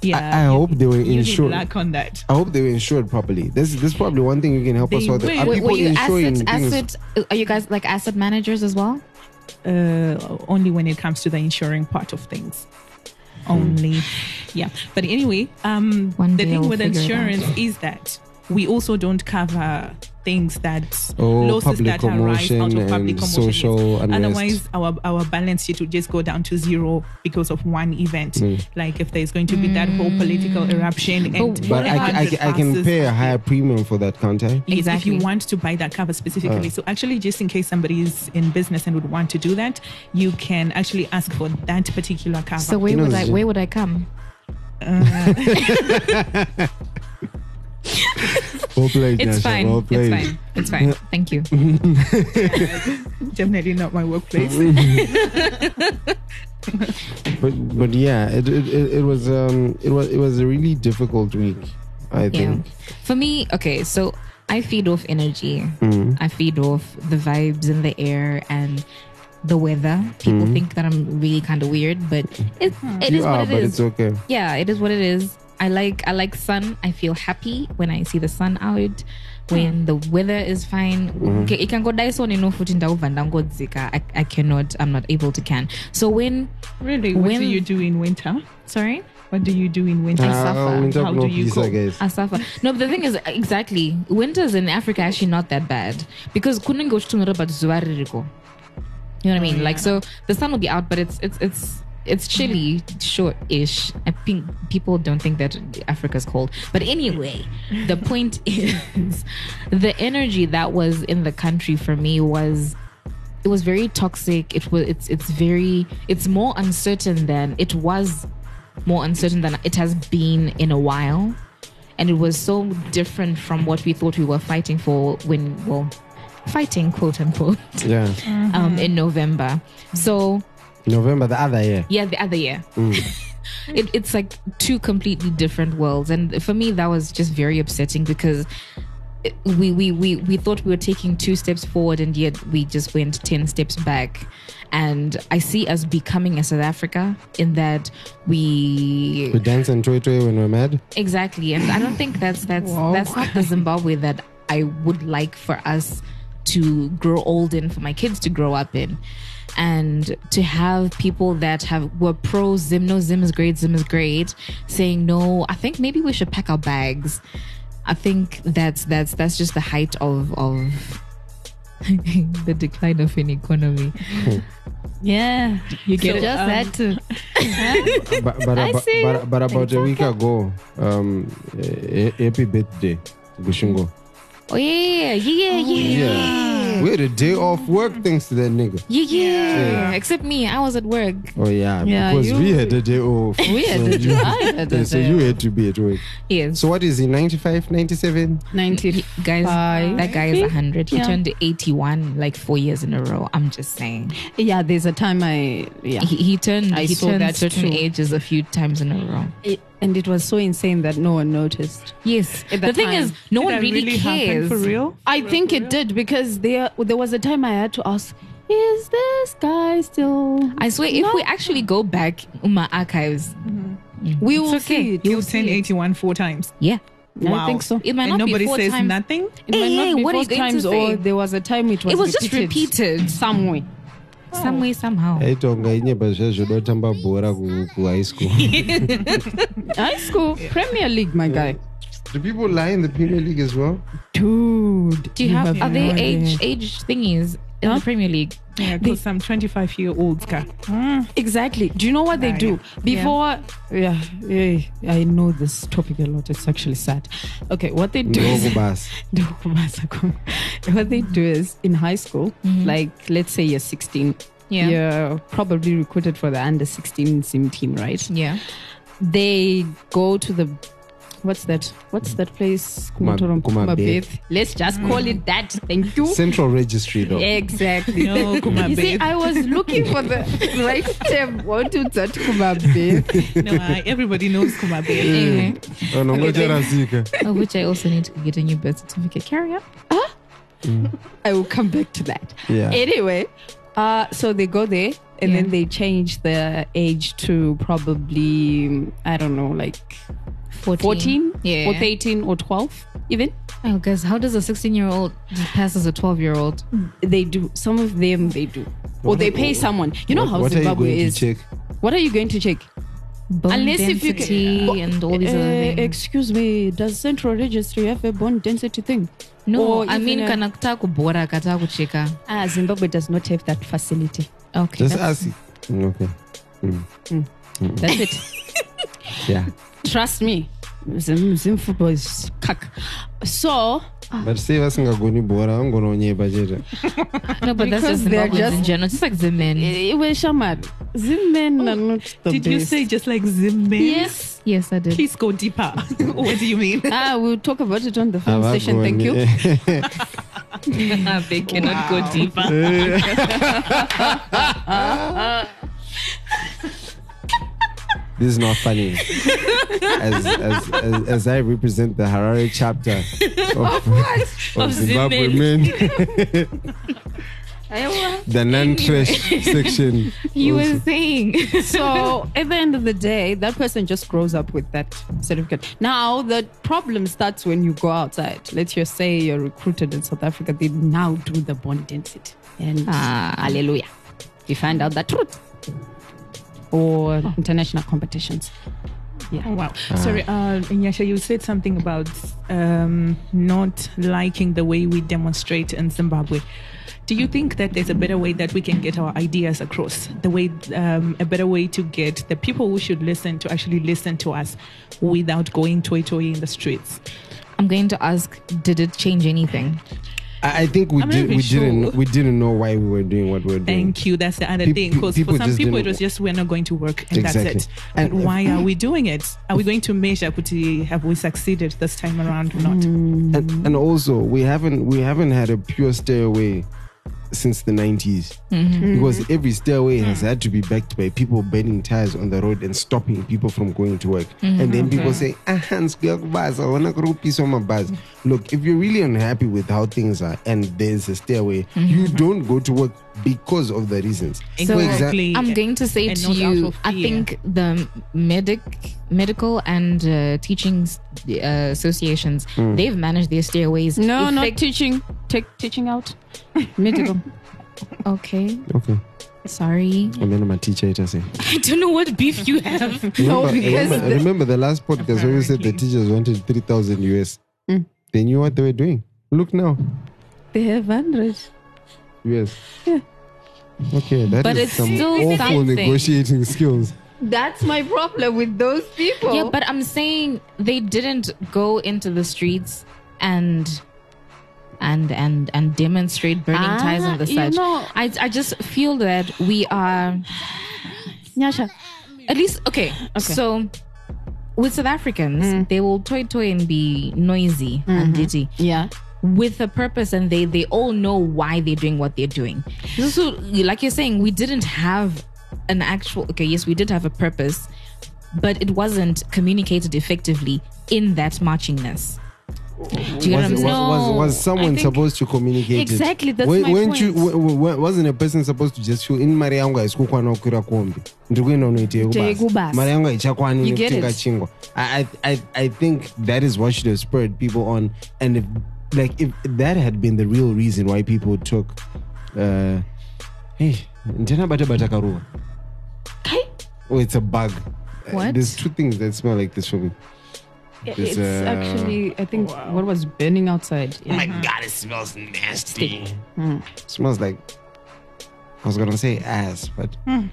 [SPEAKER 6] yeah.
[SPEAKER 4] I, I
[SPEAKER 6] you-
[SPEAKER 4] hope they were
[SPEAKER 6] you
[SPEAKER 4] insured.
[SPEAKER 6] did lack on that.
[SPEAKER 4] I hope they were insured properly. This this is probably one thing you can help
[SPEAKER 6] They
[SPEAKER 4] us with.
[SPEAKER 6] were.
[SPEAKER 4] Are
[SPEAKER 6] Were-
[SPEAKER 3] Wait,
[SPEAKER 4] people
[SPEAKER 3] were you
[SPEAKER 4] insuring
[SPEAKER 3] asset,
[SPEAKER 4] things?
[SPEAKER 3] asset? uh, Are you guys like asset managers as well?
[SPEAKER 6] uh, only when it comes to the insuring part of things. Only, yeah. But anyway, um,
[SPEAKER 3] One
[SPEAKER 6] the
[SPEAKER 3] day
[SPEAKER 6] thing
[SPEAKER 3] I'll
[SPEAKER 6] with
[SPEAKER 3] figure it out.
[SPEAKER 6] insurance is that we also don't cover things that
[SPEAKER 4] Oh,
[SPEAKER 6] losses
[SPEAKER 4] public
[SPEAKER 6] that arise out
[SPEAKER 4] commotion
[SPEAKER 6] of public
[SPEAKER 4] and
[SPEAKER 6] commotion.
[SPEAKER 4] social
[SPEAKER 6] yes.
[SPEAKER 4] unrest.
[SPEAKER 6] Otherwise, our our balance sheet would just go down to zero because of one event.
[SPEAKER 4] Hmm.
[SPEAKER 6] Like if there's going to be that whole political eruption, and
[SPEAKER 4] But I, I,
[SPEAKER 6] 100
[SPEAKER 4] I can
[SPEAKER 6] buses-
[SPEAKER 4] pay a higher premium for that, can't I?
[SPEAKER 6] Yes,
[SPEAKER 3] Exactly.
[SPEAKER 6] if you want to buy that cover specifically. So actually, just in case somebody is in business and would want to do that, you can actually ask for that particular cover.
[SPEAKER 3] So where
[SPEAKER 4] You know,
[SPEAKER 3] would I
[SPEAKER 4] Zoom.
[SPEAKER 3] where would I come?
[SPEAKER 4] Well played,
[SPEAKER 3] It's
[SPEAKER 4] Nyasha,
[SPEAKER 3] fine.
[SPEAKER 4] well
[SPEAKER 3] It's
[SPEAKER 4] played.
[SPEAKER 3] fine. It's fine. Thank you.
[SPEAKER 6] definitely not my workplace.
[SPEAKER 4] But but yeah, it it, it, it was um it was it was a really difficult week, I
[SPEAKER 3] Yeah.
[SPEAKER 4] think.
[SPEAKER 3] For me, okay, so I feed off energy.
[SPEAKER 4] Mm.
[SPEAKER 3] I feed off the vibes in the air and the weather. People think that I'm really kind of weird, but it, it
[SPEAKER 4] Mm. Hmm. you
[SPEAKER 3] is
[SPEAKER 4] are,
[SPEAKER 3] what
[SPEAKER 4] but
[SPEAKER 3] it
[SPEAKER 4] it's
[SPEAKER 3] is.
[SPEAKER 4] okay.
[SPEAKER 3] Yeah, it is what it is. I like I like sun. I feel happy when I see the sun out. When the weather is fine,
[SPEAKER 4] Mm-hmm.
[SPEAKER 3] Okay, it can go dice on enough foot in I I cannot. I'm not able to can. So when
[SPEAKER 6] really, what
[SPEAKER 3] When-
[SPEAKER 6] do you do in winter?
[SPEAKER 3] sorry,
[SPEAKER 6] What do you do in winter?
[SPEAKER 3] I suffer.
[SPEAKER 4] Ah, winter
[SPEAKER 6] How
[SPEAKER 4] no
[SPEAKER 6] do you
[SPEAKER 4] peace, I
[SPEAKER 6] cope?
[SPEAKER 4] guess.
[SPEAKER 3] I suffer. No, but the thing is, exactly, winters in Africa are actually not that bad because couldn't go to but zuva ririko. You know what I mean? Like, so the sun will be out, but it's it's it's it's chilly, short-ish. I think people don't think that Africa's cold, but anyway, the point is, the energy that was in the country for me was it was very toxic. It was it's it's very it's more uncertain than it was more uncertain than it has been in a while. And it was so different from what we thought we were fighting for when well fighting quote unquote
[SPEAKER 4] Yeah.
[SPEAKER 3] um in November. So
[SPEAKER 4] November the other year.
[SPEAKER 3] yeah, the other year. it, it's like two completely different worlds, and for me, that was just very upsetting because it- we we we we thought we were taking two steps forward, and yet we just went ten steps back. And I see us becoming a South Africa in that we
[SPEAKER 4] We dance and toy toy when we're mad.
[SPEAKER 3] Exactly, and I don't think that's that's that's not the Zimbabwe that I would like for us to grow old in, for my kids to grow up in, and to have people that have were pro Zim, no Zim is great, Zim is great, saying no. I think maybe we should pack our bags. I think that's that's that's just the height of of the decline of an economy.
[SPEAKER 5] yeah. You
[SPEAKER 6] get it?
[SPEAKER 5] Just
[SPEAKER 6] Um,
[SPEAKER 5] had to.
[SPEAKER 4] but, but, abo-
[SPEAKER 5] see you.
[SPEAKER 4] but, but about a week ago, um, eh, eh, happy birthday, Gushingo.
[SPEAKER 3] Oh yeah, yeah, yeah, yeah,
[SPEAKER 4] Yeah. We had a day off work thanks to that nigga.
[SPEAKER 3] yeah, yeah. Except me, I was at work.
[SPEAKER 4] Oh yeah,
[SPEAKER 5] Yeah,
[SPEAKER 4] because
[SPEAKER 5] you-
[SPEAKER 4] we had a day off.
[SPEAKER 5] We had
[SPEAKER 4] you,
[SPEAKER 5] a day- I had a
[SPEAKER 4] yeah, so
[SPEAKER 5] day
[SPEAKER 4] you had to be at work.
[SPEAKER 3] Yes.
[SPEAKER 4] So what is he? 95, 97?
[SPEAKER 3] Y-
[SPEAKER 5] 90.
[SPEAKER 3] guys
[SPEAKER 5] Bye.
[SPEAKER 3] that guy is 100 he
[SPEAKER 5] Yeah.
[SPEAKER 3] turned 81 like four years in a row i'm just saying
[SPEAKER 5] Yeah, there's a time I. Yeah.
[SPEAKER 3] he, he turned
[SPEAKER 5] I
[SPEAKER 3] he
[SPEAKER 5] saw
[SPEAKER 3] turned
[SPEAKER 5] that
[SPEAKER 3] certain
[SPEAKER 5] too.
[SPEAKER 3] ages a few times in a row
[SPEAKER 5] It- And it was so insane that no one noticed.
[SPEAKER 3] Yes.
[SPEAKER 5] At
[SPEAKER 3] The
[SPEAKER 5] that
[SPEAKER 3] thing
[SPEAKER 5] time.
[SPEAKER 3] is, no one
[SPEAKER 6] that
[SPEAKER 3] really, cares.
[SPEAKER 6] happened for real.
[SPEAKER 5] I think it did because there there was a time I had to ask, is this guy still?
[SPEAKER 3] I swear, if we actually go back in my archives,
[SPEAKER 5] We will
[SPEAKER 3] It's okay.
[SPEAKER 5] see it.
[SPEAKER 6] You
[SPEAKER 5] We'll see it.
[SPEAKER 6] 1081 four times.
[SPEAKER 3] yeah,
[SPEAKER 5] I think so.
[SPEAKER 3] it might
[SPEAKER 6] and
[SPEAKER 3] not
[SPEAKER 6] nobody
[SPEAKER 3] be four
[SPEAKER 6] says
[SPEAKER 3] times.
[SPEAKER 6] nothing.
[SPEAKER 5] It might
[SPEAKER 3] Hey,
[SPEAKER 5] not
[SPEAKER 3] hey,
[SPEAKER 5] be
[SPEAKER 3] what are
[SPEAKER 5] four
[SPEAKER 3] you going
[SPEAKER 5] times
[SPEAKER 3] to say?
[SPEAKER 5] or there was a time it was
[SPEAKER 3] It was just
[SPEAKER 5] repeated
[SPEAKER 3] repeated
[SPEAKER 5] some way.
[SPEAKER 3] some way somehow.
[SPEAKER 4] aitonga inyepa zviya zvinotamba bhora ku- ku high school
[SPEAKER 5] High school, Premier League, my guy.
[SPEAKER 4] do people lie in the premier league as well
[SPEAKER 5] Dude.
[SPEAKER 3] Do you have,
[SPEAKER 5] have
[SPEAKER 3] are there
[SPEAKER 5] no
[SPEAKER 3] age
[SPEAKER 5] idea.
[SPEAKER 3] age thingies in the Premier League?
[SPEAKER 6] Yeah, because some 25 year olds guy.
[SPEAKER 5] Exactly. Do you know what they do? Before yeah. yeah, I know this topic a lot. It's actually sad. Okay, what they do is
[SPEAKER 4] ndoko basi
[SPEAKER 5] what they do is in high school, like let's say you're 16,
[SPEAKER 3] Mm-hmm. Yeah.
[SPEAKER 5] you're probably recruited for the under 16 sim team, right?
[SPEAKER 3] Yeah,
[SPEAKER 5] They go to the what's that? What's that place?
[SPEAKER 4] Kuma-
[SPEAKER 5] Kumatoro-
[SPEAKER 4] Kumabeth.
[SPEAKER 5] Kumabeth. Let's just call it that. Thank you.
[SPEAKER 4] central registry though
[SPEAKER 5] Exactly.
[SPEAKER 6] No, Kuma
[SPEAKER 5] You see,
[SPEAKER 6] babe.
[SPEAKER 5] I was looking for the right term. What is that Kumabeth?
[SPEAKER 6] no, I, everybody knows Kuma babe.
[SPEAKER 4] Oh, anongocherasika
[SPEAKER 3] oh, which I also need to get a new birth certificate. Carry on.
[SPEAKER 5] I will come back to that.
[SPEAKER 4] Yeah.
[SPEAKER 5] Anyway, uh, so they go there and
[SPEAKER 3] Yeah.
[SPEAKER 5] then they change the age to probably, I don't know, like
[SPEAKER 3] 14.
[SPEAKER 5] 14
[SPEAKER 3] Yeah.
[SPEAKER 5] or 13 or 12 even.
[SPEAKER 3] Oh, guys, how does a 16 year old pass as a 12 year old?
[SPEAKER 5] They do. Some of them, they do. or
[SPEAKER 4] What
[SPEAKER 5] they
[SPEAKER 4] are-
[SPEAKER 5] pay someone. You know how
[SPEAKER 4] Oh. what are you
[SPEAKER 5] Zimbabwe
[SPEAKER 4] going to
[SPEAKER 5] is.
[SPEAKER 4] check
[SPEAKER 5] What are you going to check?
[SPEAKER 3] Bone
[SPEAKER 5] Unless if you
[SPEAKER 3] density
[SPEAKER 5] can-
[SPEAKER 3] and all these other
[SPEAKER 5] Uh,
[SPEAKER 3] things.
[SPEAKER 5] excuse me, does Central Registry have a bone density thing?
[SPEAKER 3] no,
[SPEAKER 5] or
[SPEAKER 3] I
[SPEAKER 5] even
[SPEAKER 3] mean,
[SPEAKER 5] a-
[SPEAKER 3] kana kutaka kubhora kata kucheka.
[SPEAKER 5] Ah, Zimbabwe does not have that facility.
[SPEAKER 3] Okay.
[SPEAKER 4] just
[SPEAKER 3] that's-
[SPEAKER 4] ask Mm, okay
[SPEAKER 5] That's it.
[SPEAKER 4] yeah
[SPEAKER 5] Trust me. Zim, Zim football is cuck. So
[SPEAKER 4] but sei vasingagoni bhora vangonaonyepa chete
[SPEAKER 3] No, but that's
[SPEAKER 5] Because
[SPEAKER 3] just
[SPEAKER 5] they're
[SPEAKER 3] Zimbabweans just, in
[SPEAKER 5] just-
[SPEAKER 3] general. Just like the men.
[SPEAKER 5] it was Shaman. Zim men are not the
[SPEAKER 6] Did you
[SPEAKER 5] best.
[SPEAKER 6] say just like Zimbe?
[SPEAKER 5] yes?
[SPEAKER 3] Yes, I did.
[SPEAKER 6] Please go deeper. what do you mean?
[SPEAKER 5] Ah, we'll talk about it on the film session. Thank you.
[SPEAKER 3] they cannot go deeper.
[SPEAKER 4] this is not funny as, as, as, as i represent the harare chapter of, of zimbabwe men the non-trash section
[SPEAKER 3] You
[SPEAKER 4] also.
[SPEAKER 3] were saying.
[SPEAKER 5] So at the end of the day, that person just grows up with that certificate. Now the problem starts when you go outside. Let's just say you're recruited in South Africa. They now do the bond density, and
[SPEAKER 3] Ah.
[SPEAKER 5] hallelujah, you find out the truth. Or international competitions.
[SPEAKER 6] Oh, wow. Sorry, uh, Nyasha, you said something about um, not liking the way we demonstrate in Zimbabwe. Do you think that there's a better way that we can get our ideas across? The way, um, a better way to get the people who should listen to actually listen to us without going toy toy in the streets?
[SPEAKER 3] I'm going to ask, did it change anything?
[SPEAKER 4] I, I think we
[SPEAKER 6] I'm not
[SPEAKER 4] did
[SPEAKER 6] even
[SPEAKER 4] we
[SPEAKER 6] sure.
[SPEAKER 4] didn't we didn't know why we were doing what we were doing
[SPEAKER 6] Thank you. That's the other
[SPEAKER 4] Peop-
[SPEAKER 6] thing. Because
[SPEAKER 4] people
[SPEAKER 6] for some
[SPEAKER 4] just
[SPEAKER 6] people, it
[SPEAKER 4] didn't-
[SPEAKER 6] was just we're not going to work, and
[SPEAKER 4] Exactly.
[SPEAKER 6] that's it.
[SPEAKER 4] And
[SPEAKER 6] And
[SPEAKER 4] if-
[SPEAKER 6] why are we doing it? Are we going to measure? kuti, Have we succeeded this time around or not?
[SPEAKER 4] and, and also we haven't we haven't had a pure stairway since the 90s because every stairway has had to be backed by people burning tires on the road and stopping people from going to work and then people say ah Hans, bus. I wanna go piece on my bus look if you're really unhappy with how things are and there's a stairway you don't go to work because of the reasons
[SPEAKER 3] So,
[SPEAKER 6] Exactly.
[SPEAKER 3] I'm going to say
[SPEAKER 6] And
[SPEAKER 3] to
[SPEAKER 6] not out
[SPEAKER 3] you,
[SPEAKER 6] of
[SPEAKER 3] I
[SPEAKER 6] fear.
[SPEAKER 3] think the medic, medical and uh, teaching uh, associations, they've managed their stairways.
[SPEAKER 5] No, not
[SPEAKER 3] effect-
[SPEAKER 5] teaching. Take teaching out. Medical.
[SPEAKER 3] Okay,
[SPEAKER 4] okay
[SPEAKER 3] sorry.
[SPEAKER 4] and then my teacher it has
[SPEAKER 3] I don't know what beef you have.
[SPEAKER 4] Remember, I
[SPEAKER 5] because
[SPEAKER 4] remember, I remember the last podcast where we said the
[SPEAKER 6] Apparently.
[SPEAKER 4] teachers wanted 3,000 US. They knew what they were doing. Look now.
[SPEAKER 5] they have hundred.
[SPEAKER 4] US. Okay, that is
[SPEAKER 3] But it's
[SPEAKER 4] some
[SPEAKER 3] still
[SPEAKER 4] awful
[SPEAKER 3] something.
[SPEAKER 4] negotiating skills.
[SPEAKER 5] That's my problem with those people.
[SPEAKER 3] Yeah, but I'm saying they didn't go into the streets and and and and demonstrate burning
[SPEAKER 5] Ah,
[SPEAKER 3] ties on the
[SPEAKER 5] you
[SPEAKER 3] side.
[SPEAKER 5] know-
[SPEAKER 3] I I just feel that we are
[SPEAKER 5] Nyasha,
[SPEAKER 3] at least okay. So with South Africans, they will toy toy and be noisy and ditty
[SPEAKER 5] yeah,
[SPEAKER 3] with a purpose, and they they all know why they're doing what they're doing. So, like you're saying, we didn't have an actual. Okay, yes, we did have a purpose, but it wasn't communicated effectively in that marchingness. Do you
[SPEAKER 4] was,
[SPEAKER 3] get
[SPEAKER 4] was,
[SPEAKER 3] what I'm saying?
[SPEAKER 4] was, was someone
[SPEAKER 5] think-
[SPEAKER 4] supposed to communicate it?
[SPEAKER 5] Exactly, that's
[SPEAKER 4] Wen-
[SPEAKER 5] my
[SPEAKER 4] weren't
[SPEAKER 5] point.
[SPEAKER 4] you w- wasn't a person supposed to just feel in mari yangu haisikukwanawo kukwira kombi ndiri kuendawo noite
[SPEAKER 5] Yekubasa.
[SPEAKER 4] yekubasa mari yangu haichakwani
[SPEAKER 5] You get it.
[SPEAKER 4] nekutenga chingwa I, I, I- I think that is what should have spurred people on and if, like if that had been the real reason why people took uh, hey ndinabata bata karuva oh it's a bug Uh,
[SPEAKER 3] What?
[SPEAKER 4] there's two things that smell like this for me There's,
[SPEAKER 5] It's
[SPEAKER 4] uh,
[SPEAKER 5] actually, I think, what was burning outside. Yeah.
[SPEAKER 4] Oh god, it smells nasty. Smells like I was gonna say ass, but I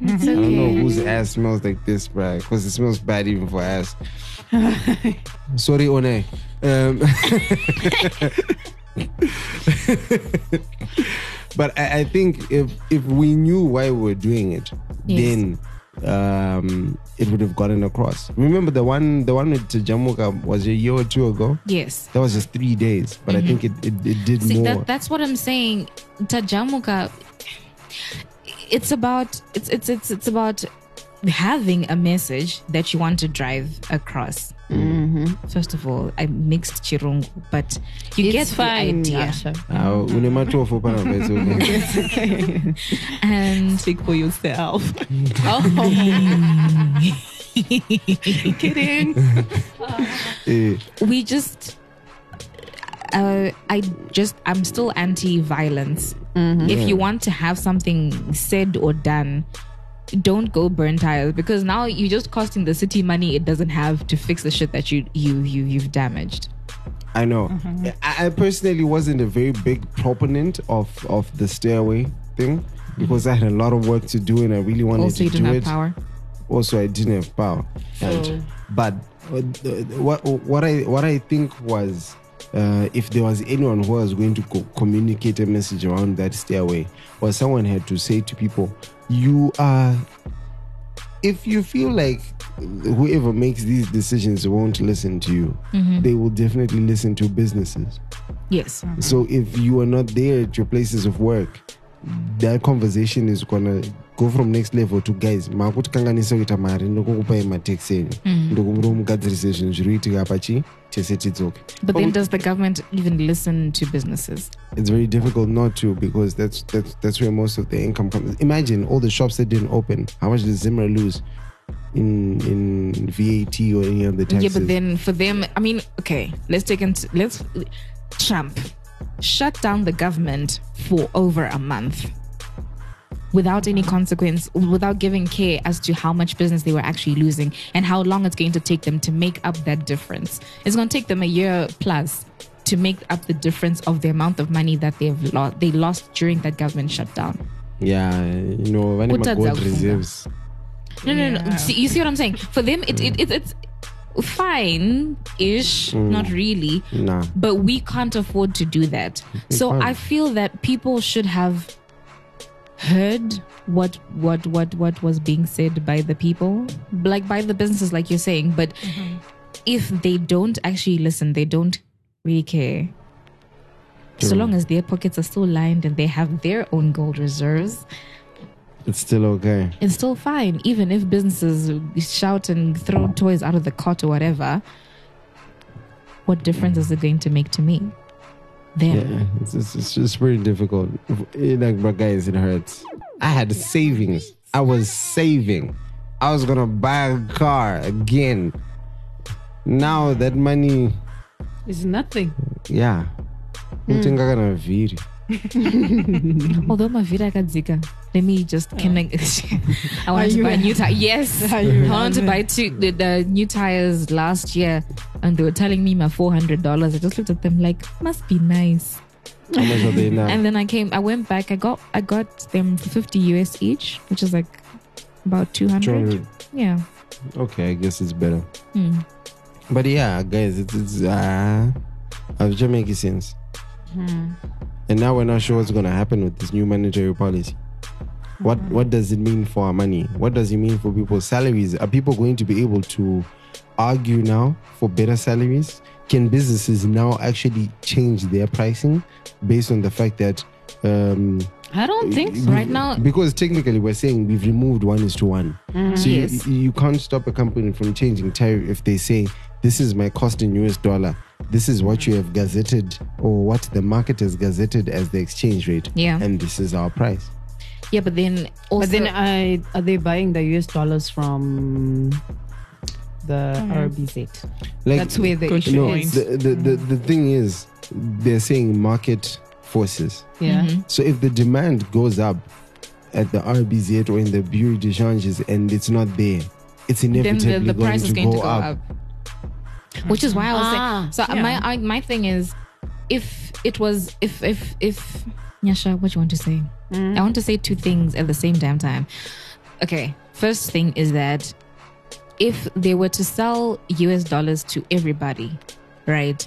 [SPEAKER 4] don't know whose ass smells like this, bruh. Because it smells bad even for ass. Sorry, One. Um, but I, I think if if we knew why we were doing it,
[SPEAKER 3] Yes.
[SPEAKER 4] then um, it would have gotten across. Remember the one the one with Jamuka was a year or two ago.
[SPEAKER 3] Yes.
[SPEAKER 4] That was just three days, but I think it, it, it did
[SPEAKER 3] Mm-hmm. See,
[SPEAKER 4] more.
[SPEAKER 3] that, that's what I'm saying. Tajamuka, it's about it's it's it's it's about having a message that you want to drive across.
[SPEAKER 5] Mm-hmm.
[SPEAKER 3] First of all, I mixed chirungu, but you
[SPEAKER 5] It's
[SPEAKER 3] get
[SPEAKER 5] fine,
[SPEAKER 3] the idea.
[SPEAKER 5] Asha.
[SPEAKER 4] Ah, une matofu pana maize uko.
[SPEAKER 3] And
[SPEAKER 6] Speak for yourself.
[SPEAKER 4] Eh,
[SPEAKER 3] we just uh, I just I'm still anti-violence.
[SPEAKER 4] Mm-hmm.
[SPEAKER 3] If you want to have something said or done, don't go burn tires because now you're just costing the city money it doesn't have to fix the shit that you you you you've damaged.
[SPEAKER 4] I know.
[SPEAKER 3] Mm-hmm.
[SPEAKER 4] I, I personally wasn't a very big proponent of, of the stairway thing because I had a lot of work to do and I really wanted
[SPEAKER 3] Also,
[SPEAKER 4] to
[SPEAKER 3] you
[SPEAKER 4] do
[SPEAKER 3] don't have
[SPEAKER 4] it.
[SPEAKER 3] power.
[SPEAKER 4] Also, I didn't have power. And- but uh, the- what what I what I think was uh, if there was anyone who was going to co- communicate a message around that stairway, was someone had to say to people, "You are if you feel like whoever makes these decisions won't listen to you, they will definitely listen to businesses.
[SPEAKER 3] Yes.
[SPEAKER 4] So if you are not there at your places of work, that conversation is gonna go from next level to guys makutikanganisa kuita mari ndokukupai matekiseni
[SPEAKER 3] Mm.
[SPEAKER 4] ndokumuri mugadzirise zvinhu zviri kuitika pachi tese tidzoke
[SPEAKER 3] But then does the government even listen to businesses?
[SPEAKER 4] it's very difficult not to because that's that's that's where most of the income comes imagine all the shops that didn't open how much does zimmer lose in in vat or any other taxes
[SPEAKER 3] Yeah, but then for them, I mean, okay, let's take into let's Trump shut down the government for over a month without any consequence, without giving care as to how much business they were actually losing and how long it's going to take them to make up that difference. It's going to take them a year plus to make up the difference of the amount of money that they've lost they lost during that government shutdown.
[SPEAKER 4] yeah you know vane
[SPEAKER 3] Utadza
[SPEAKER 4] magold
[SPEAKER 3] kufunga.
[SPEAKER 4] reserves
[SPEAKER 3] No, no, no. See, you see what I'm saying? For them, it, it, it it's fine ish, not really.
[SPEAKER 4] nah
[SPEAKER 3] But we can't afford to do that. So
[SPEAKER 4] can't.
[SPEAKER 3] I feel that people should have heard what what what what was being said by the people, like by the businesses, like you're saying. But if they don't actually listen, they don't really care. So long as their pockets are still lined and they have their own gold reserves,
[SPEAKER 4] it's still okay
[SPEAKER 3] it's still fine. Even if businesses shout and throw toys out of the cart or whatever, what difference is it going to make to me? Them.
[SPEAKER 4] Yeah, it's, it's, it's just very difficult. It, like, but guys, it hurts. I had savings. I was saving. I was gonna buy a car again. Now that money,
[SPEAKER 5] It's nothing.
[SPEAKER 4] yeah. Utenga kana vhiri.
[SPEAKER 3] Although my vida kadzika, let me just
[SPEAKER 5] Oh.
[SPEAKER 3] connect. I wanted to buy new tires. Yes, I wanted to buy two the, the new tires last year, and they were telling me my four hundred dollars. I just looked at them like must be nice.
[SPEAKER 4] How much are they now?
[SPEAKER 3] And then I came, I went back. I got I got them for fifty US each, which is like about two hundred.
[SPEAKER 4] 200.
[SPEAKER 3] Yeah.
[SPEAKER 4] Okay, I guess it's better. But yeah, guys, it's, it's uh, I'm just making sense. And now we're not sure what's gonna happen with this new monetary policy. What what does it mean for our money? What does it mean for people's salaries? Are people going to be able to argue now for better salaries? Can businesses now actually change their pricing based on the fact that um,
[SPEAKER 3] I don't think so. right now. Mm-hmm.
[SPEAKER 4] because technically we're saying we've removed one is to one. so you-
[SPEAKER 3] Yes.
[SPEAKER 4] you, you can't stop a company from changing tariff if they say this is my cost in US dollar. This is what you have gazetted or what the market has gazetted as the exchange rate.
[SPEAKER 3] Yeah.
[SPEAKER 4] And this is our price.
[SPEAKER 3] Yeah, but then also.
[SPEAKER 5] But then I, are they buying the US dollars from the RBZ?
[SPEAKER 4] Like
[SPEAKER 5] That's where they
[SPEAKER 6] Good
[SPEAKER 5] issue
[SPEAKER 4] no,
[SPEAKER 5] is.
[SPEAKER 6] point.
[SPEAKER 4] the, the, the, the thing is they're saying market forces.
[SPEAKER 5] Yeah.
[SPEAKER 4] So if the demand goes up at the RBZ or in the Bureau de Changes and it's not there, it's
[SPEAKER 3] then
[SPEAKER 4] inevitably
[SPEAKER 3] the, the price is going to go
[SPEAKER 4] up.
[SPEAKER 3] up. Which is why I was
[SPEAKER 5] Ah,
[SPEAKER 3] saying. So my I, my thing is, if it was if if if Nyasha, what you want to say? I want to say two things at the same damn time. Okay, first thing is that if they were to sell US dollars to everybody, right?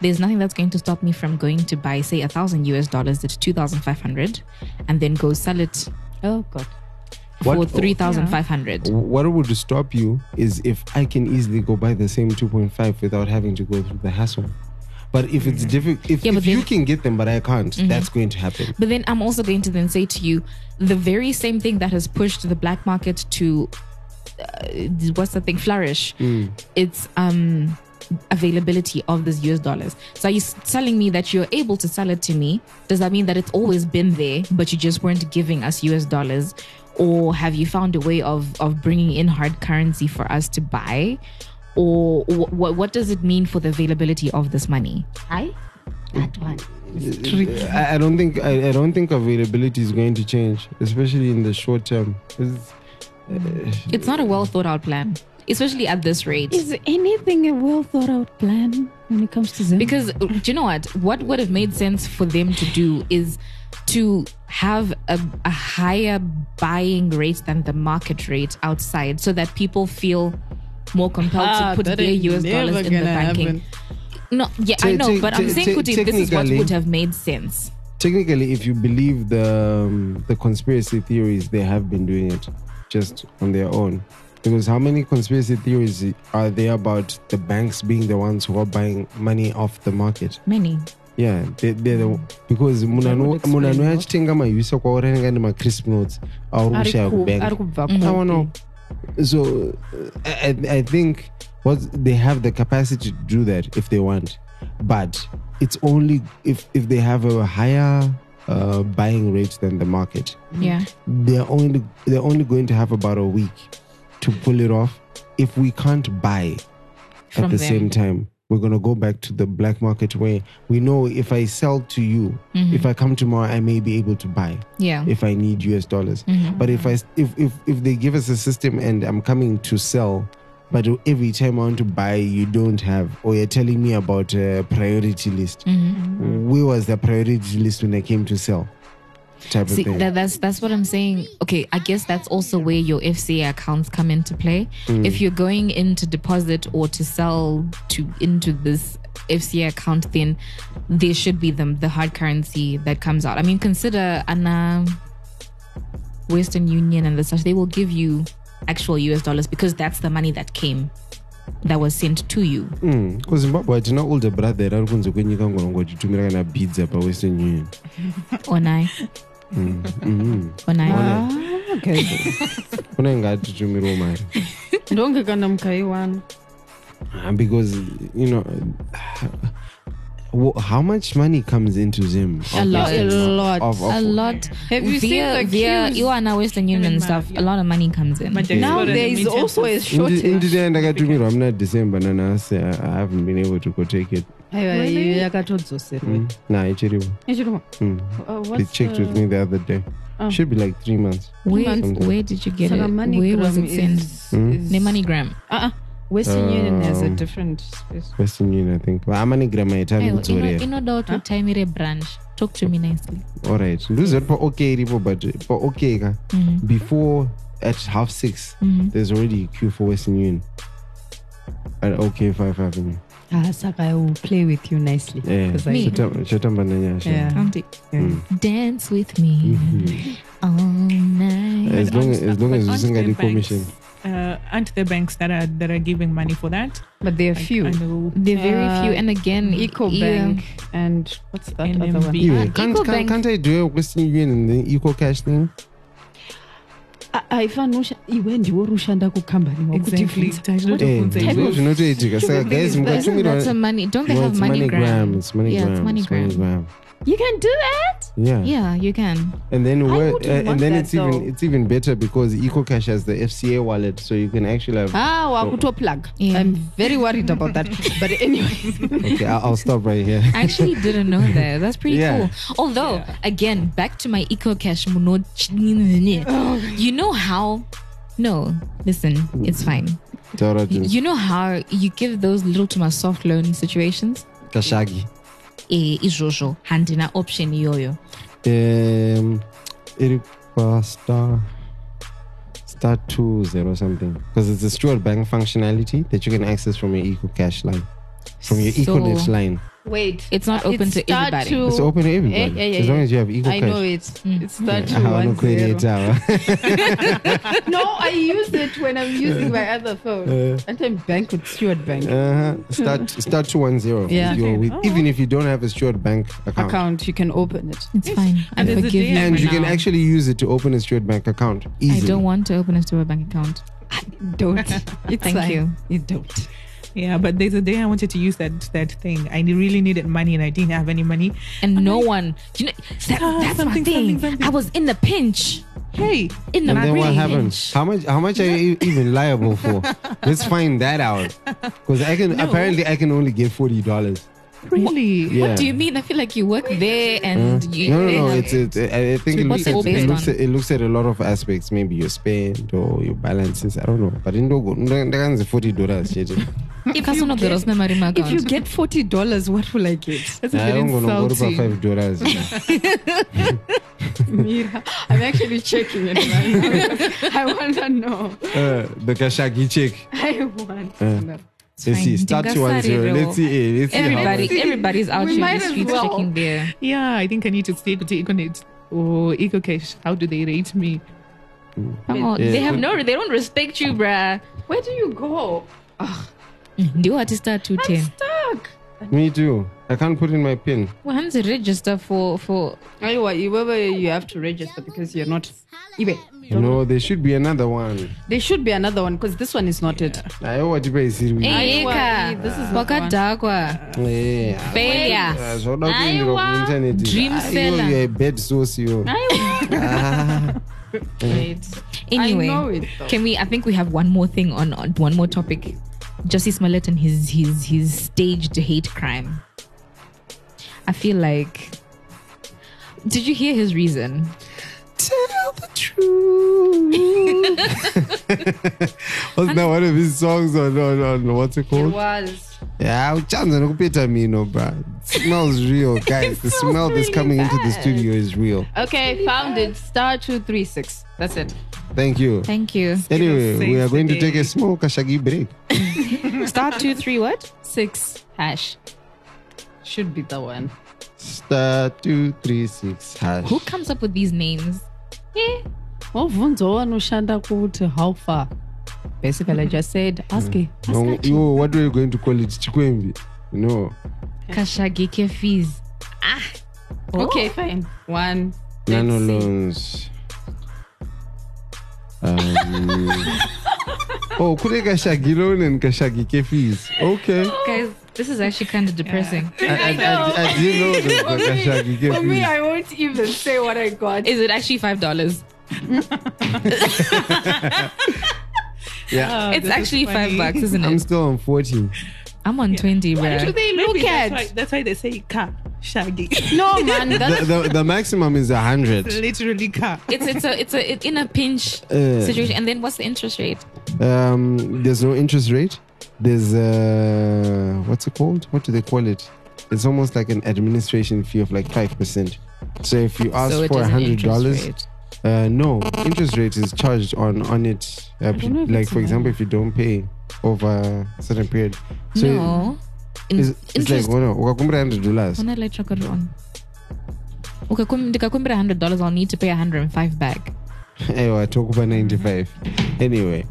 [SPEAKER 3] There's nothing that's going to stop me from going to buy, say, a thousand US dollars at two thousand five hundred, and then go sell it
[SPEAKER 5] Oh God.
[SPEAKER 3] for
[SPEAKER 4] What- Oh.
[SPEAKER 3] three thousand five hundred.
[SPEAKER 4] What would stop you is if I can easily go buy the same 2.5 without having to go through the hassle. But if it's difficult, if,
[SPEAKER 3] Mm. Yeah,
[SPEAKER 4] if
[SPEAKER 3] but
[SPEAKER 4] you
[SPEAKER 3] then- Mm-hmm.
[SPEAKER 4] can get them, but I can't, that's going to happen.
[SPEAKER 3] But then I'm also going to then say to you, the very same thing that has pushed the black market to uh, what's the thing flourish. It's um availability of these US dollars. So are you s- telling me that you're able to sell it to me? Does that mean that it's always been there, but you just weren't giving us US dollars? Or have you found a way of of bringing in hard currency for us to buy? Or wh- wh- what does it mean for the availability of this money?
[SPEAKER 1] I? That one.
[SPEAKER 4] I, I don't think I, I don't think availability is going to change, especially in the short term. It's-
[SPEAKER 3] It's not a well thought out plan, especially at this rate.
[SPEAKER 1] Is anything a well thought out plan when it comes to Zim?
[SPEAKER 3] Because uh, do you know what? What would have made sense for them to do is to have a, a higher buying rate than the market rate outside, so that people feel more compelled
[SPEAKER 5] Ah,
[SPEAKER 3] to put
[SPEAKER 5] that
[SPEAKER 3] their
[SPEAKER 5] ain't
[SPEAKER 3] US
[SPEAKER 5] never
[SPEAKER 3] dollars in the
[SPEAKER 5] gonna
[SPEAKER 3] banking.
[SPEAKER 5] happen.
[SPEAKER 3] No, yeah, I
[SPEAKER 4] Te-
[SPEAKER 3] know,
[SPEAKER 4] te-
[SPEAKER 3] but
[SPEAKER 4] te-
[SPEAKER 3] I'm saying,
[SPEAKER 4] te-
[SPEAKER 3] Kuti, this is what
[SPEAKER 4] technically-
[SPEAKER 3] would have made sense.
[SPEAKER 4] Technically, if you believe the um, the conspiracy theories, they have been doing it just on their own. Because how many conspiracy theories are there about the banks being the ones who are buying money off the market?
[SPEAKER 3] Many.
[SPEAKER 4] yeah they, they're the, because munhu ano- munhu anouya achitenga mahuisa kwauranga nemacrisp notes auri kushaya
[SPEAKER 5] Ari
[SPEAKER 4] kubank
[SPEAKER 5] kubva
[SPEAKER 4] i
[SPEAKER 5] kupi?
[SPEAKER 4] wanna so uh, I, I- i think what they have the capacity to do that if they want but it's only if, if they have a higher uh, buying rate than the market
[SPEAKER 3] Yeah.
[SPEAKER 4] they're only they're only going to have about a week to pull it off if we can't buy
[SPEAKER 3] From
[SPEAKER 4] at the
[SPEAKER 3] them.
[SPEAKER 4] same time we're going to go back to the black market where we know if i sell to you if i come tomorrow i may be able to buy
[SPEAKER 3] Mm-hmm. Yeah. Mm-hmm.
[SPEAKER 4] if i need us dollars but if i if, if if they give us a system and i'm coming to sell but every time i want to buy you don't have or you're telling me about a priority list
[SPEAKER 3] Mm-hmm.
[SPEAKER 4] where was the priority list when i came to sell type
[SPEAKER 3] See,
[SPEAKER 4] of thing
[SPEAKER 3] that, that's that's what I'm saying. Okay, I guess that's also where your FCA accounts come into play. If you're going in to deposit or to sell to into this FCA account, then there should be the the hard currency that comes out. I mean, consider an uh, Western Union and the such. They will give you actual US dollars because that's the money that came, that was sent to you.
[SPEAKER 4] kuzimbabwe hatina older brother ari kunze kwenyika ngorongotitumira kana bidza pawestern union Mhm.
[SPEAKER 3] Onai, onai.
[SPEAKER 5] Ah, okay.
[SPEAKER 4] unenge atitumiriwo mari
[SPEAKER 5] ndonge kana mukaiwana
[SPEAKER 4] Uh, because you know wo- how much money comes into zim
[SPEAKER 3] A lot.
[SPEAKER 5] A lot.
[SPEAKER 4] of, of,
[SPEAKER 3] A lot.
[SPEAKER 5] Have
[SPEAKER 3] via,
[SPEAKER 5] you seen the
[SPEAKER 3] via
[SPEAKER 5] queues?
[SPEAKER 3] Iwana Western Union
[SPEAKER 6] Even
[SPEAKER 3] stuff?
[SPEAKER 6] my-
[SPEAKER 3] A lot of money comes in.
[SPEAKER 6] But
[SPEAKER 5] now
[SPEAKER 6] diaspora in
[SPEAKER 5] there
[SPEAKER 6] the
[SPEAKER 5] is
[SPEAKER 6] meantime-
[SPEAKER 5] also a
[SPEAKER 4] Indi-
[SPEAKER 5] shortage
[SPEAKER 4] indiday ndakatumirwa muna december nanhasi i I haven't been able to go take it Mm.
[SPEAKER 5] Aiwa, iyo yakatodzoserwa
[SPEAKER 4] nah ichiripo
[SPEAKER 5] Ichirimo.
[SPEAKER 4] mm.
[SPEAKER 5] Eh, Uh,
[SPEAKER 4] they
[SPEAKER 5] Mm. what's
[SPEAKER 4] checked
[SPEAKER 5] the-
[SPEAKER 4] with me the other day should be like three months
[SPEAKER 3] Where,
[SPEAKER 4] Something.
[SPEAKER 3] where did you get
[SPEAKER 5] Saka
[SPEAKER 3] it? Where was
[SPEAKER 5] MoneyGram
[SPEAKER 3] it sent?
[SPEAKER 5] is-
[SPEAKER 4] Hmm?
[SPEAKER 5] is-
[SPEAKER 3] The MoneyGram.
[SPEAKER 5] Uh-uh. Western Union has a
[SPEAKER 4] Um,
[SPEAKER 5] different space.
[SPEAKER 4] western union i think amanigrama aitami
[SPEAKER 3] Ayo, ino-
[SPEAKER 4] kudzorera
[SPEAKER 3] inoda kuti utimire branch talk to me nicely
[SPEAKER 4] alright ndozoti paok iripo but paok ka
[SPEAKER 3] Mm-hmm.
[SPEAKER 4] before at half 6 there's already a queue for western union at ok 5 avenue
[SPEAKER 5] Ah, Saka, I will play with you nicely.
[SPEAKER 4] yeah Hmm.
[SPEAKER 5] 'cause I-
[SPEAKER 3] Me?
[SPEAKER 4] chatamba nanyasha
[SPEAKER 5] Yeah. Mm-hmm.
[SPEAKER 3] Auntie,
[SPEAKER 4] Mm.
[SPEAKER 3] dance with me all night
[SPEAKER 4] Mm-hmm. as long as, long as
[SPEAKER 6] But
[SPEAKER 4] usingadi
[SPEAKER 6] aren't they
[SPEAKER 4] commission
[SPEAKER 6] banks? uh, aren't there banks that are that are giving money for that?
[SPEAKER 5] But there are
[SPEAKER 6] Like,
[SPEAKER 5] few.
[SPEAKER 6] I know.
[SPEAKER 3] They're very
[SPEAKER 5] Uh,
[SPEAKER 3] few. And again,
[SPEAKER 5] EcoBank and what's that other one?
[SPEAKER 6] NMB.
[SPEAKER 4] Anyway,
[SPEAKER 3] Uh,
[SPEAKER 4] can't,
[SPEAKER 3] Ecobank-
[SPEAKER 4] can't, can't I do a Western Union and the Eco Cash thing?
[SPEAKER 5] Ah, aifanosha iwe ndiwo rushanda kukhambani
[SPEAKER 6] Exactly.
[SPEAKER 5] wakutivhunza
[SPEAKER 4] Eh,
[SPEAKER 6] What type of-
[SPEAKER 4] zvinotoitika saka guys
[SPEAKER 3] But isn't that
[SPEAKER 4] mukatumira
[SPEAKER 3] some money? Don't they
[SPEAKER 4] Well,
[SPEAKER 3] have
[SPEAKER 4] it's
[SPEAKER 3] money
[SPEAKER 4] MoneyGram. It's MoneyGram.
[SPEAKER 3] Yeah, it's
[SPEAKER 4] It's
[SPEAKER 3] MoneyGram.
[SPEAKER 4] MoneyGram.
[SPEAKER 5] you can do that
[SPEAKER 4] Yeah.
[SPEAKER 3] Yeah, you can.
[SPEAKER 4] And then
[SPEAKER 5] I
[SPEAKER 4] where,
[SPEAKER 5] would
[SPEAKER 4] uh,
[SPEAKER 5] want
[SPEAKER 4] and then
[SPEAKER 5] that
[SPEAKER 4] it's even
[SPEAKER 5] though.
[SPEAKER 4] it's even better because EcoCash has the FCA wallet, so you can actually have.
[SPEAKER 5] ah wakutoplug
[SPEAKER 3] Yeah.
[SPEAKER 5] i'm very worried about that but anyway
[SPEAKER 4] Okay, I'll, I'll stop right here.
[SPEAKER 3] I actually didn't know that. That's pretty
[SPEAKER 4] Yeah.
[SPEAKER 3] cool. Although, again, back to my eco cash mono. You know how? No, listen, it's fine.
[SPEAKER 4] Dora
[SPEAKER 3] Y-
[SPEAKER 4] Jones.
[SPEAKER 3] You know how you give those little to my soft loan situations?
[SPEAKER 4] Kashagi.
[SPEAKER 3] Eh, ijojo, handina option yoyo.
[SPEAKER 4] Um, Eric Star Star two zero something because it's a Steward Bank functionality that you can access from your EcoCash line, from your
[SPEAKER 3] So-
[SPEAKER 4] EcoNet line.
[SPEAKER 5] wait
[SPEAKER 3] It's not open
[SPEAKER 5] It's
[SPEAKER 3] to
[SPEAKER 5] start
[SPEAKER 3] everybody.
[SPEAKER 5] to-
[SPEAKER 4] It's open to everybody
[SPEAKER 5] Eh, yeah, yeah,
[SPEAKER 4] as long
[SPEAKER 5] yeah.
[SPEAKER 4] as you have
[SPEAKER 5] I know
[SPEAKER 4] EcoCash.
[SPEAKER 5] it. It's that
[SPEAKER 4] Ah,
[SPEAKER 5] one
[SPEAKER 4] unokhwela
[SPEAKER 5] zero.
[SPEAKER 4] itawa.
[SPEAKER 5] No, I use it when I'm using my other phone. and I'm bank with Stewart Bank
[SPEAKER 4] Uh-huh. Start start two one zero.
[SPEAKER 5] Yeah.
[SPEAKER 4] You're with, even if you don't have a Steward Bank account.
[SPEAKER 5] account. You can open it.
[SPEAKER 3] It's fine. I
[SPEAKER 6] And there's a
[SPEAKER 3] forgive you.
[SPEAKER 6] deal
[SPEAKER 4] And
[SPEAKER 6] for
[SPEAKER 4] you can
[SPEAKER 6] now.
[SPEAKER 4] actually use it to open a Steward Bank account. Easily.
[SPEAKER 3] I don't want to open a Steward bank account.
[SPEAKER 5] Don't. It's
[SPEAKER 3] Thank
[SPEAKER 5] fine.
[SPEAKER 3] you.
[SPEAKER 5] You don't.
[SPEAKER 6] Yeah, but there's a day I wanted to use that that thing. I really needed money and I didn't have any money.
[SPEAKER 3] And no one, you know, that,
[SPEAKER 6] Ah,
[SPEAKER 3] that's my
[SPEAKER 6] something,
[SPEAKER 3] thing.
[SPEAKER 6] something, something.
[SPEAKER 3] I was in the pinch.
[SPEAKER 6] Hey,
[SPEAKER 3] In the
[SPEAKER 4] And then what
[SPEAKER 3] pinch.
[SPEAKER 4] happens? How much? How much are you e- even liable for? Let's find that out. Because I can apparently I can only get forty dollars.
[SPEAKER 6] really?
[SPEAKER 4] Yeah. Mm.
[SPEAKER 3] What do you mean? I feel like you work there and you.
[SPEAKER 4] No, no, no.
[SPEAKER 3] they have-
[SPEAKER 4] It's, it's I I think it
[SPEAKER 3] What's
[SPEAKER 4] looks,
[SPEAKER 3] it
[SPEAKER 4] at, it,
[SPEAKER 3] based
[SPEAKER 4] looks
[SPEAKER 3] on?
[SPEAKER 4] at, it looks at a lot of aspects. Maybe your spend or your balances. I don't know. But in Dogo, that's forty dollars. shit.
[SPEAKER 3] if you get, girls, memory my
[SPEAKER 5] If you
[SPEAKER 3] account.
[SPEAKER 5] get forty dollars, what will I get?
[SPEAKER 6] That's a
[SPEAKER 4] I
[SPEAKER 6] bit
[SPEAKER 4] don't go to
[SPEAKER 6] insulting.
[SPEAKER 4] five dollars.
[SPEAKER 5] Mira, I'm actually checking it right now. I want to know.
[SPEAKER 4] Uh, the Kashagi check.
[SPEAKER 5] I want
[SPEAKER 4] Uh,
[SPEAKER 5] to know.
[SPEAKER 4] Let's see.
[SPEAKER 3] fine.
[SPEAKER 4] Start
[SPEAKER 3] Dinga
[SPEAKER 4] to one zero.
[SPEAKER 3] Sariro.
[SPEAKER 4] Let's see. eh, Let's see. how
[SPEAKER 3] Everybody,
[SPEAKER 4] much.
[SPEAKER 5] see.
[SPEAKER 3] everybody's out
[SPEAKER 5] We
[SPEAKER 3] here in
[SPEAKER 5] might
[SPEAKER 3] the
[SPEAKER 5] as
[SPEAKER 3] streets
[SPEAKER 5] well.
[SPEAKER 3] checking their.
[SPEAKER 6] Yeah, I think I need to stay to Econet or EcoCash. Oh, How do they rate me?
[SPEAKER 3] Oh,
[SPEAKER 4] Yeah.
[SPEAKER 3] They have no. They don't respect you, bruh.
[SPEAKER 5] Where do you go?
[SPEAKER 3] Do what is that two
[SPEAKER 5] I'm
[SPEAKER 3] ten?
[SPEAKER 5] stuck.
[SPEAKER 4] Me too. I can't put in my pin.
[SPEAKER 3] Well, I'm to register for for.
[SPEAKER 5] Anyway, you- where- where you have to register because you're not. Ibe,
[SPEAKER 4] No, there should be another one.
[SPEAKER 5] there should be another one because this one is not it.
[SPEAKER 4] I owe what you pay, Siri.
[SPEAKER 3] Hey,
[SPEAKER 5] Aiwa,
[SPEAKER 3] Eka,
[SPEAKER 5] this is not one.
[SPEAKER 3] Wakadagwa.
[SPEAKER 4] Yeah.
[SPEAKER 3] Failure.
[SPEAKER 4] Uh, so not in Europe,
[SPEAKER 3] Aiwa.
[SPEAKER 4] internet is-
[SPEAKER 3] Dream
[SPEAKER 4] Ah,
[SPEAKER 3] seller.
[SPEAKER 4] You, you're a bad source, you.
[SPEAKER 3] Anyway,
[SPEAKER 5] I know it though.
[SPEAKER 3] can we? I think we have one more thing on, on one more topic. Jussie Smollett and his his his staged hate crime. I feel like. Did you hear his reason?
[SPEAKER 4] Tell the truth. Wasn't that one of his songs on, on, on what's it
[SPEAKER 5] It
[SPEAKER 4] called?
[SPEAKER 5] was.
[SPEAKER 4] Yeah, chance and Peter Mino, bro. It smells real, guys. the smell that's coming into the studio is real.
[SPEAKER 5] Okay, found it. Star 236. That's it.
[SPEAKER 4] Thank you.
[SPEAKER 3] Thank you.
[SPEAKER 4] Anyway, we
[SPEAKER 6] saves
[SPEAKER 4] are
[SPEAKER 6] the
[SPEAKER 4] going to
[SPEAKER 6] day.
[SPEAKER 4] take a small Kashagi break.
[SPEAKER 3] Star two three what?
[SPEAKER 5] Six hash. Should be the one.
[SPEAKER 4] Star two three six hash.
[SPEAKER 3] Who comes up with these names?
[SPEAKER 5] Oh, wavhunzo vanoshanda kuti how far basically i just said ask it
[SPEAKER 4] No, yo, what were you going to call it? Chikwembi? No.
[SPEAKER 3] Kashagi Kefis. Ah. Oh.
[SPEAKER 5] okay fine one
[SPEAKER 4] Nano loans. Um, oh, kune kashagi loan and kashagi kefis. Okay.
[SPEAKER 3] Guys, this is actually kind of depressing. Hmm.
[SPEAKER 4] I, I, I, I didn't know the, the kashagi kefis.
[SPEAKER 5] won't even say what i got
[SPEAKER 3] Is it actually five dollars?
[SPEAKER 6] Oh,
[SPEAKER 4] Yeah.
[SPEAKER 3] it's actually five bucks, isn't
[SPEAKER 4] I'm
[SPEAKER 3] it?
[SPEAKER 4] still on 14.
[SPEAKER 3] I'm on twenty, bro.
[SPEAKER 5] they look at
[SPEAKER 6] that's why, that's why they say car shaggy.
[SPEAKER 5] no man that's
[SPEAKER 4] The, the, the maximum is 100.
[SPEAKER 6] Literally car.
[SPEAKER 3] It's it's a it's a it, in a pinch
[SPEAKER 4] Uh.
[SPEAKER 3] situation. And then what's the interest rate?
[SPEAKER 4] Um, there's no interest rate. There's, uh, what's it called? What do they call it? It's almost like an administration fee of like 5%. So if you ask
[SPEAKER 3] so it
[SPEAKER 4] for
[SPEAKER 3] is an interest
[SPEAKER 4] $100,
[SPEAKER 3] rate.
[SPEAKER 4] Uh, no, interest rate is charged on on it. Uh,
[SPEAKER 5] don't know if
[SPEAKER 4] like
[SPEAKER 5] it's
[SPEAKER 4] for example, if you don't pay over a certain period, so
[SPEAKER 3] no, in,
[SPEAKER 4] it's, it's like
[SPEAKER 3] interest.
[SPEAKER 4] well, no, ukakumbira hundred dollars.
[SPEAKER 3] When I let you go on. Okay, hundred dollars. I'll need to pay hundred and five back.
[SPEAKER 4] Anyway, talk about ninety five. Anyway,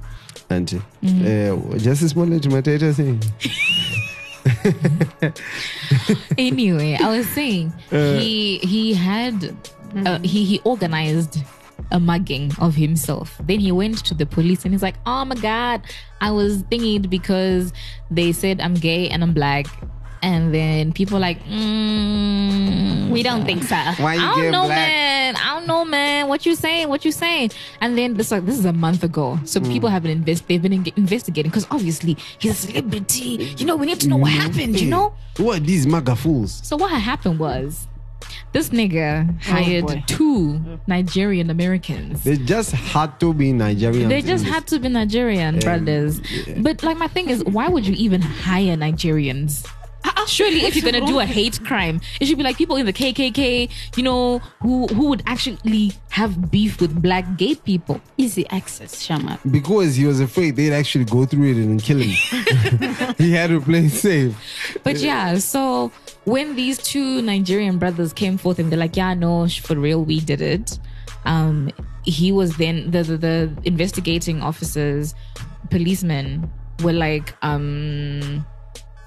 [SPEAKER 4] Auntie.
[SPEAKER 3] Mm-hmm.
[SPEAKER 4] Uh, just a small little matata thing.
[SPEAKER 3] anyway, I was saying he he had uh, he he organized a mugging of himself. Then he went to the police and he's like, "Oh my god, I was thingied because they said I'm gay and I'm black." And then people like, mm, "We don't think so."
[SPEAKER 4] Why you
[SPEAKER 3] I don't
[SPEAKER 4] gay
[SPEAKER 3] know,
[SPEAKER 4] black?
[SPEAKER 3] man. I don't know, man. What you saying? What you saying? And then this like this is a month ago, so
[SPEAKER 4] Hmm.
[SPEAKER 3] people have been invest. They've been in- investigating because obviously he's a celebrity. You know, we need to know what
[SPEAKER 4] Mm-hmm.
[SPEAKER 3] happened. You know.
[SPEAKER 4] Who are these maga fools?
[SPEAKER 3] So what had happened was this nigga hired
[SPEAKER 5] boy.
[SPEAKER 3] two Nigerian Americans.
[SPEAKER 4] They just had to be Nigerian.
[SPEAKER 3] They just had to be Nigerian brothers. But like my thing is, why would you even hire Nigerians? Uh, Surely, if you're gonna do a hate crime, it should be like people in the KKK, you know, who who would actually have beef with black gay people.
[SPEAKER 5] Easy access, Shama.
[SPEAKER 4] because he was afraid they'd actually go through it and kill him. he had to play safe.
[SPEAKER 3] But yeah, so when these two Nigerian brothers came forth and they're like, yeah, no, sh- for real, we did it. Um, he was then the, the the investigating officers, policemen were like, um,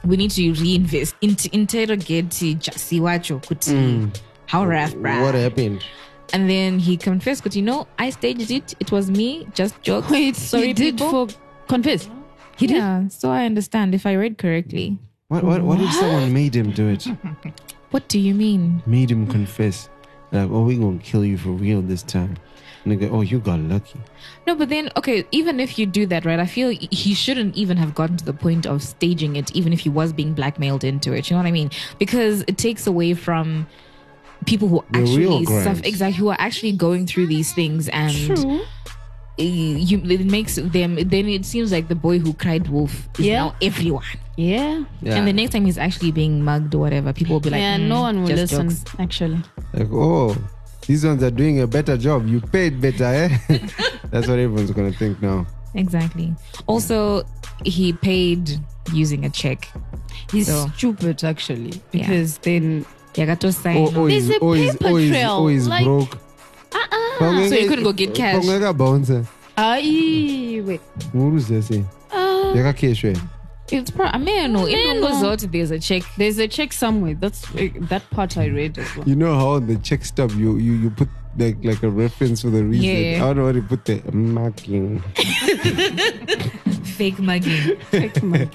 [SPEAKER 3] we need to reinvest, inter- interrogate Jasiwacho Kuti. How rough, bruh.
[SPEAKER 4] What happened?
[SPEAKER 3] And then he confessed, because you know, I staged it. It was me, just joke.
[SPEAKER 5] Wait,
[SPEAKER 3] Sorry,
[SPEAKER 5] he did
[SPEAKER 3] people.
[SPEAKER 5] for confess. He did.
[SPEAKER 3] yeah, so I understand if I read correctly.
[SPEAKER 4] What, what, what if someone made him do it?
[SPEAKER 3] What do you mean?
[SPEAKER 4] Made him confess. Like, oh, we're going to kill you for real this time. Nigga, oh, you got lucky.
[SPEAKER 3] No, but then okay, even if you do that, right? I feel he shouldn't even have gotten to the point of staging it, even if he was being blackmailed into it. You know what I mean? Because it takes away from people who
[SPEAKER 4] The real
[SPEAKER 3] actually
[SPEAKER 4] crimes.
[SPEAKER 3] exactly who are actually going through these things and eh, you it makes them then it seems like the boy who cried wolf is
[SPEAKER 5] Yeah.
[SPEAKER 3] now everyone
[SPEAKER 5] Yeah.
[SPEAKER 4] Yeah.
[SPEAKER 3] and the next time he's actually being mugged or whatever people will be like
[SPEAKER 5] yeah,
[SPEAKER 3] "Mm,
[SPEAKER 5] no one will
[SPEAKER 3] just
[SPEAKER 5] listen,
[SPEAKER 3] jokes."
[SPEAKER 5] actually.
[SPEAKER 4] Like, oh, these ones are doing a better job. You paid better, eh? That's what everyone's going to think now.
[SPEAKER 3] exactly also he paid using a check
[SPEAKER 5] He's
[SPEAKER 3] So-
[SPEAKER 5] stupid, actually. Because then.
[SPEAKER 3] yeah got to sign
[SPEAKER 4] Oh, oh,
[SPEAKER 5] There's
[SPEAKER 4] he's,
[SPEAKER 5] a
[SPEAKER 4] oh, he's,
[SPEAKER 5] paper
[SPEAKER 4] oh, he's,
[SPEAKER 5] trail,
[SPEAKER 4] oh, he's
[SPEAKER 5] like-
[SPEAKER 4] broke.
[SPEAKER 5] Uh-uh.
[SPEAKER 3] So you couldn't go get cash.
[SPEAKER 4] Pongeka bouncer.
[SPEAKER 5] Aye, wait.
[SPEAKER 4] Muru sese.
[SPEAKER 5] Uh,
[SPEAKER 4] eh? Yaka cash, eh?
[SPEAKER 3] It's pro- I mean, no, even
[SPEAKER 5] Ameno.
[SPEAKER 3] goes out, there's a check.
[SPEAKER 5] there's a check somewhere. That's eh, That part I read as well.
[SPEAKER 4] You know how on the check stub you you, you put like like a reference for the reason.
[SPEAKER 3] Yeah.
[SPEAKER 4] I don't know what you put there. Marking.
[SPEAKER 3] Fake mugging.
[SPEAKER 5] Check mark.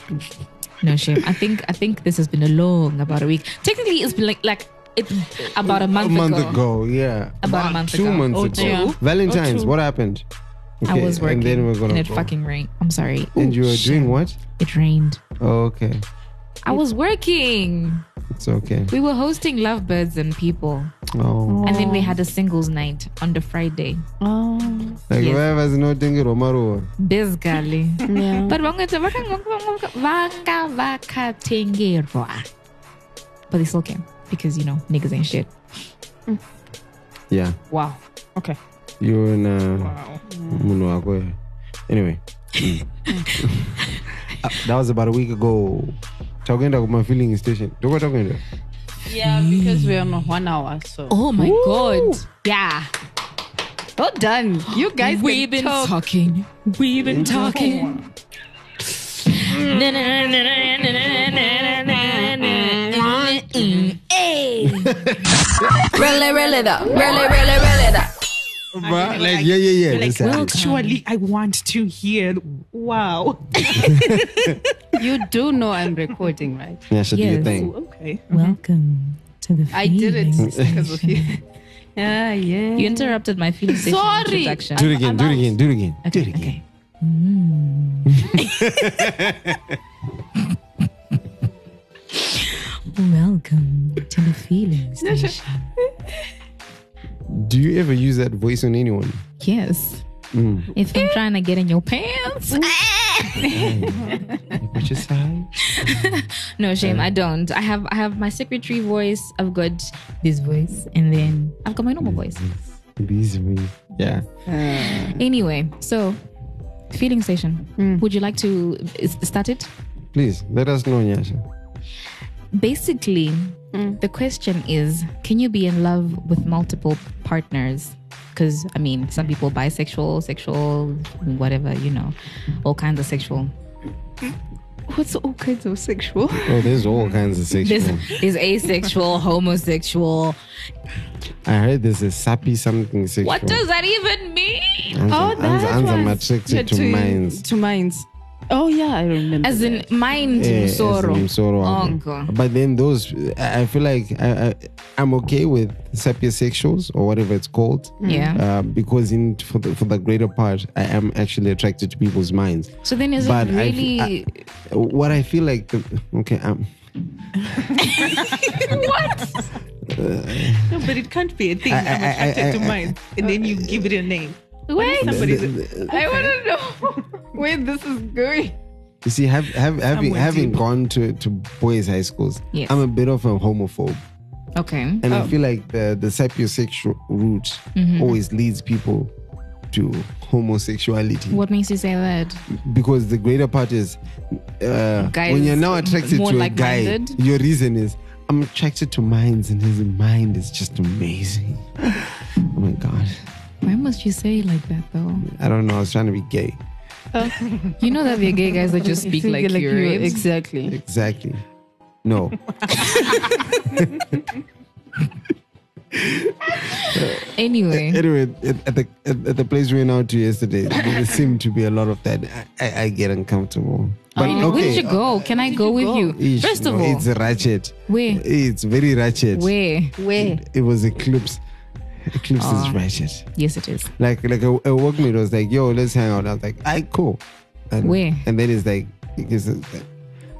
[SPEAKER 3] No shame. I think I think this has been a long about a week. Technically, it's been like like it's about a month,
[SPEAKER 4] a month
[SPEAKER 3] ago.
[SPEAKER 4] ago. yeah.
[SPEAKER 3] About a month
[SPEAKER 4] two
[SPEAKER 3] ago. Oh,
[SPEAKER 4] months
[SPEAKER 6] Or
[SPEAKER 4] ago.
[SPEAKER 6] two.
[SPEAKER 4] Valentine's,
[SPEAKER 5] Or two.
[SPEAKER 4] what happened?
[SPEAKER 3] I was working,
[SPEAKER 4] And then we're gonna
[SPEAKER 3] and it
[SPEAKER 4] go.
[SPEAKER 3] fucking rained. I'm sorry. Oh,
[SPEAKER 4] And you were doing what?
[SPEAKER 3] It rained.
[SPEAKER 4] Oh, okay.
[SPEAKER 3] I was working.
[SPEAKER 4] It's okay.
[SPEAKER 3] We were hosting lovebirds and people,
[SPEAKER 4] Oh.
[SPEAKER 3] and then we had a singles night on the Friday.
[SPEAKER 5] Oh,
[SPEAKER 4] Like
[SPEAKER 3] Yes.
[SPEAKER 4] whoever's not doing it, Romaro.
[SPEAKER 3] Basically.
[SPEAKER 5] yeah.
[SPEAKER 3] but vangwetsa vakanga- vanga- vanga vakatengerwa but they still came because you know niggas ain't shit
[SPEAKER 4] Yeah.
[SPEAKER 5] wow. Okay.
[SPEAKER 4] You and uh
[SPEAKER 6] Wow.
[SPEAKER 4] Munu wako, yeah. Anyway. Mm. Uh, that was about a week ago. Tagenda my filling station. Do what
[SPEAKER 5] Yeah, because we're on one hour, so.
[SPEAKER 3] oh my god yeah
[SPEAKER 5] Well done. You guys
[SPEAKER 3] we've been
[SPEAKER 5] can talk.
[SPEAKER 3] talking we've been talking
[SPEAKER 7] Roll it, roll it up. Roll it, roll it, roll it up.
[SPEAKER 4] But like, yeah, yeah, yeah.
[SPEAKER 6] You're like,
[SPEAKER 4] listen.
[SPEAKER 6] well, surely I want to hear. Wow.
[SPEAKER 5] You do know I'm recording, right?
[SPEAKER 4] yeah, should do your
[SPEAKER 3] Yes.
[SPEAKER 4] thing.
[SPEAKER 6] Okay.
[SPEAKER 3] welcome to the
[SPEAKER 5] I did it because of you. Yeah, yeah.
[SPEAKER 3] you interrupted my feeling station
[SPEAKER 5] Sorry.
[SPEAKER 3] introduction
[SPEAKER 4] Do it again, do it again, do it again. do it
[SPEAKER 3] okay,
[SPEAKER 4] again.
[SPEAKER 3] okay. Mm. welcome to the feeling station
[SPEAKER 4] Do you ever use that voice on anyone?
[SPEAKER 3] Yes. If I'm trying to get in your pants.
[SPEAKER 4] Which is high.
[SPEAKER 3] no shame, I don't. I have I have my secretary voice, I've got this voice, and then I've got my normal voice.
[SPEAKER 4] Busy me. Yeah.
[SPEAKER 3] Anyway, so feeling station. Would you like to s- start it?
[SPEAKER 4] Please let us know, Nyasha. Mm.
[SPEAKER 3] Basically, the question is, can you be in love with multiple partners? because I mean, some people bisexual, sexual, whatever, you know, all kinds of sexual.
[SPEAKER 5] What's all kinds of sexual?
[SPEAKER 4] Oh, there's all kinds of
[SPEAKER 3] There's,
[SPEAKER 4] sexual.
[SPEAKER 3] there's asexual, homosexual.
[SPEAKER 4] I heard there's a sappy something sexual.
[SPEAKER 3] What does that even mean?
[SPEAKER 5] Oh, that
[SPEAKER 4] Anza
[SPEAKER 5] was-
[SPEAKER 4] matrixed to, mines.
[SPEAKER 5] To mines. Oh yeah, I remember.
[SPEAKER 3] As in mind
[SPEAKER 4] Yeah, Eh, as
[SPEAKER 3] sorrow.
[SPEAKER 4] in Msoro.
[SPEAKER 3] Oh god.
[SPEAKER 4] But then those, I I feel like I, I, I'm okay with sapiosexuals or whatever it's called.
[SPEAKER 3] Yeah.
[SPEAKER 4] Uh, because in for the, for the greater part, I am actually attracted to people's minds.
[SPEAKER 3] So then is
[SPEAKER 4] but
[SPEAKER 3] it
[SPEAKER 4] I-
[SPEAKER 3] really
[SPEAKER 4] I- What I feel like, the, okay, um,
[SPEAKER 6] No, but it can't be a thing.
[SPEAKER 4] I- I-
[SPEAKER 6] I, am
[SPEAKER 4] I-
[SPEAKER 6] attracted
[SPEAKER 4] I-
[SPEAKER 6] to
[SPEAKER 4] I-
[SPEAKER 6] mine, and then you give it a name.
[SPEAKER 5] Wait,
[SPEAKER 6] Somebody's
[SPEAKER 5] I want to know where this is going.
[SPEAKER 4] you see, have, have, having
[SPEAKER 6] Somewhere
[SPEAKER 4] having
[SPEAKER 6] deep.
[SPEAKER 4] gone to, to boys' high schools,
[SPEAKER 3] Yes. Oh.
[SPEAKER 4] I'm a bit of a homophobe.
[SPEAKER 3] okay.
[SPEAKER 4] And I feel like the, the sapiosexual route
[SPEAKER 3] Mm-hmm.
[SPEAKER 4] always leads people to homosexuality.
[SPEAKER 3] What makes you say that?
[SPEAKER 4] because the greater part is uh,
[SPEAKER 3] Guys,
[SPEAKER 4] when you're now attracted
[SPEAKER 3] more
[SPEAKER 4] to a guy,
[SPEAKER 3] like-minded.
[SPEAKER 4] your reason is I'm attracted to minds, and his mind is just amazing. Oh my god,
[SPEAKER 3] Why must you say it like that though?
[SPEAKER 4] I don't know. I was trying to be gay.
[SPEAKER 3] You know that there are gay guys that just speak like, you, right?
[SPEAKER 5] Exactly.
[SPEAKER 4] Exactly. No,
[SPEAKER 3] Anyway.
[SPEAKER 4] anyway, at, at the at, at the place we went out to yesterday, there seemed to be a lot of that. I, I, I get uncomfortable. But
[SPEAKER 3] Really? Where did
[SPEAKER 4] okay,
[SPEAKER 3] you go? Can I go with you?
[SPEAKER 4] Ish,
[SPEAKER 3] First of
[SPEAKER 4] no,
[SPEAKER 3] all,
[SPEAKER 4] it's ratchet.
[SPEAKER 3] where?
[SPEAKER 4] It's very ratchet.
[SPEAKER 3] Where?
[SPEAKER 5] Where?
[SPEAKER 4] It was Eclipse. Eclipse
[SPEAKER 3] Aw.
[SPEAKER 4] is ratchet.
[SPEAKER 3] Yes, it is.
[SPEAKER 4] like like a, a workmate was like, "Yo, let's hang out." I was like, "I cool." And,
[SPEAKER 3] Where?
[SPEAKER 4] And then it's like, it's, and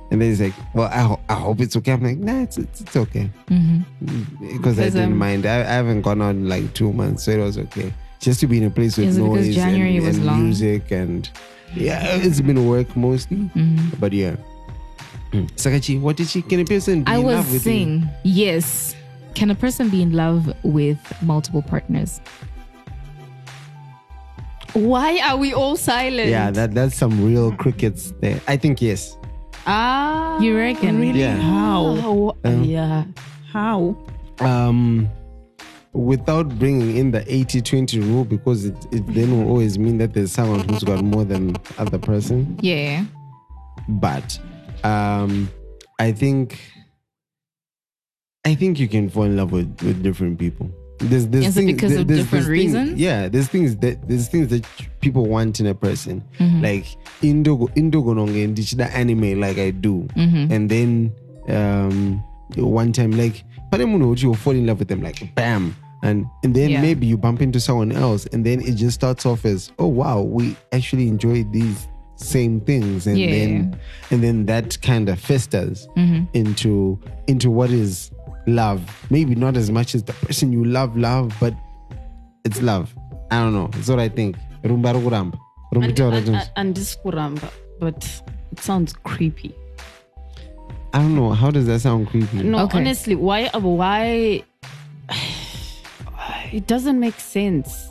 [SPEAKER 4] then he's like, "Well, I, ho- I hope it's okay." I'm like, "Nah, it's it's, it's okay,"
[SPEAKER 3] Mm-hmm.
[SPEAKER 4] because I
[SPEAKER 5] Because,
[SPEAKER 4] didn't
[SPEAKER 5] um,
[SPEAKER 4] mind. I, I haven't gone out in like two months, so it was okay. Just to be in a place with
[SPEAKER 3] Is it because
[SPEAKER 4] noise
[SPEAKER 3] January
[SPEAKER 4] and,
[SPEAKER 3] was
[SPEAKER 4] and
[SPEAKER 3] long?
[SPEAKER 4] music and yeah, it's been work mostly,
[SPEAKER 3] Mm-hmm.
[SPEAKER 4] but yeah. Sakachi, what did she? Can a person be
[SPEAKER 3] I
[SPEAKER 4] in
[SPEAKER 3] was
[SPEAKER 4] love with you?
[SPEAKER 3] saying, yes. Can a person be in love with multiple partners?
[SPEAKER 5] Why are we all silent?
[SPEAKER 4] Yeah, that that's some real crickets there. I think yes.
[SPEAKER 5] ah,
[SPEAKER 3] You reckon?
[SPEAKER 6] Really?
[SPEAKER 4] Yeah.
[SPEAKER 6] How?
[SPEAKER 5] Oh,
[SPEAKER 4] Um,
[SPEAKER 5] yeah.
[SPEAKER 6] How?
[SPEAKER 4] um, without bringing in the 80-20 rule because it, it then will always mean that there's someone who's got more than other person
[SPEAKER 3] Yeah.
[SPEAKER 4] but um, i think i think you can fall in love with, with different people there's, there's
[SPEAKER 3] Is it
[SPEAKER 4] things,
[SPEAKER 3] because of
[SPEAKER 4] there's-
[SPEAKER 3] different
[SPEAKER 4] there's things-
[SPEAKER 3] reasons?
[SPEAKER 4] yeah there's things that there's things that people want in a person
[SPEAKER 3] Mm-hmm.
[SPEAKER 4] like indogo indogo nonge ndichida anime like i do
[SPEAKER 3] Mm-hmm.
[SPEAKER 4] and then um one time like pale munhu would you fall in love with them like bam and and then
[SPEAKER 3] Yeah.
[SPEAKER 4] maybe you bump into someone else and then it just starts off as oh wow we actually enjoy these same things and
[SPEAKER 3] Yeah. Mm-hmm.
[SPEAKER 4] then and then that kind of festers into into what is love maybe not as much as the person you love love but it's love i don't know it's what i think rumba rukuramba
[SPEAKER 5] And, and,
[SPEAKER 4] rumba
[SPEAKER 5] and, and this kuramba, but it sounds creepy.
[SPEAKER 4] i don't know how does that sound creepy
[SPEAKER 5] No,
[SPEAKER 3] Okay.
[SPEAKER 5] honestly, why? Why? It doesn't make sense.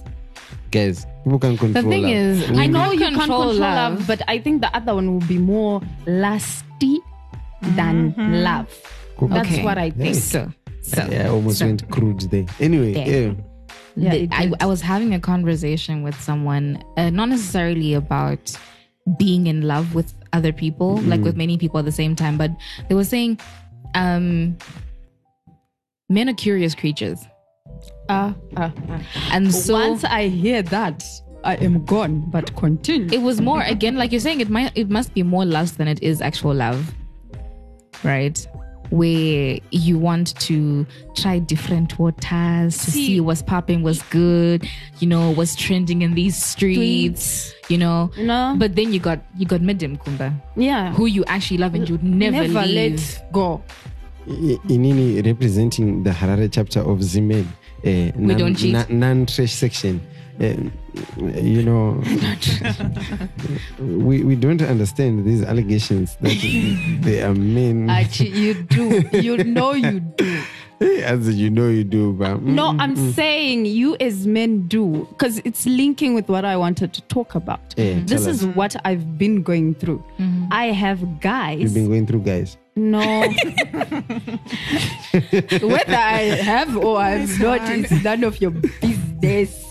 [SPEAKER 4] guys people can control
[SPEAKER 3] The thing
[SPEAKER 4] love.
[SPEAKER 3] is,
[SPEAKER 5] I know you can't
[SPEAKER 3] control
[SPEAKER 5] control love,
[SPEAKER 3] love.
[SPEAKER 5] but I think the other one will be more lusty than love. That's
[SPEAKER 3] Okay.
[SPEAKER 5] what I think.
[SPEAKER 3] So, so
[SPEAKER 4] Yeah, I almost
[SPEAKER 3] so-
[SPEAKER 4] went crude there. Anyway,
[SPEAKER 3] There.
[SPEAKER 4] yeah.
[SPEAKER 5] Yeah,
[SPEAKER 3] the-
[SPEAKER 5] it
[SPEAKER 3] I,
[SPEAKER 5] did.
[SPEAKER 3] I was having a conversation with someone, uh, not necessarily about being in love with other people,
[SPEAKER 4] Mm-hmm.
[SPEAKER 3] like with many people at the same time, but they were saying um, men are curious creatures.
[SPEAKER 5] Ah, ah, ah.
[SPEAKER 3] And so
[SPEAKER 5] Once I hear that, I am gone. But continue.
[SPEAKER 3] it was more, again, like you're saying, it, might, it must be more lust than it is actual love, right? Where you want to try different waters to see,
[SPEAKER 5] See-
[SPEAKER 3] what's popping, what's good, you know, what's trending in these streets, you know.
[SPEAKER 5] no, but
[SPEAKER 3] But then you got you got Midim Kumba,
[SPEAKER 5] yeah,
[SPEAKER 3] who you actually love and you'd never, leave.
[SPEAKER 5] let go.
[SPEAKER 4] I- Inini representing the Harare chapter of Zimen. Uh, we
[SPEAKER 3] don't cheat.
[SPEAKER 4] Non trash section. Eh, you know, we, we don't understand these allegations that they are men.
[SPEAKER 5] Actually, you do. You know you do.
[SPEAKER 4] As you know, you do, but mm,
[SPEAKER 5] No, I'm
[SPEAKER 4] Mm-hmm.
[SPEAKER 5] saying you as men do because it's linking with what I wanted to talk about.
[SPEAKER 4] Yeah,
[SPEAKER 5] this
[SPEAKER 4] Eh, tell
[SPEAKER 5] is what I've been going through. I have
[SPEAKER 4] you've
[SPEAKER 5] guys.
[SPEAKER 4] been going through, guys.
[SPEAKER 5] no. Whether I have or I've not, it's none of your business. this.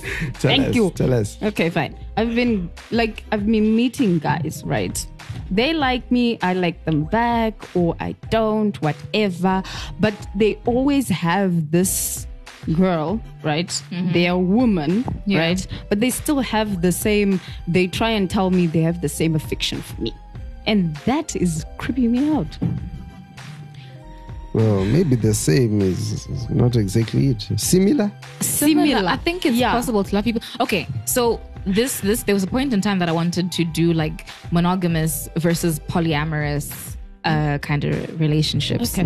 [SPEAKER 4] Tell
[SPEAKER 5] Thank
[SPEAKER 4] us,
[SPEAKER 5] you.
[SPEAKER 4] Tell us.
[SPEAKER 5] Okay, fine. I've been like I've been meeting guys, right? They like me, I like them back, or I don't, whatever. But they always have this girl, right? They are woman,
[SPEAKER 3] Yeah.
[SPEAKER 5] right? But they still have the same they try and tell me they have the same affection for me. And that is creeping me out.
[SPEAKER 4] Well, maybe the same is is not exactly it. Similar.
[SPEAKER 5] Similar.
[SPEAKER 3] I think it's
[SPEAKER 5] Yeah.
[SPEAKER 3] possible to love people. Okay, so this this there was a point in time that I wanted to do like monogamous versus polyamorous uh kind of relationships.
[SPEAKER 5] Okay.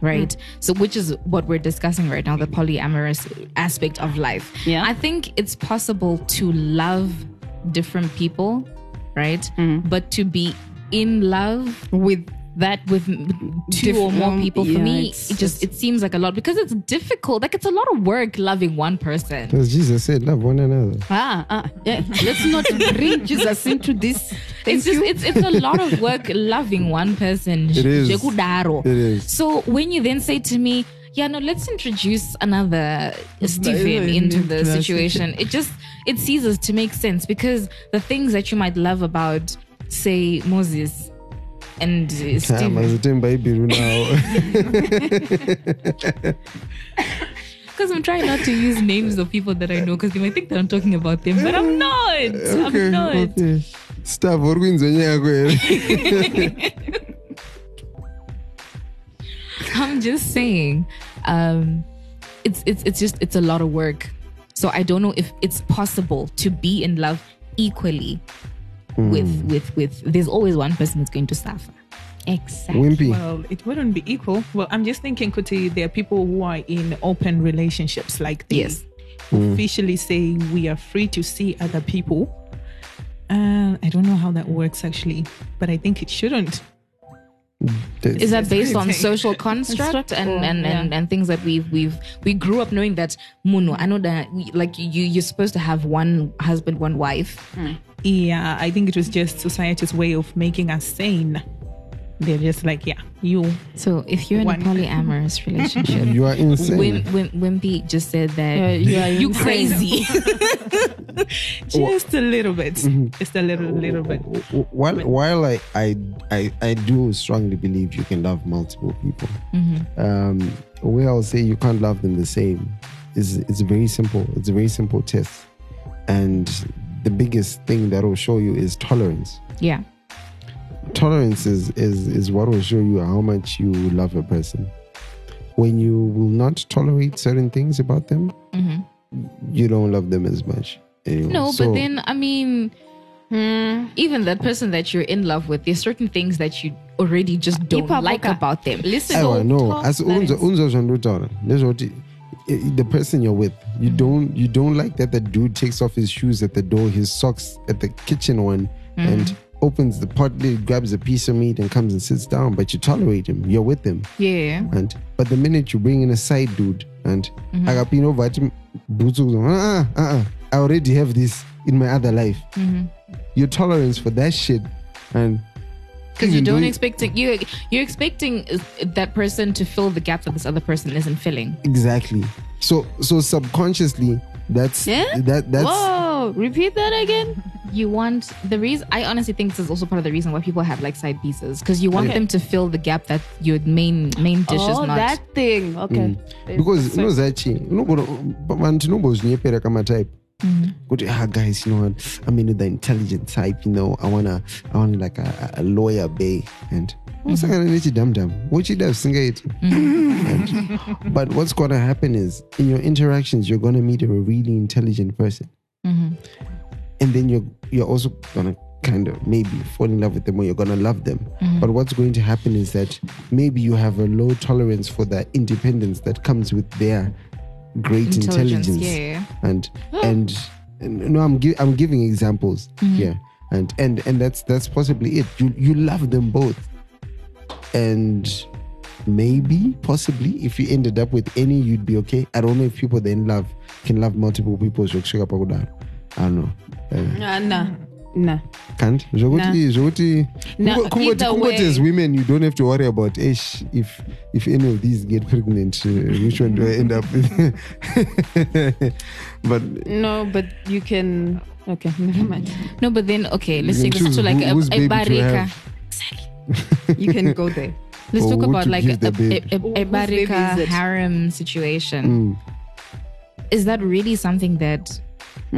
[SPEAKER 3] Right. So which is what we're discussing right now, the polyamorous aspect of life.
[SPEAKER 5] Yeah.
[SPEAKER 3] I think it's possible to love different people, right?
[SPEAKER 5] Mm.
[SPEAKER 3] But to be in love
[SPEAKER 5] With that
[SPEAKER 3] that with m- two or more
[SPEAKER 5] Diff-
[SPEAKER 3] people for
[SPEAKER 5] yeah,
[SPEAKER 3] me
[SPEAKER 5] it's-
[SPEAKER 3] it just it seems like a lot because it's difficult like it's a lot of work loving one person
[SPEAKER 4] As Jesus said, love one another.
[SPEAKER 5] ah, ah yeah. Let's not bring Jesus into this. Thank
[SPEAKER 3] it's just
[SPEAKER 5] you.
[SPEAKER 3] it's it's a lot of work loving one person it
[SPEAKER 4] is. It is.
[SPEAKER 3] so when you then say to me yeah no let's introduce another stephen
[SPEAKER 5] yeah,
[SPEAKER 3] into the
[SPEAKER 5] yeah,
[SPEAKER 3] situation it just it ceases to make sense because the things that you might love about say moses and uh,
[SPEAKER 4] Time
[SPEAKER 3] stephen
[SPEAKER 4] as a time by Biru now.
[SPEAKER 3] Because I'm trying not to use names of people that I know because they might think that I'm talking about them, but I'm not. I'm not.
[SPEAKER 4] okay. Staff, what wins on you?
[SPEAKER 3] I'm just saying, um, it's it's it's just it's a lot of work. So I don't know if it's possible to be in love equally
[SPEAKER 4] Hmm.
[SPEAKER 3] with with with. There's always one person that's going to suffer.
[SPEAKER 5] exactly.
[SPEAKER 4] Wimpy.
[SPEAKER 6] Well, it wouldn't be equal. Well, I'm just thinking, Kuti, there are people who are in open relationships like this.
[SPEAKER 3] Yes.
[SPEAKER 4] Mm.
[SPEAKER 6] Officially say we are free to see other people. Uh, I don't know how that works actually, but I think it shouldn't.
[SPEAKER 3] Is that based on
[SPEAKER 6] Everything.
[SPEAKER 3] social construct and
[SPEAKER 5] Construct or-
[SPEAKER 3] and, and, and things that we've we've we grew up knowing that Muno, I know that we, like you you're supposed to have one husband, one wife.
[SPEAKER 6] Yeah, I think it was just society's way of making us sane. They're just like, yeah, you.
[SPEAKER 3] So if you're in
[SPEAKER 6] One.
[SPEAKER 3] a polyamorous relationship,
[SPEAKER 4] You are insane.
[SPEAKER 3] Wim, Wim, Wimpy just said that
[SPEAKER 5] Uh, you are
[SPEAKER 3] you
[SPEAKER 5] insane.
[SPEAKER 3] crazy.
[SPEAKER 6] Just a little bit. Just a little, little bit.
[SPEAKER 4] While while I I, I I do strongly believe you can love multiple people,
[SPEAKER 3] Mm-hmm.
[SPEAKER 4] um, where I'll say you can't love them the same is it's very simple. It's a very simple test, and the biggest thing that will show you is tolerance.
[SPEAKER 3] yeah.
[SPEAKER 4] Tolerance is is is what will show you how much you love a person. When you will not tolerate certain things about them, you don't love them as much. you know.
[SPEAKER 3] Mm-hmm. No,
[SPEAKER 4] So-
[SPEAKER 3] but then I mean, even that person that you're in love with, there's certain things that you Uh, already just don't
[SPEAKER 5] Ipa
[SPEAKER 3] like
[SPEAKER 5] boka.
[SPEAKER 3] about them. Listen,
[SPEAKER 4] Ewa, no.
[SPEAKER 5] talk
[SPEAKER 4] As unzo unzo zvandotaura nezvekuti i- i- the person you're with
[SPEAKER 3] Mm-hmm.
[SPEAKER 4] you don't you don't like that the dude takes off his shoes at the door his socks at the kitchen one
[SPEAKER 3] Mm-hmm.
[SPEAKER 4] and opens the pot lid grabs a piece of meat and comes and sits down but you tolerate him you're with him
[SPEAKER 3] yeah,
[SPEAKER 4] and but the minute you bring in a side dude and akapinda obva ati bhutsu kuzo, "Ah, ah, ah, ah, i already have this in my other life your tolerance for that shit and
[SPEAKER 3] because you
[SPEAKER 4] even
[SPEAKER 3] don't
[SPEAKER 4] though-
[SPEAKER 3] expect to- you you're expecting uh, that person to fill the gap that this other person isn't filling.
[SPEAKER 4] Exactly. So so subconsciously that's
[SPEAKER 5] Yeah?
[SPEAKER 4] that that's
[SPEAKER 5] Whoa! Oh, Repeat that again.
[SPEAKER 3] You want the reason. I honestly think this is also part of the reason why people have like side pieces because you want them to fill the gap that your main main dish is
[SPEAKER 5] oh,
[SPEAKER 3] not.
[SPEAKER 5] that thing. Okay.
[SPEAKER 4] because you know zachi unogona vanhu tinombozvinyepera kamatype kuti ah guys you know what i'm into the intelligent type you know i wanna i want like a, a lawyer bay and unosangana nechidhamdhamu wochida zvisingaiti And- but what's gonna happen is in your interactions you're gonna meet a really intelligent person
[SPEAKER 3] Mm-hmm.
[SPEAKER 4] and then you're you're also gonna kind of maybe fall in love with them or you're gonna love them.
[SPEAKER 3] Mm-hmm.
[SPEAKER 4] But what's going to happen is that maybe you have a low tolerance for the independence that comes with their great intelligence.
[SPEAKER 3] Intelligence, yeah.
[SPEAKER 4] And and and no, I'm gi- I'm giving examples
[SPEAKER 3] Mm-hmm.
[SPEAKER 4] here. And and and that's that's possibly it. You you love them both. And maybe possibly if you ended up with any you'd be okay i don't know if people then love can love multiple people zvekusheka pakudaro i don't know Uh,
[SPEAKER 5] Anna. Ah, Nah.
[SPEAKER 4] Can't. Zokuti, zokuti.
[SPEAKER 5] Nah,
[SPEAKER 4] Kumbe- kumbe-
[SPEAKER 5] either
[SPEAKER 4] kumbe
[SPEAKER 5] way.
[SPEAKER 4] as women, you don't have to worry about ish if if any of these get pregnant, uh, which one do I end up with? but
[SPEAKER 5] No, but you can. Okay, never mind.
[SPEAKER 3] No, but then okay, let's
[SPEAKER 4] You
[SPEAKER 3] take
[SPEAKER 4] can
[SPEAKER 3] this to
[SPEAKER 4] choose
[SPEAKER 3] like
[SPEAKER 4] who-
[SPEAKER 3] a,
[SPEAKER 4] whose
[SPEAKER 3] a
[SPEAKER 4] baby to
[SPEAKER 3] barika.
[SPEAKER 4] have.
[SPEAKER 5] You can go there.
[SPEAKER 3] Let's
[SPEAKER 4] Or
[SPEAKER 3] talk
[SPEAKER 4] who
[SPEAKER 3] about
[SPEAKER 4] to
[SPEAKER 3] like a,
[SPEAKER 4] give the
[SPEAKER 3] a,
[SPEAKER 4] baby.
[SPEAKER 3] a, a- a
[SPEAKER 5] Whose baby
[SPEAKER 3] barika
[SPEAKER 5] is it?
[SPEAKER 3] harem
[SPEAKER 4] Hmm.
[SPEAKER 3] situation. Is that really something that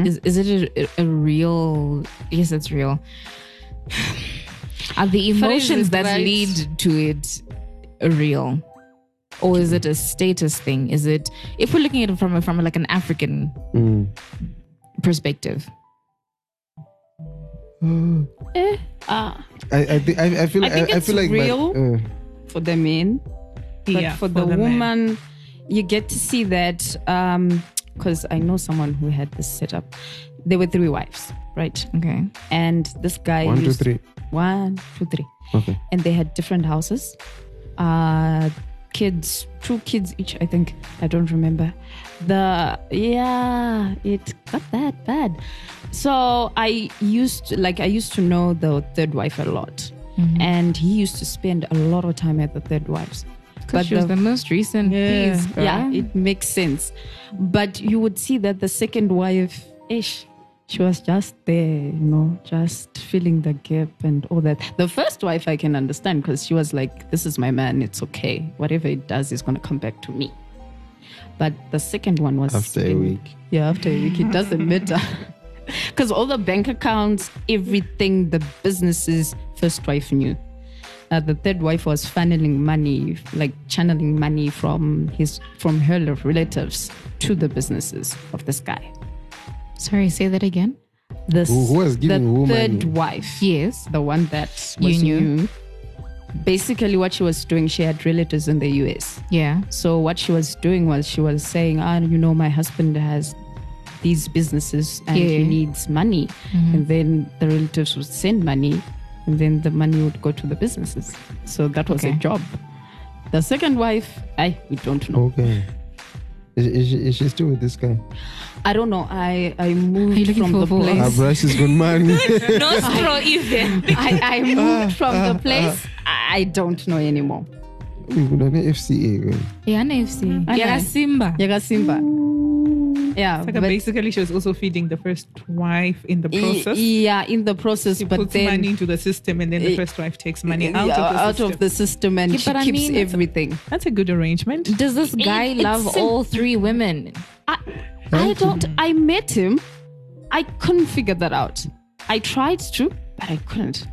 [SPEAKER 3] is
[SPEAKER 4] Hmm?
[SPEAKER 3] is it a, a- a real? Yes, it's real. Are the emotions
[SPEAKER 5] is
[SPEAKER 3] that
[SPEAKER 5] right.
[SPEAKER 3] lead to it real, or is it a status thing? Is it if we're looking at it from a, from like an African
[SPEAKER 4] mm,
[SPEAKER 3] perspective?
[SPEAKER 5] Ah,
[SPEAKER 4] I I, thi- I I feel
[SPEAKER 5] I
[SPEAKER 4] like I,
[SPEAKER 5] think
[SPEAKER 4] I
[SPEAKER 5] it's
[SPEAKER 4] feel like my-
[SPEAKER 5] real.
[SPEAKER 4] uh,
[SPEAKER 5] for the men, but
[SPEAKER 6] Yeah,
[SPEAKER 5] for the,
[SPEAKER 6] men.
[SPEAKER 5] woman, you get to see that. Um, because I know someone who had this setup. There were three wives, right?
[SPEAKER 3] Okay,
[SPEAKER 5] And this guy
[SPEAKER 4] one, two,
[SPEAKER 5] used-
[SPEAKER 4] three.
[SPEAKER 5] one, two, three.
[SPEAKER 4] Okay.
[SPEAKER 5] and they had different houses. Uh, kids, two kids each, I think. I don't remember. The yeah, it got that bad. So I used to- like I used to know the third wife a lot,
[SPEAKER 3] Mm-hmm.
[SPEAKER 5] and he used to spend a lot of time at the third wife's.
[SPEAKER 3] but she was the most recent
[SPEAKER 6] Yeah.
[SPEAKER 3] piece. bruh.
[SPEAKER 5] yeah, it makes sense. But you would see that the second wife, ish, she was just there, you know, just filling the gap and all that. The first wife I can understand because she was like, "This is my man. It's okay. Whatever it does is gonna come back to me." But the second one was
[SPEAKER 4] After a
[SPEAKER 5] in-
[SPEAKER 4] week.
[SPEAKER 5] Yeah, after a week, it doesn't matter. Because all the bank accounts, everything, the businesses, first wife knew. Uh, the third wife was funneling money, like channeling money from his from her relatives to the businesses of this guy.
[SPEAKER 3] Sorry, say that again.
[SPEAKER 5] This
[SPEAKER 4] Who- who was giving
[SPEAKER 5] the
[SPEAKER 4] who
[SPEAKER 5] third
[SPEAKER 4] money?
[SPEAKER 5] wife,
[SPEAKER 3] Yes.
[SPEAKER 5] the one that
[SPEAKER 3] You
[SPEAKER 5] was
[SPEAKER 3] knew.
[SPEAKER 5] new. Basically, what she was doing, she had relatives in the U.S.
[SPEAKER 3] Yeah.
[SPEAKER 5] So what she was doing was she was saying, "Ah, you know, my husband has these businesses and he
[SPEAKER 3] Yeah. Mm-hmm.
[SPEAKER 5] needs money." And then the relatives would send money, and then the money would go to the businesses. So that was a
[SPEAKER 3] Okay.
[SPEAKER 5] job. The second wife, I we don't know.
[SPEAKER 4] Okay. Is, is, she, is she still with this guy?
[SPEAKER 5] I don't know. I I
[SPEAKER 3] Are you
[SPEAKER 5] moved
[SPEAKER 3] looking
[SPEAKER 5] from
[SPEAKER 3] for
[SPEAKER 5] the
[SPEAKER 3] a ball?
[SPEAKER 4] Ah,
[SPEAKER 5] place.
[SPEAKER 4] bruh, she's good man.
[SPEAKER 3] Nostro even.
[SPEAKER 5] I, I moved from
[SPEAKER 3] Uh,
[SPEAKER 5] the place. I don't know anymore.
[SPEAKER 4] FCA. girl.
[SPEAKER 3] Yeah, NFC. Yeah,
[SPEAKER 5] Okay.
[SPEAKER 3] Simba.
[SPEAKER 5] Yaga Simba. Yeah,
[SPEAKER 6] Like, basically, she was also feeding the first wife in the
[SPEAKER 5] i-
[SPEAKER 6] process.
[SPEAKER 5] yeah, in the process,
[SPEAKER 6] She
[SPEAKER 5] but
[SPEAKER 6] puts
[SPEAKER 5] then
[SPEAKER 6] money into the system, and then
[SPEAKER 5] Eh,
[SPEAKER 6] the first wife takes money out,
[SPEAKER 5] Yeah,
[SPEAKER 6] of, the
[SPEAKER 5] out
[SPEAKER 6] system.
[SPEAKER 5] of the system and
[SPEAKER 3] Yeah,
[SPEAKER 5] she
[SPEAKER 3] but I
[SPEAKER 5] keeps
[SPEAKER 3] mean, it's-
[SPEAKER 5] everything.
[SPEAKER 6] That's a good arrangement.
[SPEAKER 3] Does this guy
[SPEAKER 5] It- it's
[SPEAKER 3] love
[SPEAKER 5] sim-
[SPEAKER 3] all three women?
[SPEAKER 5] I, I don't. I met him. I couldn't figure that out. I tried to, but I couldn't.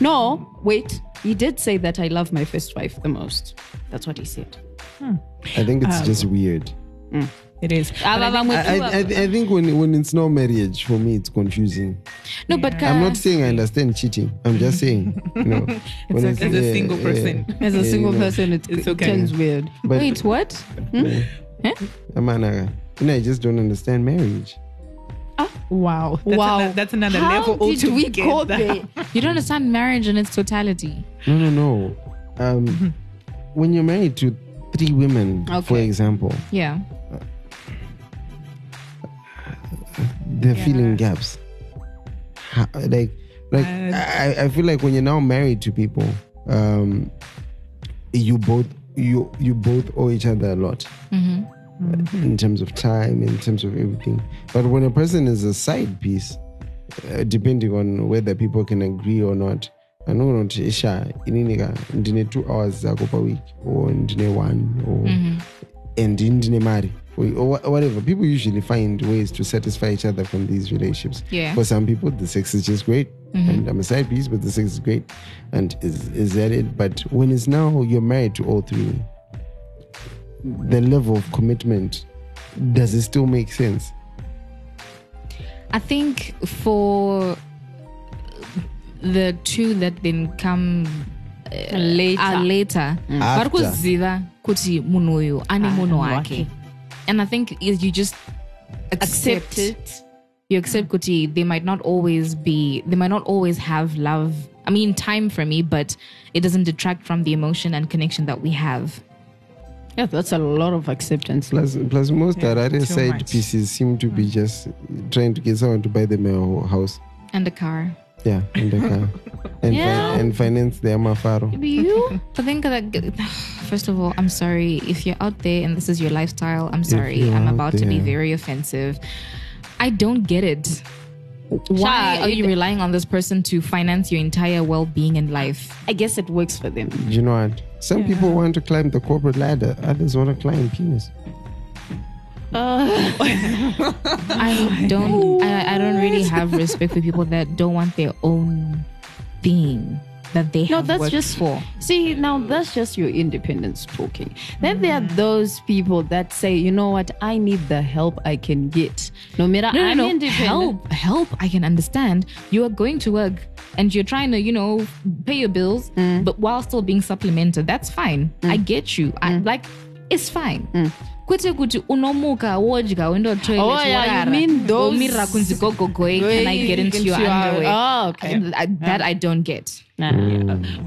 [SPEAKER 5] No, wait. He did say that I love my first wife the most. That's what he said.
[SPEAKER 4] I think it's just
[SPEAKER 6] Um,
[SPEAKER 4] weird.
[SPEAKER 6] It is.
[SPEAKER 5] But I think-
[SPEAKER 4] I, I, I think when, when it's no marriage, for me, it's confusing.
[SPEAKER 3] No, but
[SPEAKER 4] I'm not saying I understand cheating. I'm just saying, you know, when
[SPEAKER 6] As a single
[SPEAKER 4] yeah,
[SPEAKER 6] person.
[SPEAKER 4] yeah.
[SPEAKER 5] As a
[SPEAKER 4] Yeah,
[SPEAKER 5] single
[SPEAKER 4] you know.
[SPEAKER 5] person, it
[SPEAKER 6] It's
[SPEAKER 5] it
[SPEAKER 6] okay.
[SPEAKER 5] turns weird.
[SPEAKER 4] But
[SPEAKER 3] wait, what?
[SPEAKER 4] I'm an, uh, you know, I just don't understand marriage.
[SPEAKER 6] Wow. That's
[SPEAKER 5] wow,
[SPEAKER 6] ano- that's another
[SPEAKER 5] How
[SPEAKER 6] level
[SPEAKER 5] did we
[SPEAKER 6] altogether.
[SPEAKER 5] go there?
[SPEAKER 3] You don't understand marriage in its totality.
[SPEAKER 4] No, no, no. Um,
[SPEAKER 6] Mm-hmm.
[SPEAKER 4] when you're married to three women, for
[SPEAKER 5] Okay.
[SPEAKER 4] example,
[SPEAKER 3] Yeah.
[SPEAKER 4] they're filling gaps. Ha- Like, like
[SPEAKER 6] Uh,
[SPEAKER 4] I, I feel like when you're now married to people, um, you both you you both owe each other a lot in terms of time, in terms of everything. But when a person is a side piece, uh, depending on whether people can agree or not. anonoti sha inini ka ndine two hours dzako paweek or ndine one or and ndine mari or wha- whatever people usually find ways to satisfy each other from these relationships
[SPEAKER 3] Yeah.
[SPEAKER 4] for some people the sex is just great and i'm a side piece but the sex is great and is, is that it but when it's now you're married to all three the level of commitment does it still make sense
[SPEAKER 3] I think for the two that then come uh,
[SPEAKER 5] Later.
[SPEAKER 3] are later,
[SPEAKER 4] After.
[SPEAKER 3] varikuziva kuti munhu uyu ane Ah, munhu wake.
[SPEAKER 5] wake.
[SPEAKER 3] And I think is you just accept, Mm.
[SPEAKER 5] Accept it.
[SPEAKER 3] you accept kuti they might not always be they might not always have love i mean time for me but it doesn't detract from the emotion and connection that we have
[SPEAKER 5] Yeah, that's a lot of acceptance.
[SPEAKER 4] Plus, plus most
[SPEAKER 6] Yeah,
[SPEAKER 4] Harare
[SPEAKER 6] too
[SPEAKER 4] side
[SPEAKER 6] much.
[SPEAKER 3] Mm.
[SPEAKER 4] pieces seem to be just trying to get someone to buy them a ho- house.
[SPEAKER 3] and a car.
[SPEAKER 4] Yeah, in the car. And,
[SPEAKER 3] Yeah.
[SPEAKER 4] fin- and finance the Amafaro.
[SPEAKER 3] Be you? But think that first of all, I'm sorry if you're out there and this is your lifestyle. I'm sorry.
[SPEAKER 4] you're
[SPEAKER 3] I'm
[SPEAKER 4] out
[SPEAKER 3] about to be
[SPEAKER 4] there.
[SPEAKER 3] very offensive. I don't get it. Why
[SPEAKER 5] Sha,
[SPEAKER 3] are
[SPEAKER 5] it-
[SPEAKER 3] you relying on this person to finance your entire well-being in life?
[SPEAKER 5] I guess it works for them.
[SPEAKER 4] Do you know what? Some people want to climb the corporate ladder, others want to climb penis.
[SPEAKER 3] I don't. I, I don't really have respect for people that don't want their own thing that they
[SPEAKER 5] No,
[SPEAKER 3] have
[SPEAKER 5] that's
[SPEAKER 3] worked
[SPEAKER 5] just-
[SPEAKER 3] for.
[SPEAKER 5] See, now that's just your independence talking. Then there are those people that say, you know what, I need the help I can get. No matter
[SPEAKER 3] No, no,
[SPEAKER 5] I'm
[SPEAKER 3] no.
[SPEAKER 5] independent.
[SPEAKER 3] Help, help. I can understand. You are going to work and you're trying to, you know, pay your bills,
[SPEAKER 5] Mm.
[SPEAKER 3] but while still being supplemented. That's fine. I get you. I
[SPEAKER 5] Mm.
[SPEAKER 3] like it's fine. Kwete kuti unomuka wodya uendo toilet
[SPEAKER 5] Oh, yeah,
[SPEAKER 3] worara,
[SPEAKER 5] you mean those-
[SPEAKER 3] womira kunzi go go go, can I get into your underwear?
[SPEAKER 5] Oh, okay.
[SPEAKER 3] I- I- that I don't get.
[SPEAKER 5] Nah.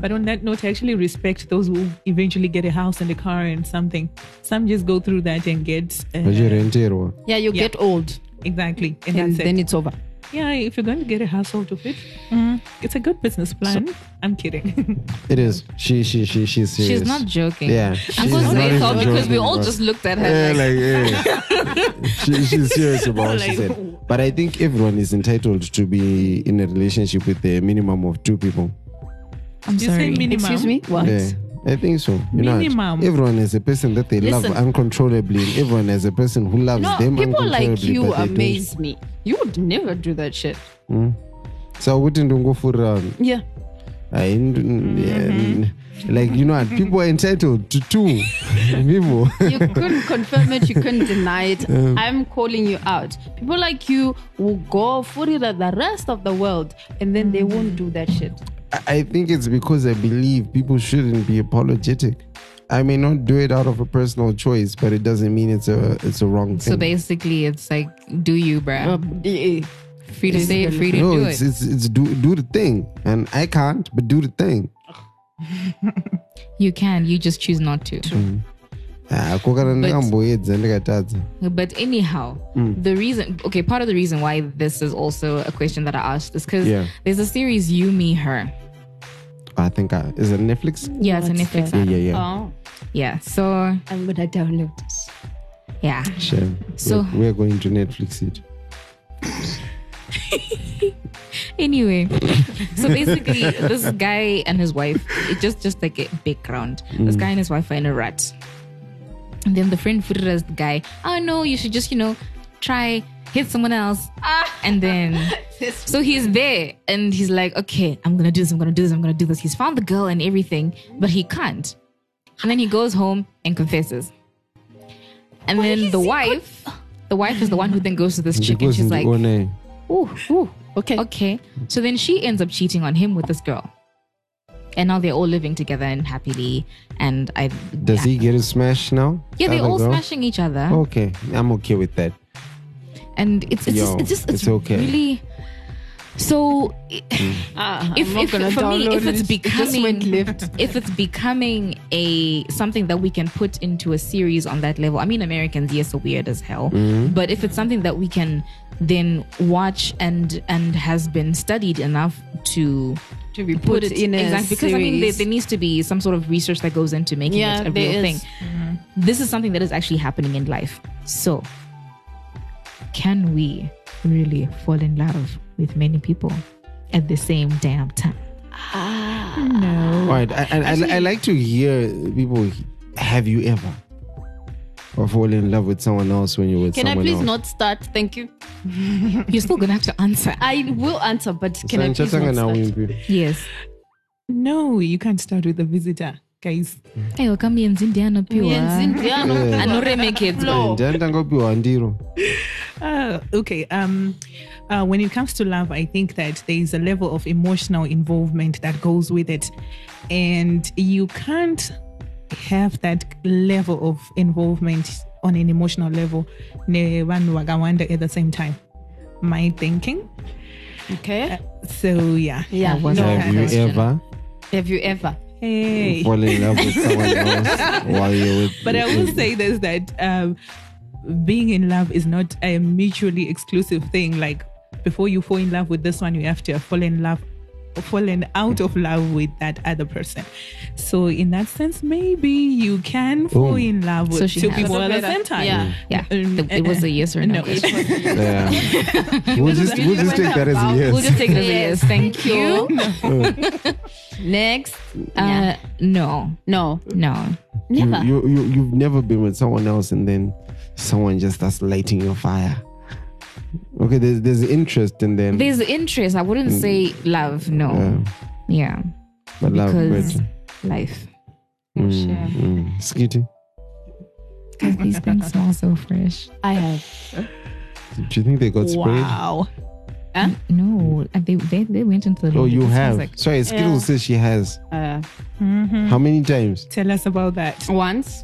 [SPEAKER 6] But on that note, I actually respect those who eventually get a house and a car and something. Some just go through that and get uh,
[SPEAKER 4] Vachirenderwa.
[SPEAKER 5] Yeah, you get old
[SPEAKER 6] exactly, and,
[SPEAKER 5] and
[SPEAKER 6] that's
[SPEAKER 5] then
[SPEAKER 6] it.
[SPEAKER 5] it's over.
[SPEAKER 6] Yeah, if you're going to get a household to fit, mm, it's a good business plan. I'm kidding.
[SPEAKER 4] It is. She she she she's serious.
[SPEAKER 3] She's not joking.
[SPEAKER 4] Yeah,
[SPEAKER 3] I'm
[SPEAKER 4] she's
[SPEAKER 3] going to
[SPEAKER 4] not
[SPEAKER 3] say
[SPEAKER 4] even
[SPEAKER 3] so because we
[SPEAKER 4] joking,
[SPEAKER 3] all
[SPEAKER 4] bro.
[SPEAKER 3] just looked at her.
[SPEAKER 4] Yeah,
[SPEAKER 3] like,
[SPEAKER 4] like, yeah. she, she's serious about what she
[SPEAKER 6] Like,
[SPEAKER 4] said. But I think everyone is entitled to be in a relationship with a minimum of two people.
[SPEAKER 3] I'm
[SPEAKER 6] you say
[SPEAKER 3] sorry.
[SPEAKER 6] minimum.
[SPEAKER 5] Excuse me? What?
[SPEAKER 4] Yeah, I think so. You know,
[SPEAKER 6] Minimum.
[SPEAKER 4] everyone is a person that they love
[SPEAKER 5] Listen.
[SPEAKER 4] uncontrollably, and everyone is a person who loves
[SPEAKER 5] No,
[SPEAKER 4] them
[SPEAKER 5] people like
[SPEAKER 4] uncontrollably,
[SPEAKER 5] you
[SPEAKER 4] but they
[SPEAKER 5] amaze me. You would never do that shit.
[SPEAKER 4] don't. So I wouldn't go for um,
[SPEAKER 5] Yeah.
[SPEAKER 4] I didn't-
[SPEAKER 5] Mm-hmm.
[SPEAKER 4] yeah, mm, like you know, what, people are entitled to two people.
[SPEAKER 5] you couldn't confirm it, you couldn't deny it. I'm calling you out. People like you will go for it at the rest of the world and then they won't do that shit.
[SPEAKER 4] I- I think it's because I believe people shouldn't be apologetic. I may not do it out of a personal choice, but it doesn't mean it's a it's a wrong thing.
[SPEAKER 3] So basically, it's like, do you, bruh?
[SPEAKER 5] Oh, Uh,
[SPEAKER 3] free to say it, free to
[SPEAKER 4] no,
[SPEAKER 3] do
[SPEAKER 4] it's,
[SPEAKER 3] it.
[SPEAKER 4] it's it's do do the thing, and I can't, but do the thing.
[SPEAKER 3] You can. You just choose not to.
[SPEAKER 4] Ah, kokana ndikamboedza ndikatadza.
[SPEAKER 3] Uh, But anyhow, the reason, okay, part of the reason why this is also a question that I asked is because
[SPEAKER 4] Yeah.
[SPEAKER 3] there's a series, You, Me, Her.
[SPEAKER 4] I think I, is it Netflix?
[SPEAKER 3] Yeah, it's a Netflix
[SPEAKER 4] Yeah,
[SPEAKER 3] app.
[SPEAKER 4] yeah, yeah.
[SPEAKER 5] Oh,
[SPEAKER 3] Yeah. So,
[SPEAKER 5] I'm gonna download this.
[SPEAKER 3] yeah.
[SPEAKER 4] Sure.
[SPEAKER 3] So-
[SPEAKER 4] we're, we're going to Netflix it.
[SPEAKER 3] Anyway, so basically, this guy and his wife, it just just like a background. This guy and his wife are in a rut. And then the friend footed the guy, oh no, you should just, you know, try, hit someone else. And then. So he's there and he's like, okay, I'm gonna do this, I'm gonna do this, I'm gonna do this. He's found the girl and everything, but he can't. And then he goes home and confesses. And then the wife, the wife is the one who then goes to this chick and
[SPEAKER 4] Because
[SPEAKER 3] she's
[SPEAKER 4] in the
[SPEAKER 3] like,
[SPEAKER 4] one,
[SPEAKER 5] Ooh, ooh, okay.
[SPEAKER 3] okay. So then she ends up cheating on him with this girl. And now they're all living together and happily. And I.
[SPEAKER 4] does
[SPEAKER 3] yeah.
[SPEAKER 4] he get a smash now?
[SPEAKER 3] Yeah, they're
[SPEAKER 4] Other
[SPEAKER 3] all
[SPEAKER 4] girl? Oh.
[SPEAKER 3] smashing each other.
[SPEAKER 4] Okay, I'm okay with that.
[SPEAKER 3] And it's, it's,
[SPEAKER 4] Yo,
[SPEAKER 3] just, it's just, it's,
[SPEAKER 4] it's okay.
[SPEAKER 3] really. So
[SPEAKER 5] Ah,
[SPEAKER 3] if,
[SPEAKER 5] I'm not
[SPEAKER 3] if
[SPEAKER 5] gonna
[SPEAKER 3] for me,
[SPEAKER 5] download
[SPEAKER 3] if it's
[SPEAKER 5] it. It just
[SPEAKER 3] becoming
[SPEAKER 5] went left.
[SPEAKER 3] if it's becoming a something that we can put into a series on that level, I mean Americans, yes, are weird as hell.
[SPEAKER 4] Mm-hmm.
[SPEAKER 3] But if it's something that we can then watch and and has been studied enough to
[SPEAKER 5] To be put, in a
[SPEAKER 3] exactly because I mean there,
[SPEAKER 5] series.
[SPEAKER 3] there needs to be some sort of research that goes into making
[SPEAKER 5] Yeah,
[SPEAKER 3] it a
[SPEAKER 5] there
[SPEAKER 3] real
[SPEAKER 5] is.
[SPEAKER 3] thing. Mm-hmm. This is something that is actually happening in life. So can we really fall in love with many people at the same damn time?
[SPEAKER 4] All right, I, I, I, I like to hear people. Have you ever or fall in love with someone else when you were with
[SPEAKER 5] Can I
[SPEAKER 4] someone
[SPEAKER 5] please
[SPEAKER 4] else?
[SPEAKER 5] not start? Thank you.
[SPEAKER 3] You're still gonna have to answer.
[SPEAKER 5] I will answer, but can I
[SPEAKER 4] Sancha
[SPEAKER 5] please not
[SPEAKER 4] tanga na
[SPEAKER 5] start?
[SPEAKER 4] wimpi.
[SPEAKER 3] Yes.
[SPEAKER 6] No, you can't start with a visitor, guys.
[SPEAKER 3] Hey, welcome in Zindiana
[SPEAKER 5] Yenzi
[SPEAKER 3] Pure.
[SPEAKER 5] ndiano.
[SPEAKER 4] Yeah.
[SPEAKER 5] Flow.
[SPEAKER 4] Ndiani tangopiwa ndiro.
[SPEAKER 6] Uh, okay. Um, uh, when it comes to love, I think that there is a level of emotional involvement that goes with it, and you can't have that level of involvement on an emotional level ne vanhu vakawanda at the same time. My thinking.
[SPEAKER 5] Okay.
[SPEAKER 6] So yeah,
[SPEAKER 5] Yeah.
[SPEAKER 3] That was
[SPEAKER 6] No,
[SPEAKER 4] Have you
[SPEAKER 3] question.
[SPEAKER 4] ever
[SPEAKER 5] Have you ever?
[SPEAKER 6] Hey.
[SPEAKER 4] fall in love with someone else while you're with?
[SPEAKER 6] But I will say this that um, being in love is not a mutually exclusive thing. Like before you fall in love with this one, you have to have fallen in love fallen out of love with that other person. So in that sense, maybe you can fall
[SPEAKER 4] Boom.
[SPEAKER 6] in love with
[SPEAKER 3] So she
[SPEAKER 6] two
[SPEAKER 3] has-
[SPEAKER 6] people at the
[SPEAKER 5] better-
[SPEAKER 6] same time.
[SPEAKER 5] yeah.
[SPEAKER 3] Yeah.
[SPEAKER 6] Um,
[SPEAKER 3] The- it was a yes or Uh, no.
[SPEAKER 6] no.
[SPEAKER 3] question.
[SPEAKER 4] Yeah. we'll just we'll just take that as a yes.
[SPEAKER 3] We'll just take it as a yes. Thank you.
[SPEAKER 5] Next. Yeah.
[SPEAKER 3] Uh, no,
[SPEAKER 5] no.
[SPEAKER 3] no.
[SPEAKER 5] Never.
[SPEAKER 4] You, you, you, you've never been with someone else and then someone just starts lighting your fire. Okay, there's, there's interest and then.
[SPEAKER 3] There's interest. I wouldn't say love. No. Yeah.
[SPEAKER 4] yeah, but love.
[SPEAKER 3] Because
[SPEAKER 4] But,
[SPEAKER 3] life.
[SPEAKER 4] mm, Skitty,
[SPEAKER 3] Because these things smell so fresh.
[SPEAKER 5] I have.
[SPEAKER 4] do you think they got sprayed?
[SPEAKER 6] Wow.
[SPEAKER 3] No, uh, they, they, they went into the.
[SPEAKER 4] Oh,
[SPEAKER 3] room.
[SPEAKER 4] you
[SPEAKER 3] It
[SPEAKER 4] have.
[SPEAKER 3] smells like-
[SPEAKER 4] Sorry, Skittle
[SPEAKER 5] Yeah.
[SPEAKER 4] says she has.
[SPEAKER 5] Uh,
[SPEAKER 4] How many times?
[SPEAKER 6] Tell us about that.
[SPEAKER 5] once.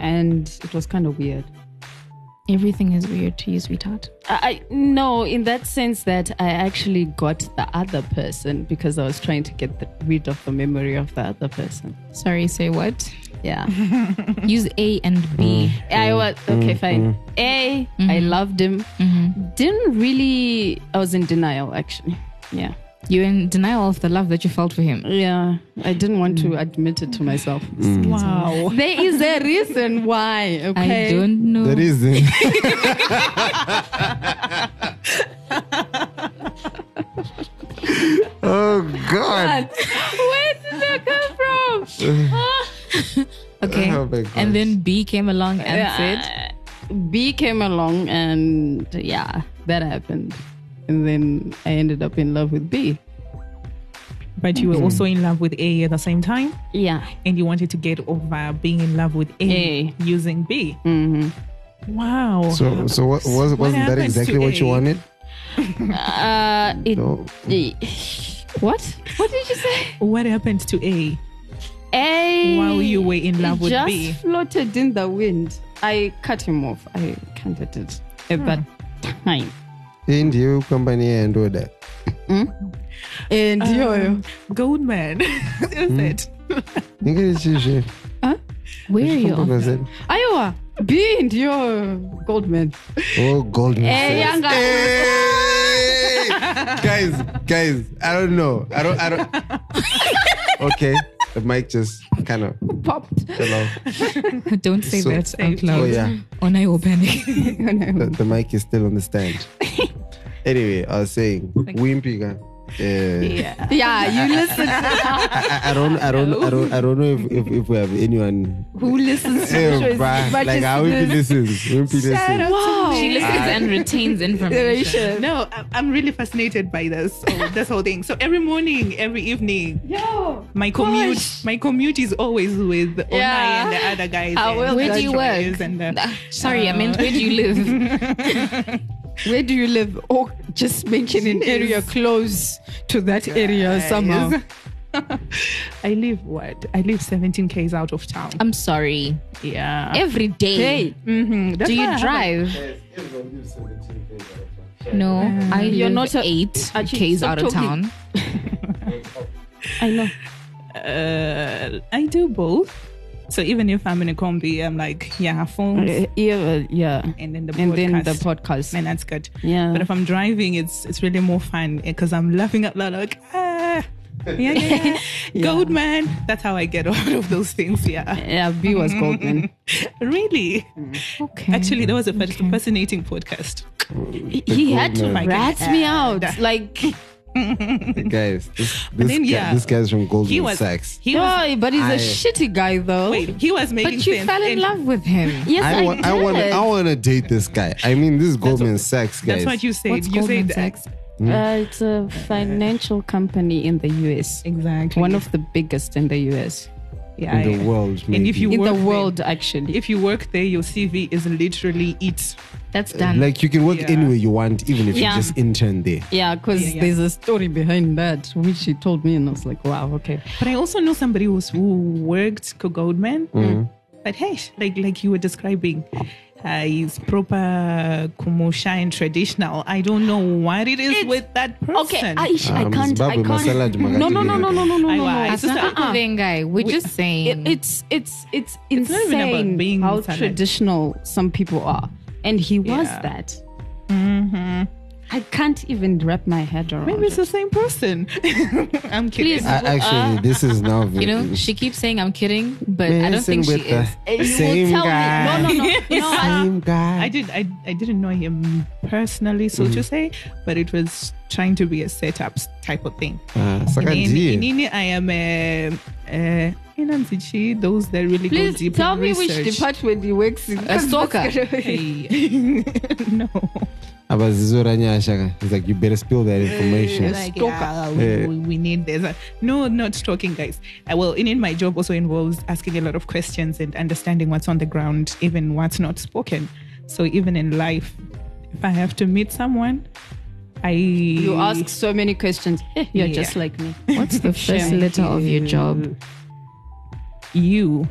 [SPEAKER 5] And it was kind of weird.
[SPEAKER 1] Everything is weird to you, sweetheart.
[SPEAKER 5] I I- no, in that sense that I actually got the other person because I was trying to get the, rid of the memory of the other person.
[SPEAKER 3] Sorry, say what?
[SPEAKER 5] Yeah,
[SPEAKER 3] Mm-hmm. Use A and B.
[SPEAKER 4] Mm.
[SPEAKER 5] I was okay. Fine. A, I
[SPEAKER 3] Mm-hmm.
[SPEAKER 5] loved him. Didn't really. I was in denial actually. Yeah,
[SPEAKER 3] You're in denial of the love that you felt for him.
[SPEAKER 5] yeah. I didn't want
[SPEAKER 3] Mm.
[SPEAKER 5] to admit it to myself.
[SPEAKER 4] Mm.
[SPEAKER 6] Mm. Wow.
[SPEAKER 5] There is a reason why. Okay.
[SPEAKER 3] I don't know.
[SPEAKER 4] That is the. oh,
[SPEAKER 5] Ah,
[SPEAKER 4] God.
[SPEAKER 5] Where did that come from?
[SPEAKER 3] okay.
[SPEAKER 4] Oh my gosh.
[SPEAKER 3] and then B came along and said,
[SPEAKER 5] B came along and yeah, that happened. And then I ended up in love with B.
[SPEAKER 6] But
[SPEAKER 4] Mm.
[SPEAKER 6] you were also in love with A at the same time,
[SPEAKER 5] Yeah.
[SPEAKER 6] and you wanted to get over being in love with A,
[SPEAKER 5] A.
[SPEAKER 6] using B.
[SPEAKER 3] Mm-hmm.
[SPEAKER 6] Wow.
[SPEAKER 4] So, so what, was,
[SPEAKER 6] What
[SPEAKER 4] wasn't that
[SPEAKER 6] happens to
[SPEAKER 4] exactly what you
[SPEAKER 6] A?
[SPEAKER 4] wanted?
[SPEAKER 5] Uh, it.
[SPEAKER 4] No.
[SPEAKER 5] eh, What? What did you say?
[SPEAKER 6] what happened to A?
[SPEAKER 5] A.
[SPEAKER 6] While you were in love
[SPEAKER 5] it
[SPEAKER 6] with
[SPEAKER 5] just
[SPEAKER 6] B.
[SPEAKER 5] floated in the wind. I cut him off. I counted it at that time.
[SPEAKER 4] In you company and order.
[SPEAKER 5] And yo,
[SPEAKER 6] Goldman. Is
[SPEAKER 5] Hmm.
[SPEAKER 6] it?
[SPEAKER 4] Nigga, it's you, shit.
[SPEAKER 1] Where are you?
[SPEAKER 4] Kumbuka said,
[SPEAKER 5] Iowa, B and yo, Goldman.
[SPEAKER 4] Oh, golden.
[SPEAKER 5] Hey,
[SPEAKER 4] says,
[SPEAKER 5] younger.
[SPEAKER 4] "Hey!" guys, guys, I don't know. I don't. I don't. Okay, the mic just kind of
[SPEAKER 5] Popped.
[SPEAKER 4] fell off.
[SPEAKER 3] Don't say
[SPEAKER 4] So-
[SPEAKER 3] that out loud.
[SPEAKER 4] Oh yeah,
[SPEAKER 3] Or now you'll panic.
[SPEAKER 4] the, the mic is still on the stand. Anyway, I was saying, wimpy guy. Yeah.
[SPEAKER 5] Yeah, you listen.
[SPEAKER 4] I, I don't, I don't, I don't, I don't know if, if, if we have anyone.
[SPEAKER 5] Who listens to
[SPEAKER 4] Eh,
[SPEAKER 5] the show? It's
[SPEAKER 4] bruh,
[SPEAKER 5] much
[SPEAKER 4] like
[SPEAKER 5] as
[SPEAKER 4] how
[SPEAKER 5] it
[SPEAKER 4] wimpy
[SPEAKER 5] is.
[SPEAKER 4] this is. Wimpy this
[SPEAKER 5] Shout
[SPEAKER 4] is.
[SPEAKER 5] out to
[SPEAKER 3] She
[SPEAKER 5] me.
[SPEAKER 3] listens and retains information.
[SPEAKER 5] Generation.
[SPEAKER 6] No, I- I'm really fascinated by this so this whole thing. So every morning, every evening, my commute, my commute is always with Onai
[SPEAKER 5] Yeah.
[SPEAKER 6] and the other guys.
[SPEAKER 5] I
[SPEAKER 6] and
[SPEAKER 5] will
[SPEAKER 3] Where do
[SPEAKER 5] judge
[SPEAKER 3] you
[SPEAKER 5] you.
[SPEAKER 3] work?
[SPEAKER 6] Joyce and the-
[SPEAKER 3] Ah, Sorry, I meant where do you live?
[SPEAKER 5] Where do you live? Oh, just mention an area close to that area somehow.
[SPEAKER 6] I live what? I live 17 k's out of town.
[SPEAKER 3] I'm sorry.
[SPEAKER 6] Yeah.
[SPEAKER 3] Every day.
[SPEAKER 5] Hey,
[SPEAKER 6] Mhm. That's
[SPEAKER 3] Do
[SPEAKER 6] why I
[SPEAKER 3] you
[SPEAKER 6] have
[SPEAKER 3] drive? No, I
[SPEAKER 5] You're
[SPEAKER 3] live
[SPEAKER 5] not a-
[SPEAKER 3] eight
[SPEAKER 5] Actually,
[SPEAKER 3] k's
[SPEAKER 5] stop
[SPEAKER 3] out of
[SPEAKER 5] talking.
[SPEAKER 3] town.
[SPEAKER 5] I know.
[SPEAKER 6] a- Uh, I do both. So even if I'm in a combi, I'm like, yeah, phones
[SPEAKER 5] Uh, yeah, uh, yeah.
[SPEAKER 6] and then the
[SPEAKER 5] And
[SPEAKER 6] podcast.
[SPEAKER 5] then the podcast.
[SPEAKER 6] Man, that's good.
[SPEAKER 5] Yeah.
[SPEAKER 6] But if I'm driving, it's it's really more fun because I'm laughing out loud, like, ah, yeah, yeah, yeah. gold man. That's how I get all of those things. Yeah,
[SPEAKER 5] yeah, B was Goldman.
[SPEAKER 6] really.
[SPEAKER 3] Okay.
[SPEAKER 6] Actually, that was a fas- fascinating podcast.
[SPEAKER 5] he he had to
[SPEAKER 6] Goldman.
[SPEAKER 5] rat me out. Like,
[SPEAKER 4] Guys, this, this,
[SPEAKER 6] then,
[SPEAKER 4] guy,
[SPEAKER 6] yeah.
[SPEAKER 4] this guy's from
[SPEAKER 6] He
[SPEAKER 4] Goldman
[SPEAKER 6] was
[SPEAKER 4] Sachs.
[SPEAKER 6] he was
[SPEAKER 5] no, but he's a
[SPEAKER 4] I-
[SPEAKER 5] shitty guy though.
[SPEAKER 6] wait, he was making
[SPEAKER 3] but you
[SPEAKER 6] sense.
[SPEAKER 3] fell in
[SPEAKER 6] and
[SPEAKER 3] love with him.
[SPEAKER 5] Yes, I,
[SPEAKER 4] I want, I want,
[SPEAKER 5] did.
[SPEAKER 4] I want to date this guy. I mean, this is Goldman Sachs guy.
[SPEAKER 6] That's what you said.
[SPEAKER 3] What's
[SPEAKER 6] you
[SPEAKER 3] Goldman
[SPEAKER 6] said
[SPEAKER 3] Sachs?
[SPEAKER 5] Uh, it's a financial company in the US.
[SPEAKER 6] exactly
[SPEAKER 5] One of the biggest in the US.
[SPEAKER 6] yeah.
[SPEAKER 4] in the
[SPEAKER 6] yeah.
[SPEAKER 4] world. Maybe.
[SPEAKER 6] and if you
[SPEAKER 5] In
[SPEAKER 6] work
[SPEAKER 5] the
[SPEAKER 6] there-
[SPEAKER 5] world, actually.
[SPEAKER 6] if you work there, your CV is literally it.
[SPEAKER 3] That's done.
[SPEAKER 4] like, you can work
[SPEAKER 6] Yeah.
[SPEAKER 4] anywhere you want, even if
[SPEAKER 5] Yeah.
[SPEAKER 4] you just intern there.
[SPEAKER 5] Yeah, because
[SPEAKER 6] Yeah, yeah.
[SPEAKER 5] there's a story behind that, which he told me, and I was like, wow, okay.
[SPEAKER 6] But I also know somebody who's, who worked for Goldman. But hey, like like you were describing, uh, is proper Kumosha and traditional. I don't know what it is
[SPEAKER 5] It's-
[SPEAKER 6] with that
[SPEAKER 5] Okay,
[SPEAKER 6] person.
[SPEAKER 5] Aish, I
[SPEAKER 4] Um,
[SPEAKER 5] can't. I
[SPEAKER 4] Zimbabwe,
[SPEAKER 5] can't.
[SPEAKER 4] Masalad,
[SPEAKER 5] No, no, no, no, no, no, no,
[SPEAKER 6] I
[SPEAKER 5] no.
[SPEAKER 6] lied.
[SPEAKER 5] I-
[SPEAKER 3] That's not
[SPEAKER 6] uh-uh.
[SPEAKER 3] the thing, guy. We're just saying.
[SPEAKER 5] It, it's it's it's
[SPEAKER 6] not even about
[SPEAKER 5] insane
[SPEAKER 6] being
[SPEAKER 5] how
[SPEAKER 6] Masalad.
[SPEAKER 5] traditional some people are, and he was
[SPEAKER 6] Yeah.
[SPEAKER 5] that. I can't even wrap my head around.
[SPEAKER 6] Maybe it's
[SPEAKER 5] it.
[SPEAKER 6] the same person. I'm kidding.
[SPEAKER 3] Please,
[SPEAKER 4] I, actually, this is now.
[SPEAKER 3] you know, she keeps saying I'm kidding, but I don't think she
[SPEAKER 4] Mm. with
[SPEAKER 3] is.
[SPEAKER 4] the same guy.
[SPEAKER 5] No, no, no.
[SPEAKER 4] Same guy.
[SPEAKER 6] I did. I, I didn't know him personally, so to say, but it was trying to be a setup s- type of thing.
[SPEAKER 4] Uh, it's like a
[SPEAKER 6] in,
[SPEAKER 4] deal.
[SPEAKER 6] in Ini, I am a. Uh, in Antichi, those that really
[SPEAKER 5] Please
[SPEAKER 6] go deep
[SPEAKER 5] tell
[SPEAKER 6] in
[SPEAKER 5] me
[SPEAKER 6] research.
[SPEAKER 5] which department he works in.
[SPEAKER 3] A stalker.
[SPEAKER 6] Hey. no.
[SPEAKER 4] Abazizora Nyashaka. He's like, you better spill that information.
[SPEAKER 6] Like, yeah, we,
[SPEAKER 4] Yeah.
[SPEAKER 6] we- we need this. Uh, No, not talking, guys. Uh, well, in, in my job also involves asking a lot of questions and understanding what's on the ground, even what's not spoken. So even in life, if I have to meet someone, I
[SPEAKER 5] You ask so many questions. Eh, You're
[SPEAKER 6] Yeah.
[SPEAKER 5] just like me.
[SPEAKER 3] What's the first
[SPEAKER 5] Shame.
[SPEAKER 3] letter of your job?
[SPEAKER 6] you.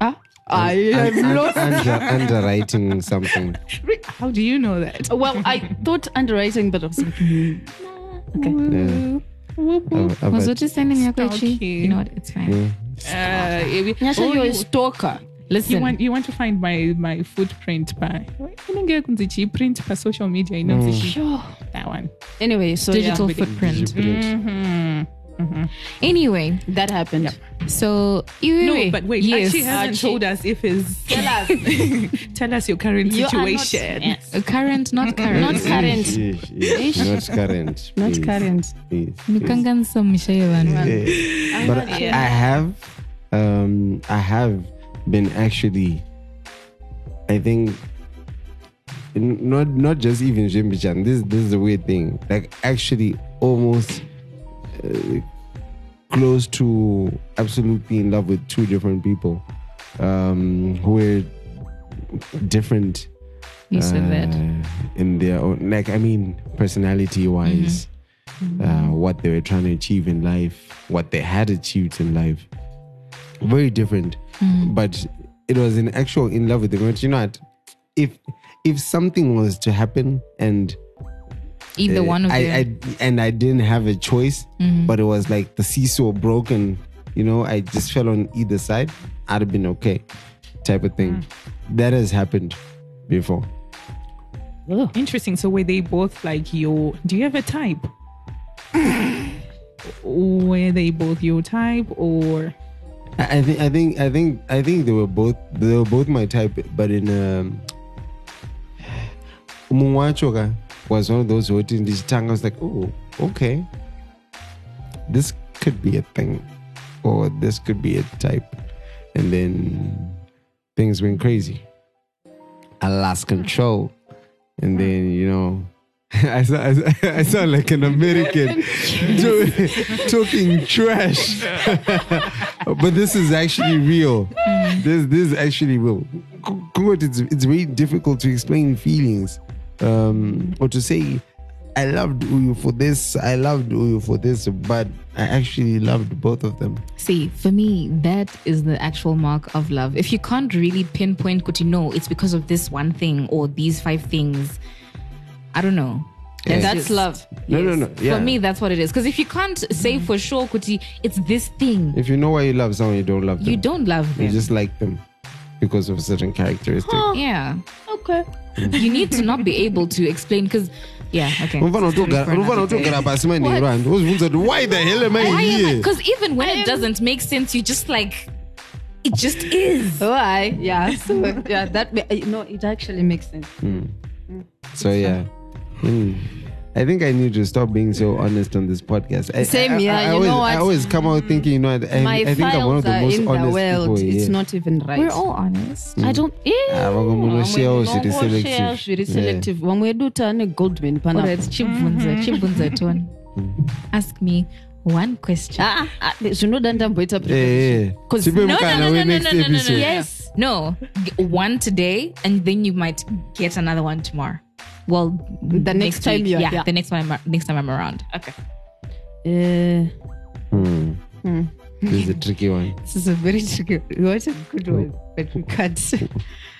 [SPEAKER 5] Ah, I
[SPEAKER 4] Un-
[SPEAKER 5] am
[SPEAKER 4] un-
[SPEAKER 5] lost.
[SPEAKER 4] under, underwriting something.
[SPEAKER 6] Re- How do you know that?
[SPEAKER 5] Well, I thought underwriting, but I was like, hmm. okay.
[SPEAKER 4] Yeah. Ab-
[SPEAKER 3] Was
[SPEAKER 4] abaz-
[SPEAKER 3] it just sending me a
[SPEAKER 6] Stalk
[SPEAKER 3] question?
[SPEAKER 6] you.
[SPEAKER 3] You know what? It's fine.
[SPEAKER 4] Yeah.
[SPEAKER 6] Uh, it-
[SPEAKER 5] Nyasha,
[SPEAKER 6] oh,
[SPEAKER 5] you're a
[SPEAKER 6] you,
[SPEAKER 5] stalker.
[SPEAKER 3] Listen,
[SPEAKER 6] you want you want to find my my footprint by print per social media. You know,
[SPEAKER 5] Mm. Sure.
[SPEAKER 6] that one. Mm-hmm.
[SPEAKER 5] Anyway, so yeah,
[SPEAKER 3] digital footprint. Anyway,
[SPEAKER 5] that happened.
[SPEAKER 3] so you
[SPEAKER 6] No, but wait,
[SPEAKER 3] yes,
[SPEAKER 6] she hasn't
[SPEAKER 5] Archie.
[SPEAKER 6] told us if his
[SPEAKER 5] Tell us.
[SPEAKER 6] Tell us your current
[SPEAKER 5] You are not-
[SPEAKER 6] situation.
[SPEAKER 5] yes.
[SPEAKER 3] Uh, current, not current,
[SPEAKER 5] Not current.
[SPEAKER 4] Ish, ish, Not current.
[SPEAKER 5] Not
[SPEAKER 4] please,
[SPEAKER 5] current.
[SPEAKER 4] please, please.
[SPEAKER 3] Mikangansa Mishayevan.
[SPEAKER 4] Yeah. But I have, um, I have been actually, I think, n- not not just even Jimbichan. This this is the weird thing. Like actually, almost uh, close to absolutely in love with two different people, um, who were different
[SPEAKER 3] You said that.
[SPEAKER 4] Uh, in their own like i mean personality wise
[SPEAKER 3] Mm-hmm.
[SPEAKER 4] uh, what they were trying to achieve in life what they had achieved in life very different
[SPEAKER 3] Mm-hmm.
[SPEAKER 4] but it was in actual in love with them but you know what if if something was to happen and
[SPEAKER 3] Either
[SPEAKER 4] uh,
[SPEAKER 3] one of Mm-hmm.
[SPEAKER 4] I,
[SPEAKER 3] them.
[SPEAKER 4] I and i didn't have a choice but it was like the seesaw broken you know i just fell on either side i'd have been okay type of thing
[SPEAKER 3] Mm.
[SPEAKER 4] that has happened before
[SPEAKER 6] Interesting. So were they both like your? Do you have a type? were they both your type or?
[SPEAKER 4] I I think I think I think I think they were both they were both my type, but in um Mungwachoka was one of those who in this tongue. I was like, oh, okay. This could be a thing. Or this could be a type. And then things went crazy. I lost control. And then, you know, I sound, I, sound- I sound like an American to- talking trash. but this is actually real. This this is actually real. Qu- quote, It's, it's very difficult to explain feelings um, or to say, I loved you for this, I loved you for this, but I actually loved both of them.
[SPEAKER 3] See, for me, that is the actual mark of love. If you can't really pinpoint kuti no, it's because of this one thing or these five things. I don't know.
[SPEAKER 4] Yeah.
[SPEAKER 5] That's
[SPEAKER 3] just-
[SPEAKER 5] love.
[SPEAKER 4] No, no, no. Yeah.
[SPEAKER 3] For me, that's what it is. Because if you can't say for sure, Kuti, it's this thing,
[SPEAKER 4] if you know why you love someone, you don't love them.
[SPEAKER 3] you don't love
[SPEAKER 4] You
[SPEAKER 3] them.
[SPEAKER 4] just like them because of certain characteristics.
[SPEAKER 3] yeah.
[SPEAKER 5] Okay.
[SPEAKER 3] You need to not be able to explain because, yeah, okay.
[SPEAKER 4] Umfana utogara- umfana utogara pasi maneirani. Uzvibvunza kuti, Why the hell am I here?
[SPEAKER 3] Because even when it doesn't make sense, you just like, it just is.
[SPEAKER 5] Oh, I yeah. So yeah, that ma- uh, no, it actually makes sense.
[SPEAKER 4] So yeah, Mm. I think I need to stop being so honest on this podcast. I,
[SPEAKER 5] Same,
[SPEAKER 4] I- I-
[SPEAKER 5] yeah,
[SPEAKER 4] I
[SPEAKER 5] you
[SPEAKER 4] always,
[SPEAKER 5] know
[SPEAKER 4] I
[SPEAKER 5] what?
[SPEAKER 4] always come out thinking, you know, I, I-
[SPEAKER 5] My
[SPEAKER 4] I think I'm one of
[SPEAKER 5] files
[SPEAKER 4] the
[SPEAKER 5] are
[SPEAKER 4] most
[SPEAKER 5] in the
[SPEAKER 4] honest
[SPEAKER 5] world.
[SPEAKER 4] people.
[SPEAKER 5] it's
[SPEAKER 4] yeah.
[SPEAKER 5] not even right.
[SPEAKER 3] We're all honest.
[SPEAKER 5] I don't. eh.
[SPEAKER 4] Ah, vamwe munoshayawo zviri selective. Yeah.
[SPEAKER 5] selective. Vamwe vedu taane Goldman
[SPEAKER 3] All
[SPEAKER 5] panapa.
[SPEAKER 3] right, chibvunza chibvunza tone ask me one question
[SPEAKER 5] Ah, ah, zvinoda ndamboita
[SPEAKER 4] Eh, eh.
[SPEAKER 5] Cause-
[SPEAKER 4] Tipe
[SPEAKER 5] No, no,
[SPEAKER 4] mukana
[SPEAKER 3] no, no,
[SPEAKER 4] we-next
[SPEAKER 3] no, no, no, no,
[SPEAKER 4] episode.
[SPEAKER 3] yeah. no g- one today and then you might get another one tomorare well the
[SPEAKER 5] next time you're
[SPEAKER 3] yeah,
[SPEAKER 5] here.
[SPEAKER 3] the next time I'm, next time i'm around
[SPEAKER 5] Eh,
[SPEAKER 4] Hmm. This is a tricky one.
[SPEAKER 5] This is a very tricky. What a good one,
[SPEAKER 4] Oh.
[SPEAKER 5] but we can't.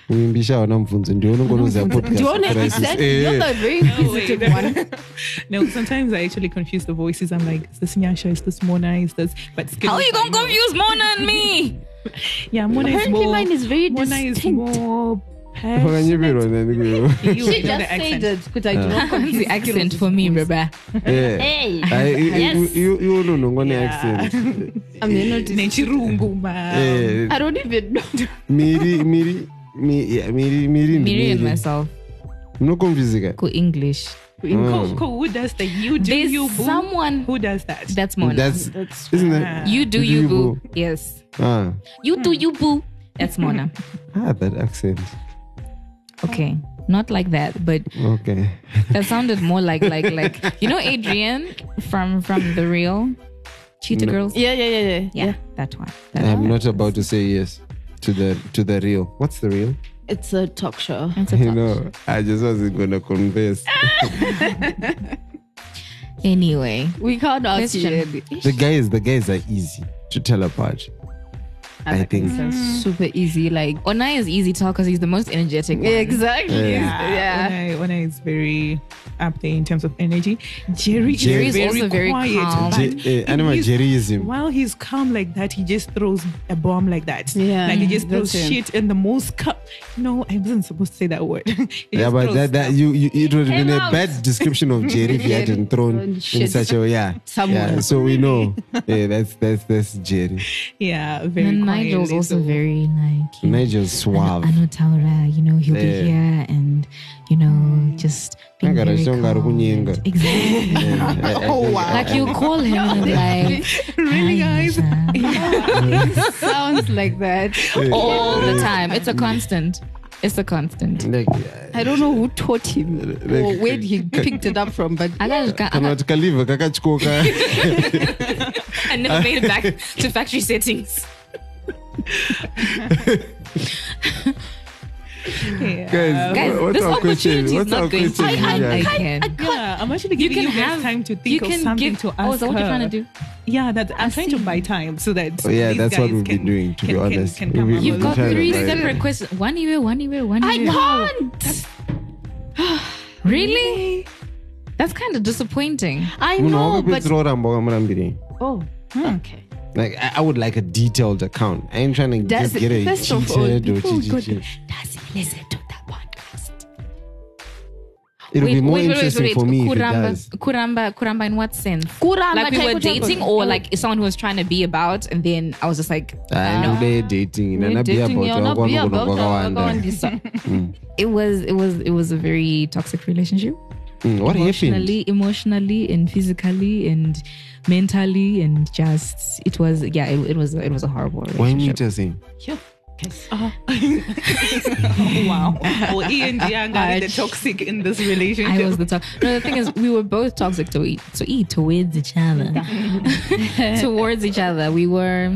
[SPEAKER 4] Uimbisha hauna mubvunzo. Ndiwe unongonoziva podcast
[SPEAKER 5] Don't
[SPEAKER 4] for us. Eh, eh.
[SPEAKER 5] a very inquisitive one.
[SPEAKER 6] No, sometimes I actually confuse the voices. I'm like, is this Nyasha? Is this Mona? Is this? But
[SPEAKER 3] how are you gonna
[SPEAKER 6] go?
[SPEAKER 3] confuse mona and me
[SPEAKER 6] Yeah, Mona is
[SPEAKER 5] Apparently,
[SPEAKER 6] more.
[SPEAKER 5] mine is very
[SPEAKER 6] Mona is
[SPEAKER 5] distinct.
[SPEAKER 6] more
[SPEAKER 4] Wakanyipirwa then you-
[SPEAKER 5] She
[SPEAKER 6] You know
[SPEAKER 5] just
[SPEAKER 6] the
[SPEAKER 5] said
[SPEAKER 6] accent.
[SPEAKER 5] it because I do
[SPEAKER 4] Ah.
[SPEAKER 5] not confuse
[SPEAKER 3] the accent for me, Baba.
[SPEAKER 4] Yeah.
[SPEAKER 1] Hey.
[SPEAKER 4] I- you-
[SPEAKER 1] Yes.
[SPEAKER 4] you- you don't know ngone accent.
[SPEAKER 5] I'm not
[SPEAKER 6] Nechirungu, ma.
[SPEAKER 4] Eh,
[SPEAKER 5] I don't even know.
[SPEAKER 4] Miri, Miri, mi- yeah, Miri, Miri, ndi
[SPEAKER 3] Miri and
[SPEAKER 4] Miri.
[SPEAKER 3] myself
[SPEAKER 4] Munokonfuzika.
[SPEAKER 3] go English.
[SPEAKER 4] Ah.
[SPEAKER 6] Ko- ko- Who does the you do
[SPEAKER 3] There's
[SPEAKER 6] you boo?
[SPEAKER 3] someone
[SPEAKER 6] Who does that?
[SPEAKER 3] that's Mona.
[SPEAKER 4] That's isn't
[SPEAKER 6] Ah.
[SPEAKER 4] that?
[SPEAKER 3] you do you, boo. Yes.
[SPEAKER 4] Ah,
[SPEAKER 3] You do you boo. That's Mona.
[SPEAKER 4] ah, that accent.
[SPEAKER 3] Okay. Not like that, but
[SPEAKER 4] Okay.
[SPEAKER 3] that sounded more like like like you know Adrian from from the real Cheetah Girls.
[SPEAKER 5] Yeah, yeah, yeah, yeah.
[SPEAKER 3] Yeah, that one. That
[SPEAKER 4] I'm not about to say yes to the to the real. What's the real?
[SPEAKER 5] It's a talk show.
[SPEAKER 3] one's a
[SPEAKER 4] You
[SPEAKER 3] top.
[SPEAKER 4] know, I just wasn't gonna converse.
[SPEAKER 3] Anyway,
[SPEAKER 5] We can't ask you.
[SPEAKER 3] question.
[SPEAKER 4] the guys, the guys are easy to tell apart. I think.
[SPEAKER 3] Mm.
[SPEAKER 5] Super easy, like
[SPEAKER 3] Onai is easy to tell because he's the most energetic. One.
[SPEAKER 5] exactly.
[SPEAKER 4] Yeah.
[SPEAKER 5] Yeah.
[SPEAKER 6] Ona, Ona is very up there in terms of energy. Jerry,
[SPEAKER 4] Jerry
[SPEAKER 6] is
[SPEAKER 4] is
[SPEAKER 6] very
[SPEAKER 3] also very
[SPEAKER 6] quiet.
[SPEAKER 3] calm.
[SPEAKER 6] but
[SPEAKER 4] Je- uh, animal
[SPEAKER 6] he's-
[SPEAKER 4] Jerryism.
[SPEAKER 6] While he's calm like that, he just throws a bomb like that.
[SPEAKER 5] Yeah.
[SPEAKER 6] like he just
[SPEAKER 5] That's
[SPEAKER 6] throws
[SPEAKER 5] him.
[SPEAKER 6] shit in the most. Cu- no, I wasn't supposed to say that word. He
[SPEAKER 4] Yeah,
[SPEAKER 6] just
[SPEAKER 4] but
[SPEAKER 6] throws
[SPEAKER 4] that, that you, you it would have been
[SPEAKER 5] out.
[SPEAKER 4] a bad description of Jerry if you hadn't thrown in
[SPEAKER 5] Shit.
[SPEAKER 4] such a way. Yeah.
[SPEAKER 5] Somewhere.
[SPEAKER 4] Yeah, so we know. Yeah, that's that's that's Jerry.
[SPEAKER 6] stuff. yeah, very.
[SPEAKER 3] And
[SPEAKER 6] quiet.
[SPEAKER 3] Nigel's
[SPEAKER 6] He's
[SPEAKER 3] also
[SPEAKER 6] so-
[SPEAKER 3] very like you know,
[SPEAKER 4] Nigel suave.
[SPEAKER 3] I know Taura, you know, he'll
[SPEAKER 4] Yeah.
[SPEAKER 3] be here and, you know, just being
[SPEAKER 4] Nagara
[SPEAKER 3] very
[SPEAKER 4] shonga ari
[SPEAKER 3] calm
[SPEAKER 4] kunyenga.
[SPEAKER 3] and- Exactly.
[SPEAKER 4] Oh wow.
[SPEAKER 3] like you call him and he's like, really guys,
[SPEAKER 5] Sounds like that.
[SPEAKER 3] all the time. It's a constant. It's a constant.
[SPEAKER 4] Like,
[SPEAKER 5] I don't know who taught him or where he picked it up from, but
[SPEAKER 3] I got, I,
[SPEAKER 4] kana
[SPEAKER 3] got,
[SPEAKER 4] kuti kalibva kakatyoka
[SPEAKER 3] I never made it back to factory settings.
[SPEAKER 4] guys,
[SPEAKER 3] Guys,
[SPEAKER 4] what's
[SPEAKER 3] this
[SPEAKER 4] our question?
[SPEAKER 3] opportunity is
[SPEAKER 4] What's our
[SPEAKER 3] not going to
[SPEAKER 4] question?
[SPEAKER 3] be had
[SPEAKER 4] Yeah.
[SPEAKER 3] again.
[SPEAKER 6] Yeah, I'm actually
[SPEAKER 3] You
[SPEAKER 6] giving you,
[SPEAKER 3] can
[SPEAKER 6] guys
[SPEAKER 3] have
[SPEAKER 6] time to think
[SPEAKER 3] you
[SPEAKER 6] of
[SPEAKER 3] can
[SPEAKER 6] something
[SPEAKER 3] give,
[SPEAKER 6] to ask.
[SPEAKER 3] Oh, is that what you're
[SPEAKER 6] her.
[SPEAKER 3] trying to do?
[SPEAKER 6] Yeah, that I'm trying to buy time so that.
[SPEAKER 4] Oh, yeah,
[SPEAKER 6] these
[SPEAKER 4] that's what
[SPEAKER 6] guys
[SPEAKER 4] we've been
[SPEAKER 6] can-
[SPEAKER 4] doing, to be
[SPEAKER 6] can- can-
[SPEAKER 4] honest.
[SPEAKER 6] can come
[SPEAKER 4] We've
[SPEAKER 6] up
[SPEAKER 4] been-
[SPEAKER 3] You've
[SPEAKER 6] with-
[SPEAKER 3] got
[SPEAKER 4] trying to
[SPEAKER 3] three
[SPEAKER 4] buy it.
[SPEAKER 3] separate questions. One year, one year, one year.
[SPEAKER 5] I can't.
[SPEAKER 3] Really? That's kind of disappointing.
[SPEAKER 5] I
[SPEAKER 4] Munhu
[SPEAKER 5] know, but
[SPEAKER 4] wakakwedzera kuramba wakamurambirei?
[SPEAKER 5] oh,
[SPEAKER 3] Hmm.
[SPEAKER 5] okay.
[SPEAKER 4] Like I, I would like a detailed account. I ain't trying to just
[SPEAKER 5] Does
[SPEAKER 4] get a
[SPEAKER 5] it, first of all,
[SPEAKER 4] cheated or
[SPEAKER 5] people
[SPEAKER 4] cheated.
[SPEAKER 5] got,
[SPEAKER 4] cheated.
[SPEAKER 5] does he listen to that podcast?
[SPEAKER 4] It'll
[SPEAKER 3] Wait,
[SPEAKER 4] be more
[SPEAKER 3] wait, wait, wait,
[SPEAKER 4] interesting
[SPEAKER 3] wait.
[SPEAKER 4] for me if it
[SPEAKER 3] Kuramba,
[SPEAKER 4] does.
[SPEAKER 3] Kuramba, Kuramba, in what sense?
[SPEAKER 5] Kuramba,
[SPEAKER 3] like we
[SPEAKER 5] type
[SPEAKER 3] were
[SPEAKER 5] of topic.
[SPEAKER 3] dating, or like someone who was trying to be about, and then I was just like,
[SPEAKER 4] I know they're dating.
[SPEAKER 5] You're
[SPEAKER 4] And I'll be
[SPEAKER 5] dating,
[SPEAKER 4] about
[SPEAKER 5] you're not be about to go on
[SPEAKER 4] Wakawanda.
[SPEAKER 5] this. It
[SPEAKER 3] it was, it was, it was a very toxic relationship.
[SPEAKER 4] Mm, What happened?
[SPEAKER 3] Emotionally, emotionally, and physically, and mentally, and just it was, yeah, it, it was, it was a horrible
[SPEAKER 4] Why
[SPEAKER 3] relationship.
[SPEAKER 4] meters in?
[SPEAKER 6] wow. Well, Ian Diang are the toxic in this relationship.
[SPEAKER 3] I was the top. No, the thing is, we were both toxic to eat, to eat towards each other. towards each other, we were.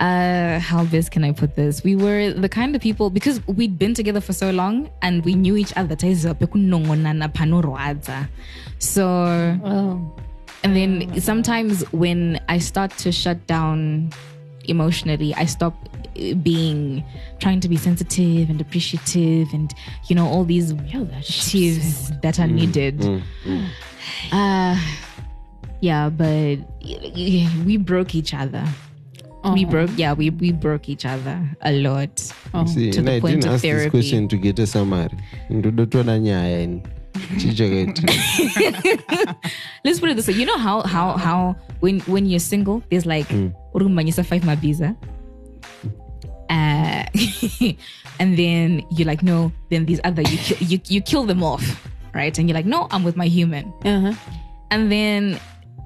[SPEAKER 3] Uh, how best can I put this? We were the kind of people because we'd been together for so long and we knew each other. Taizo, pekunongonana, panorwaza. So, and then sometimes when I start to shut down emotionally, I stop uh, being trying to be sensitive and appreciative and you know all these tips that are needed. Uh, yeah, but y- y- we broke each other. We broke, yeah, we, we broke each other a lot.
[SPEAKER 4] See,
[SPEAKER 3] Oh, to
[SPEAKER 4] and
[SPEAKER 3] the
[SPEAKER 4] I
[SPEAKER 3] point
[SPEAKER 4] didn't
[SPEAKER 3] of
[SPEAKER 4] ask this
[SPEAKER 3] therapy.
[SPEAKER 4] question to get a summary. Ndodotoda nyaya ini. Chichakaita.
[SPEAKER 3] Let's put it this way: you know how how how when when you're single, there's like "Urukumanyisa five mabiza. Uh, and then you're like, no. Then these other you kill, you you kill them off, right? And you're like, no, I'm with my human.
[SPEAKER 5] Uh-huh.
[SPEAKER 3] And then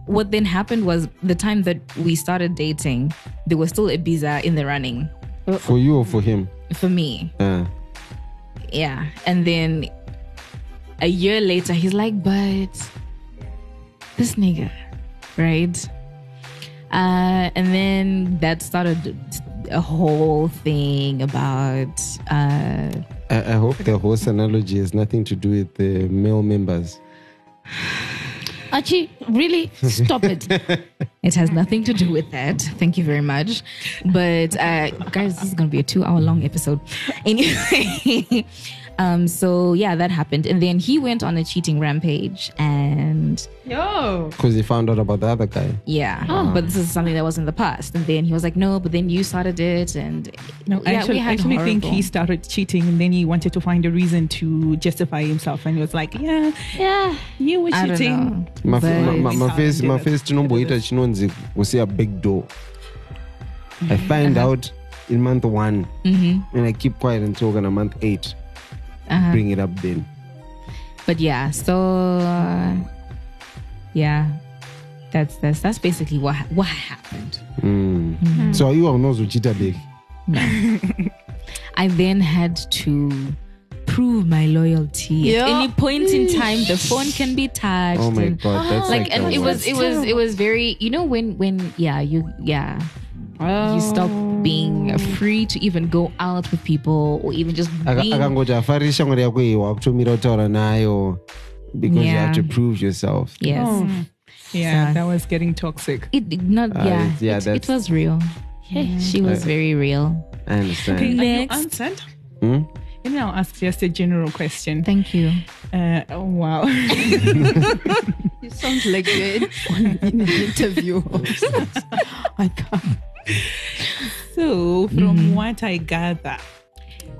[SPEAKER 3] what then happened was the time that we started dating, there was still Ibiza in the running
[SPEAKER 4] For you or for him?
[SPEAKER 3] for me.
[SPEAKER 4] Ah.
[SPEAKER 3] Yeah. And then a year later, he's like, but this nigga, right? Uh, and then that started a whole thing about uh,
[SPEAKER 4] I, I hope the horse analogy has nothing to do with the male members.
[SPEAKER 5] Archie, really? Stop it.
[SPEAKER 3] It has nothing to do with that. Thank you very much. But uh, guys, this is going to be a two hour long episode. Anyway, Um, so yeah, that happened, and then he went on a cheating rampage, and
[SPEAKER 5] Yo.
[SPEAKER 4] Because he found out about the other guy.
[SPEAKER 3] yeah,
[SPEAKER 6] Oh.
[SPEAKER 3] but this is something that was in the past. And then he was like, "No," but then you started it, and
[SPEAKER 6] No,
[SPEAKER 3] yeah,
[SPEAKER 6] actually,
[SPEAKER 3] we
[SPEAKER 6] I
[SPEAKER 3] had
[SPEAKER 6] actually think
[SPEAKER 3] horrible-
[SPEAKER 6] he started cheating and then he wanted to find a reason to justify himself and he was like, Yeah,
[SPEAKER 3] yeah,
[SPEAKER 6] you were
[SPEAKER 3] I don't know.
[SPEAKER 6] cheating.
[SPEAKER 4] Ma-
[SPEAKER 3] But-
[SPEAKER 4] ma- ma- ma-
[SPEAKER 6] Sorry,
[SPEAKER 4] face-
[SPEAKER 6] did
[SPEAKER 4] ma-
[SPEAKER 6] it.
[SPEAKER 4] face chinomboita chinonzi kusiya big door i
[SPEAKER 3] Mm-hmm.
[SPEAKER 4] find
[SPEAKER 3] Uh-huh.
[SPEAKER 4] out in month one and i keep quiet until kana month eight
[SPEAKER 3] Uh-huh.
[SPEAKER 4] bring it up then
[SPEAKER 3] but yeah so uh, yeah that's that's that's basically what ha- what happened
[SPEAKER 4] Mm.
[SPEAKER 3] Mm-hmm.
[SPEAKER 4] so you are not uchita big
[SPEAKER 3] i then had to prove my loyalty at
[SPEAKER 5] Yeah.
[SPEAKER 3] any point in time the phone can be touched
[SPEAKER 4] oh my
[SPEAKER 3] and,
[SPEAKER 4] god that's
[SPEAKER 3] like
[SPEAKER 4] like,
[SPEAKER 3] and
[SPEAKER 4] the
[SPEAKER 3] it was
[SPEAKER 4] worst.
[SPEAKER 3] it was it was very you know when when yeah you yeah you stop
[SPEAKER 6] Oh.
[SPEAKER 3] being free to even go out with people or even just
[SPEAKER 4] Aka-
[SPEAKER 3] being
[SPEAKER 4] akangoti afari shamwari yako iyi wakutomira kutaura nayo because you have
[SPEAKER 3] Yeah.
[SPEAKER 4] to prove yourself
[SPEAKER 3] yes
[SPEAKER 6] Oh. Yeah, that was getting toxic.
[SPEAKER 3] it it not
[SPEAKER 4] Uh,
[SPEAKER 3] yeah
[SPEAKER 4] it's- yeah,
[SPEAKER 3] it, it
[SPEAKER 4] that's- Uh,
[SPEAKER 3] was real she was very real
[SPEAKER 4] i understand
[SPEAKER 6] Have you
[SPEAKER 3] Next.
[SPEAKER 6] answered?
[SPEAKER 4] Hmm?
[SPEAKER 6] Let me now ask just a general question.
[SPEAKER 3] thank you
[SPEAKER 6] Uh, oh, wow.
[SPEAKER 5] You sound like you're in in an interview. I can't.
[SPEAKER 6] So, from what I gather,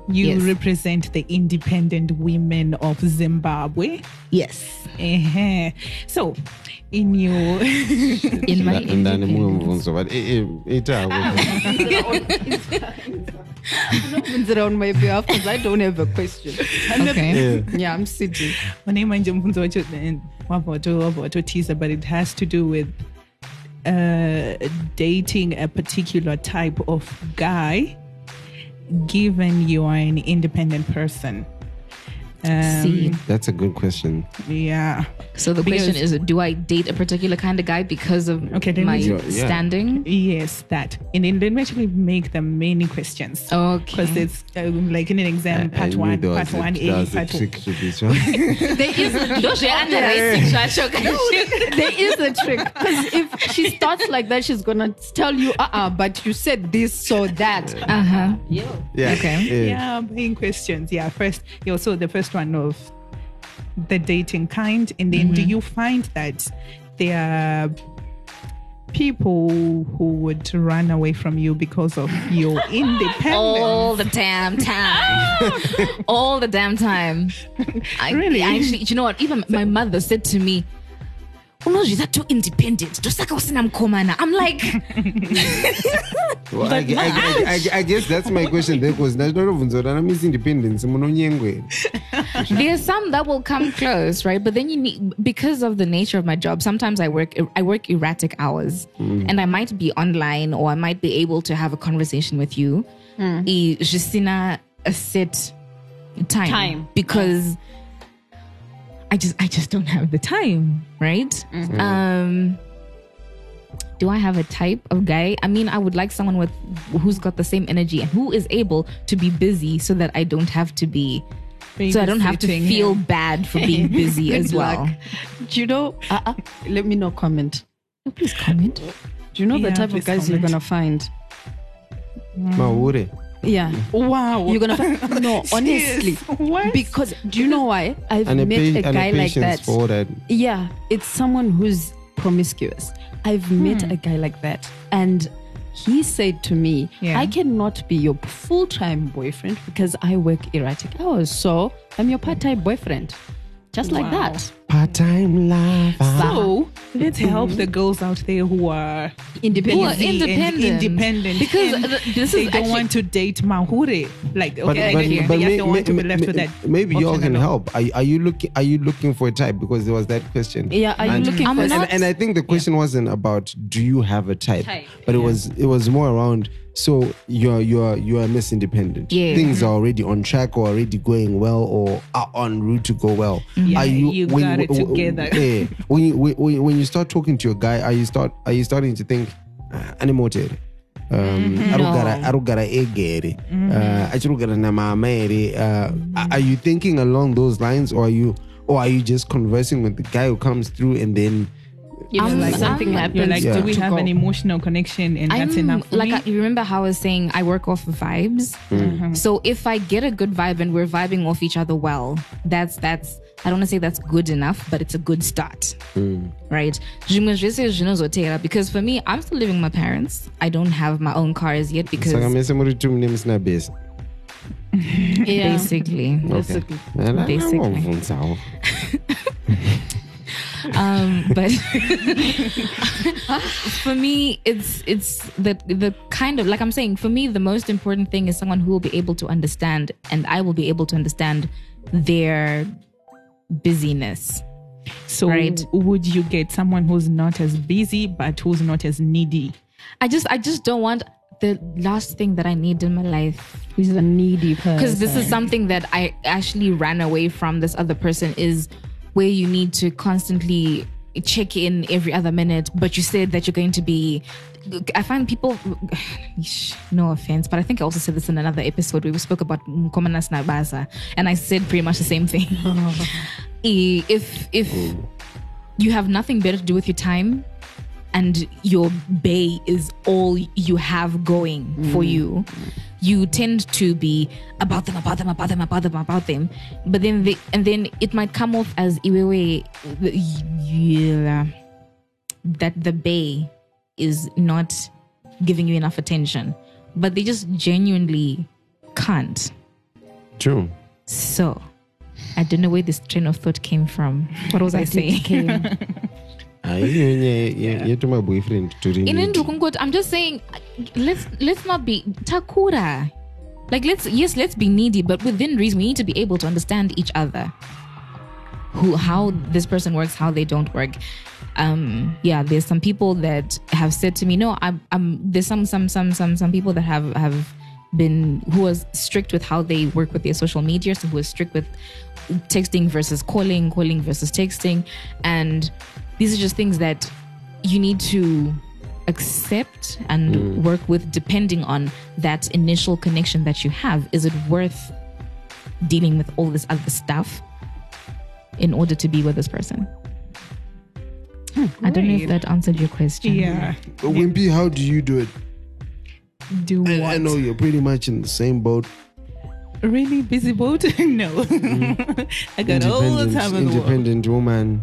[SPEAKER 6] you
[SPEAKER 3] Mm-hmm. Yes.
[SPEAKER 6] represent the independent women of Zimbabwe.
[SPEAKER 3] yes
[SPEAKER 6] Eh-heh. So, in your
[SPEAKER 3] in my
[SPEAKER 4] Nda- ndani mumwe
[SPEAKER 3] independence.
[SPEAKER 4] mubvunzo but i- i- ita hako.
[SPEAKER 5] It on my behalf because I don't have a question.
[SPEAKER 3] okay
[SPEAKER 4] Yeah.
[SPEAKER 5] Yeah, I'm sitting.
[SPEAKER 6] unaimanje mfunzo wacho then wavoto wavoto teaser but it has to do with uh, dating a particular type of guy given you are an independent person um,
[SPEAKER 3] See.
[SPEAKER 4] that's a good question
[SPEAKER 6] yeah
[SPEAKER 3] so the
[SPEAKER 6] Because-
[SPEAKER 3] question is do i date a particular kind of guy because of
[SPEAKER 6] Okay, then
[SPEAKER 3] my
[SPEAKER 6] we-
[SPEAKER 4] Yeah, yeah.
[SPEAKER 3] standing
[SPEAKER 6] yes that and then let me actually make the many questions because
[SPEAKER 3] okay
[SPEAKER 6] it's um, like in an exam
[SPEAKER 4] I
[SPEAKER 6] part
[SPEAKER 4] knew
[SPEAKER 6] one
[SPEAKER 4] there
[SPEAKER 6] part
[SPEAKER 4] was a-
[SPEAKER 6] one
[SPEAKER 4] there
[SPEAKER 6] a
[SPEAKER 4] was a
[SPEAKER 6] part
[SPEAKER 4] trick
[SPEAKER 6] two
[SPEAKER 4] to this one.
[SPEAKER 5] There is a,
[SPEAKER 3] Don't you underrate sexual attraction?
[SPEAKER 5] there is a trick because if she starts like that, she's gonna tell you, uh, uh but you said this, so that. uh,
[SPEAKER 3] uh-huh
[SPEAKER 4] yeah.
[SPEAKER 3] Okay.
[SPEAKER 6] yeah main questions yeah first yeah so the first one of the dating kind and then
[SPEAKER 3] Mm-hmm.
[SPEAKER 6] do you find that there are people who would run away from you because of your independence
[SPEAKER 3] all the damn time all the damn time I,
[SPEAKER 6] Really?
[SPEAKER 3] I actually you know what even my mother said to me unozvita too independent tosaka usina mukomana i'm like
[SPEAKER 4] Well, I, gue- I, gue- I, gue- I guess that's my question there because natinotobvunza kuti ana miss independence munonyengwa here.
[SPEAKER 3] there's some that will come close right but then you need because of the nature of my job sometimes i work i work erratic hours and i might be online or i might be able to have a conversation with you mm. justina a set time,
[SPEAKER 5] Time.
[SPEAKER 3] because i just i just don't have the time right um do I have a type of guy? I mean, I would like someone with who's got the same energy and who is able to be busy so that I don't have to be so I don't have to
[SPEAKER 6] Babysitting,
[SPEAKER 3] feel bad for being busy as well.
[SPEAKER 5] Do you know? Uh, uh, let me not comment.
[SPEAKER 3] Please comment.
[SPEAKER 5] Do you know
[SPEAKER 6] Yeah,
[SPEAKER 5] the type of
[SPEAKER 6] please
[SPEAKER 5] guys you're
[SPEAKER 6] comment.
[SPEAKER 5] gonna find?
[SPEAKER 4] mahure
[SPEAKER 5] Yeah,
[SPEAKER 6] wow
[SPEAKER 5] you're gonna find. No, honestly,
[SPEAKER 6] Yes. what
[SPEAKER 5] because do you know why I've
[SPEAKER 4] and a,
[SPEAKER 5] met
[SPEAKER 4] pa-
[SPEAKER 5] a
[SPEAKER 4] and
[SPEAKER 5] guy
[SPEAKER 4] a
[SPEAKER 5] like
[SPEAKER 4] patience
[SPEAKER 5] that?
[SPEAKER 4] for that
[SPEAKER 5] Yeah, it's someone who's promiscuous. I've met a guy like that, and he said to me,
[SPEAKER 6] Yeah.
[SPEAKER 5] "I cannot be your full-time boyfriend because I work erratic hours, so I'm your part-time boyfriend." Just like that,
[SPEAKER 4] part-time lover
[SPEAKER 6] so let's help the girls out there who are
[SPEAKER 5] independent.
[SPEAKER 3] Who are
[SPEAKER 6] busy and
[SPEAKER 3] Mm-hmm. independent.
[SPEAKER 6] independent
[SPEAKER 3] Because
[SPEAKER 6] and
[SPEAKER 3] th- this is
[SPEAKER 6] they don't
[SPEAKER 3] actually-
[SPEAKER 6] want to date mahure like okay
[SPEAKER 4] but,
[SPEAKER 6] they,
[SPEAKER 4] but, but
[SPEAKER 6] they
[SPEAKER 4] may-
[SPEAKER 6] don't want to
[SPEAKER 4] may-
[SPEAKER 6] be left
[SPEAKER 4] may-
[SPEAKER 6] with that
[SPEAKER 4] maybe y'all
[SPEAKER 6] option
[SPEAKER 4] can
[SPEAKER 6] alone.
[SPEAKER 4] help are, are you looking are you looking for a type because there was that question
[SPEAKER 5] Yeah, are you
[SPEAKER 4] and,
[SPEAKER 5] looking
[SPEAKER 3] I'm
[SPEAKER 5] for?
[SPEAKER 4] and,
[SPEAKER 3] not-
[SPEAKER 4] and i think the question wasn't about do you have a type, but it was it was more around so you're you're you're miss independent
[SPEAKER 3] Yeah.
[SPEAKER 4] things are already on track or already going well or are on route to go well
[SPEAKER 6] Yeah,
[SPEAKER 4] are you,
[SPEAKER 6] you got it together.
[SPEAKER 4] yeah, when you when, when when you start talking to your guy are you start are you starting to think uh, animated um arugara arugara egere uh achirugara na mama ere uh are- are you thinking along those lines or are you or are you just conversing with the guy who comes through and then
[SPEAKER 5] You know,
[SPEAKER 3] Um,
[SPEAKER 5] like
[SPEAKER 3] I'm-
[SPEAKER 5] something
[SPEAKER 3] you're
[SPEAKER 5] happens.
[SPEAKER 6] You're like,
[SPEAKER 4] Yeah.
[SPEAKER 6] do we
[SPEAKER 5] to
[SPEAKER 6] have
[SPEAKER 5] go.
[SPEAKER 6] an emotional connection? And that's
[SPEAKER 3] I'm-
[SPEAKER 6] enough. For
[SPEAKER 3] like
[SPEAKER 6] me. Mm-hmm.
[SPEAKER 3] I, you remember how I was saying I work off vibes. So if I get a good vibe and we're vibing off each other well, that's that's I don't want to say that's good enough, but it's a good start,
[SPEAKER 6] Mm.
[SPEAKER 3] right? Zvimwe zvese zvinozotevera, Because for me, I'm still living with my parents. I don't have my own car as yet because
[SPEAKER 4] Saka mese muri two mune musina base.
[SPEAKER 5] Yeah.
[SPEAKER 3] basically.
[SPEAKER 4] Okay. And I-
[SPEAKER 3] Basically.
[SPEAKER 4] ngamubvunzawo.
[SPEAKER 3] um but for me it's it's the the kind of like i'm saying for me the most important thing is someone who will be able to understand and i will be able to understand their busyness
[SPEAKER 6] so
[SPEAKER 3] right.
[SPEAKER 6] would you get someone who's not as busy but who's not as needy?
[SPEAKER 3] i just i just don't want the last thing that i need in my life
[SPEAKER 5] Who's a needy person?
[SPEAKER 3] because this is something that I actually ran away from. This other person is where you need to constantly check in every other minute, but you said that you're going to be. I find people, Eesh, no offense, but I think I also said this in another episode where we spoke about Mkomana Snabaza, and I said pretty much the same thing. Eh, if if you have nothing better to do with your time, and your bay is all you have going for you, you tend to be about them, about them, about them, about them, about them. But then they, and then it might come off as iwewe, the- yeah, that the bay is not giving you enough attention, but they just genuinely can't.
[SPEAKER 4] True.
[SPEAKER 3] So. I don't know where this train of thought came from. What was I saying?
[SPEAKER 4] Aiyo nye- ye- yetuma boyfriend turi
[SPEAKER 3] in
[SPEAKER 4] needy.
[SPEAKER 3] Ndukungoti, I'm just saying, let's let's not be takura. Like let's yes, let's be needy, but within reason, we need to be able to understand each other. Who, how this person works, how they don't work. Um, yeah, there's some people that have said to me, no, I'm, I'm there's some some some some some people that have have been who was strict with how they work with their social media, so who was strict with texting versus calling, calling versus texting, and these are just things that you need to accept and work with depending on that initial connection that you have is it worth dealing with all this other stuff in order to be with this person Hmm, i don't know if that answered your question
[SPEAKER 6] Yeah.
[SPEAKER 4] Wimpy, how do you do it?
[SPEAKER 6] Do
[SPEAKER 4] I,
[SPEAKER 6] what?
[SPEAKER 4] I know you're pretty much in the same boat.
[SPEAKER 6] Really busy boat? no.
[SPEAKER 4] Mm-hmm.
[SPEAKER 6] I got all the time in the world. Hmm.
[SPEAKER 4] independent woman.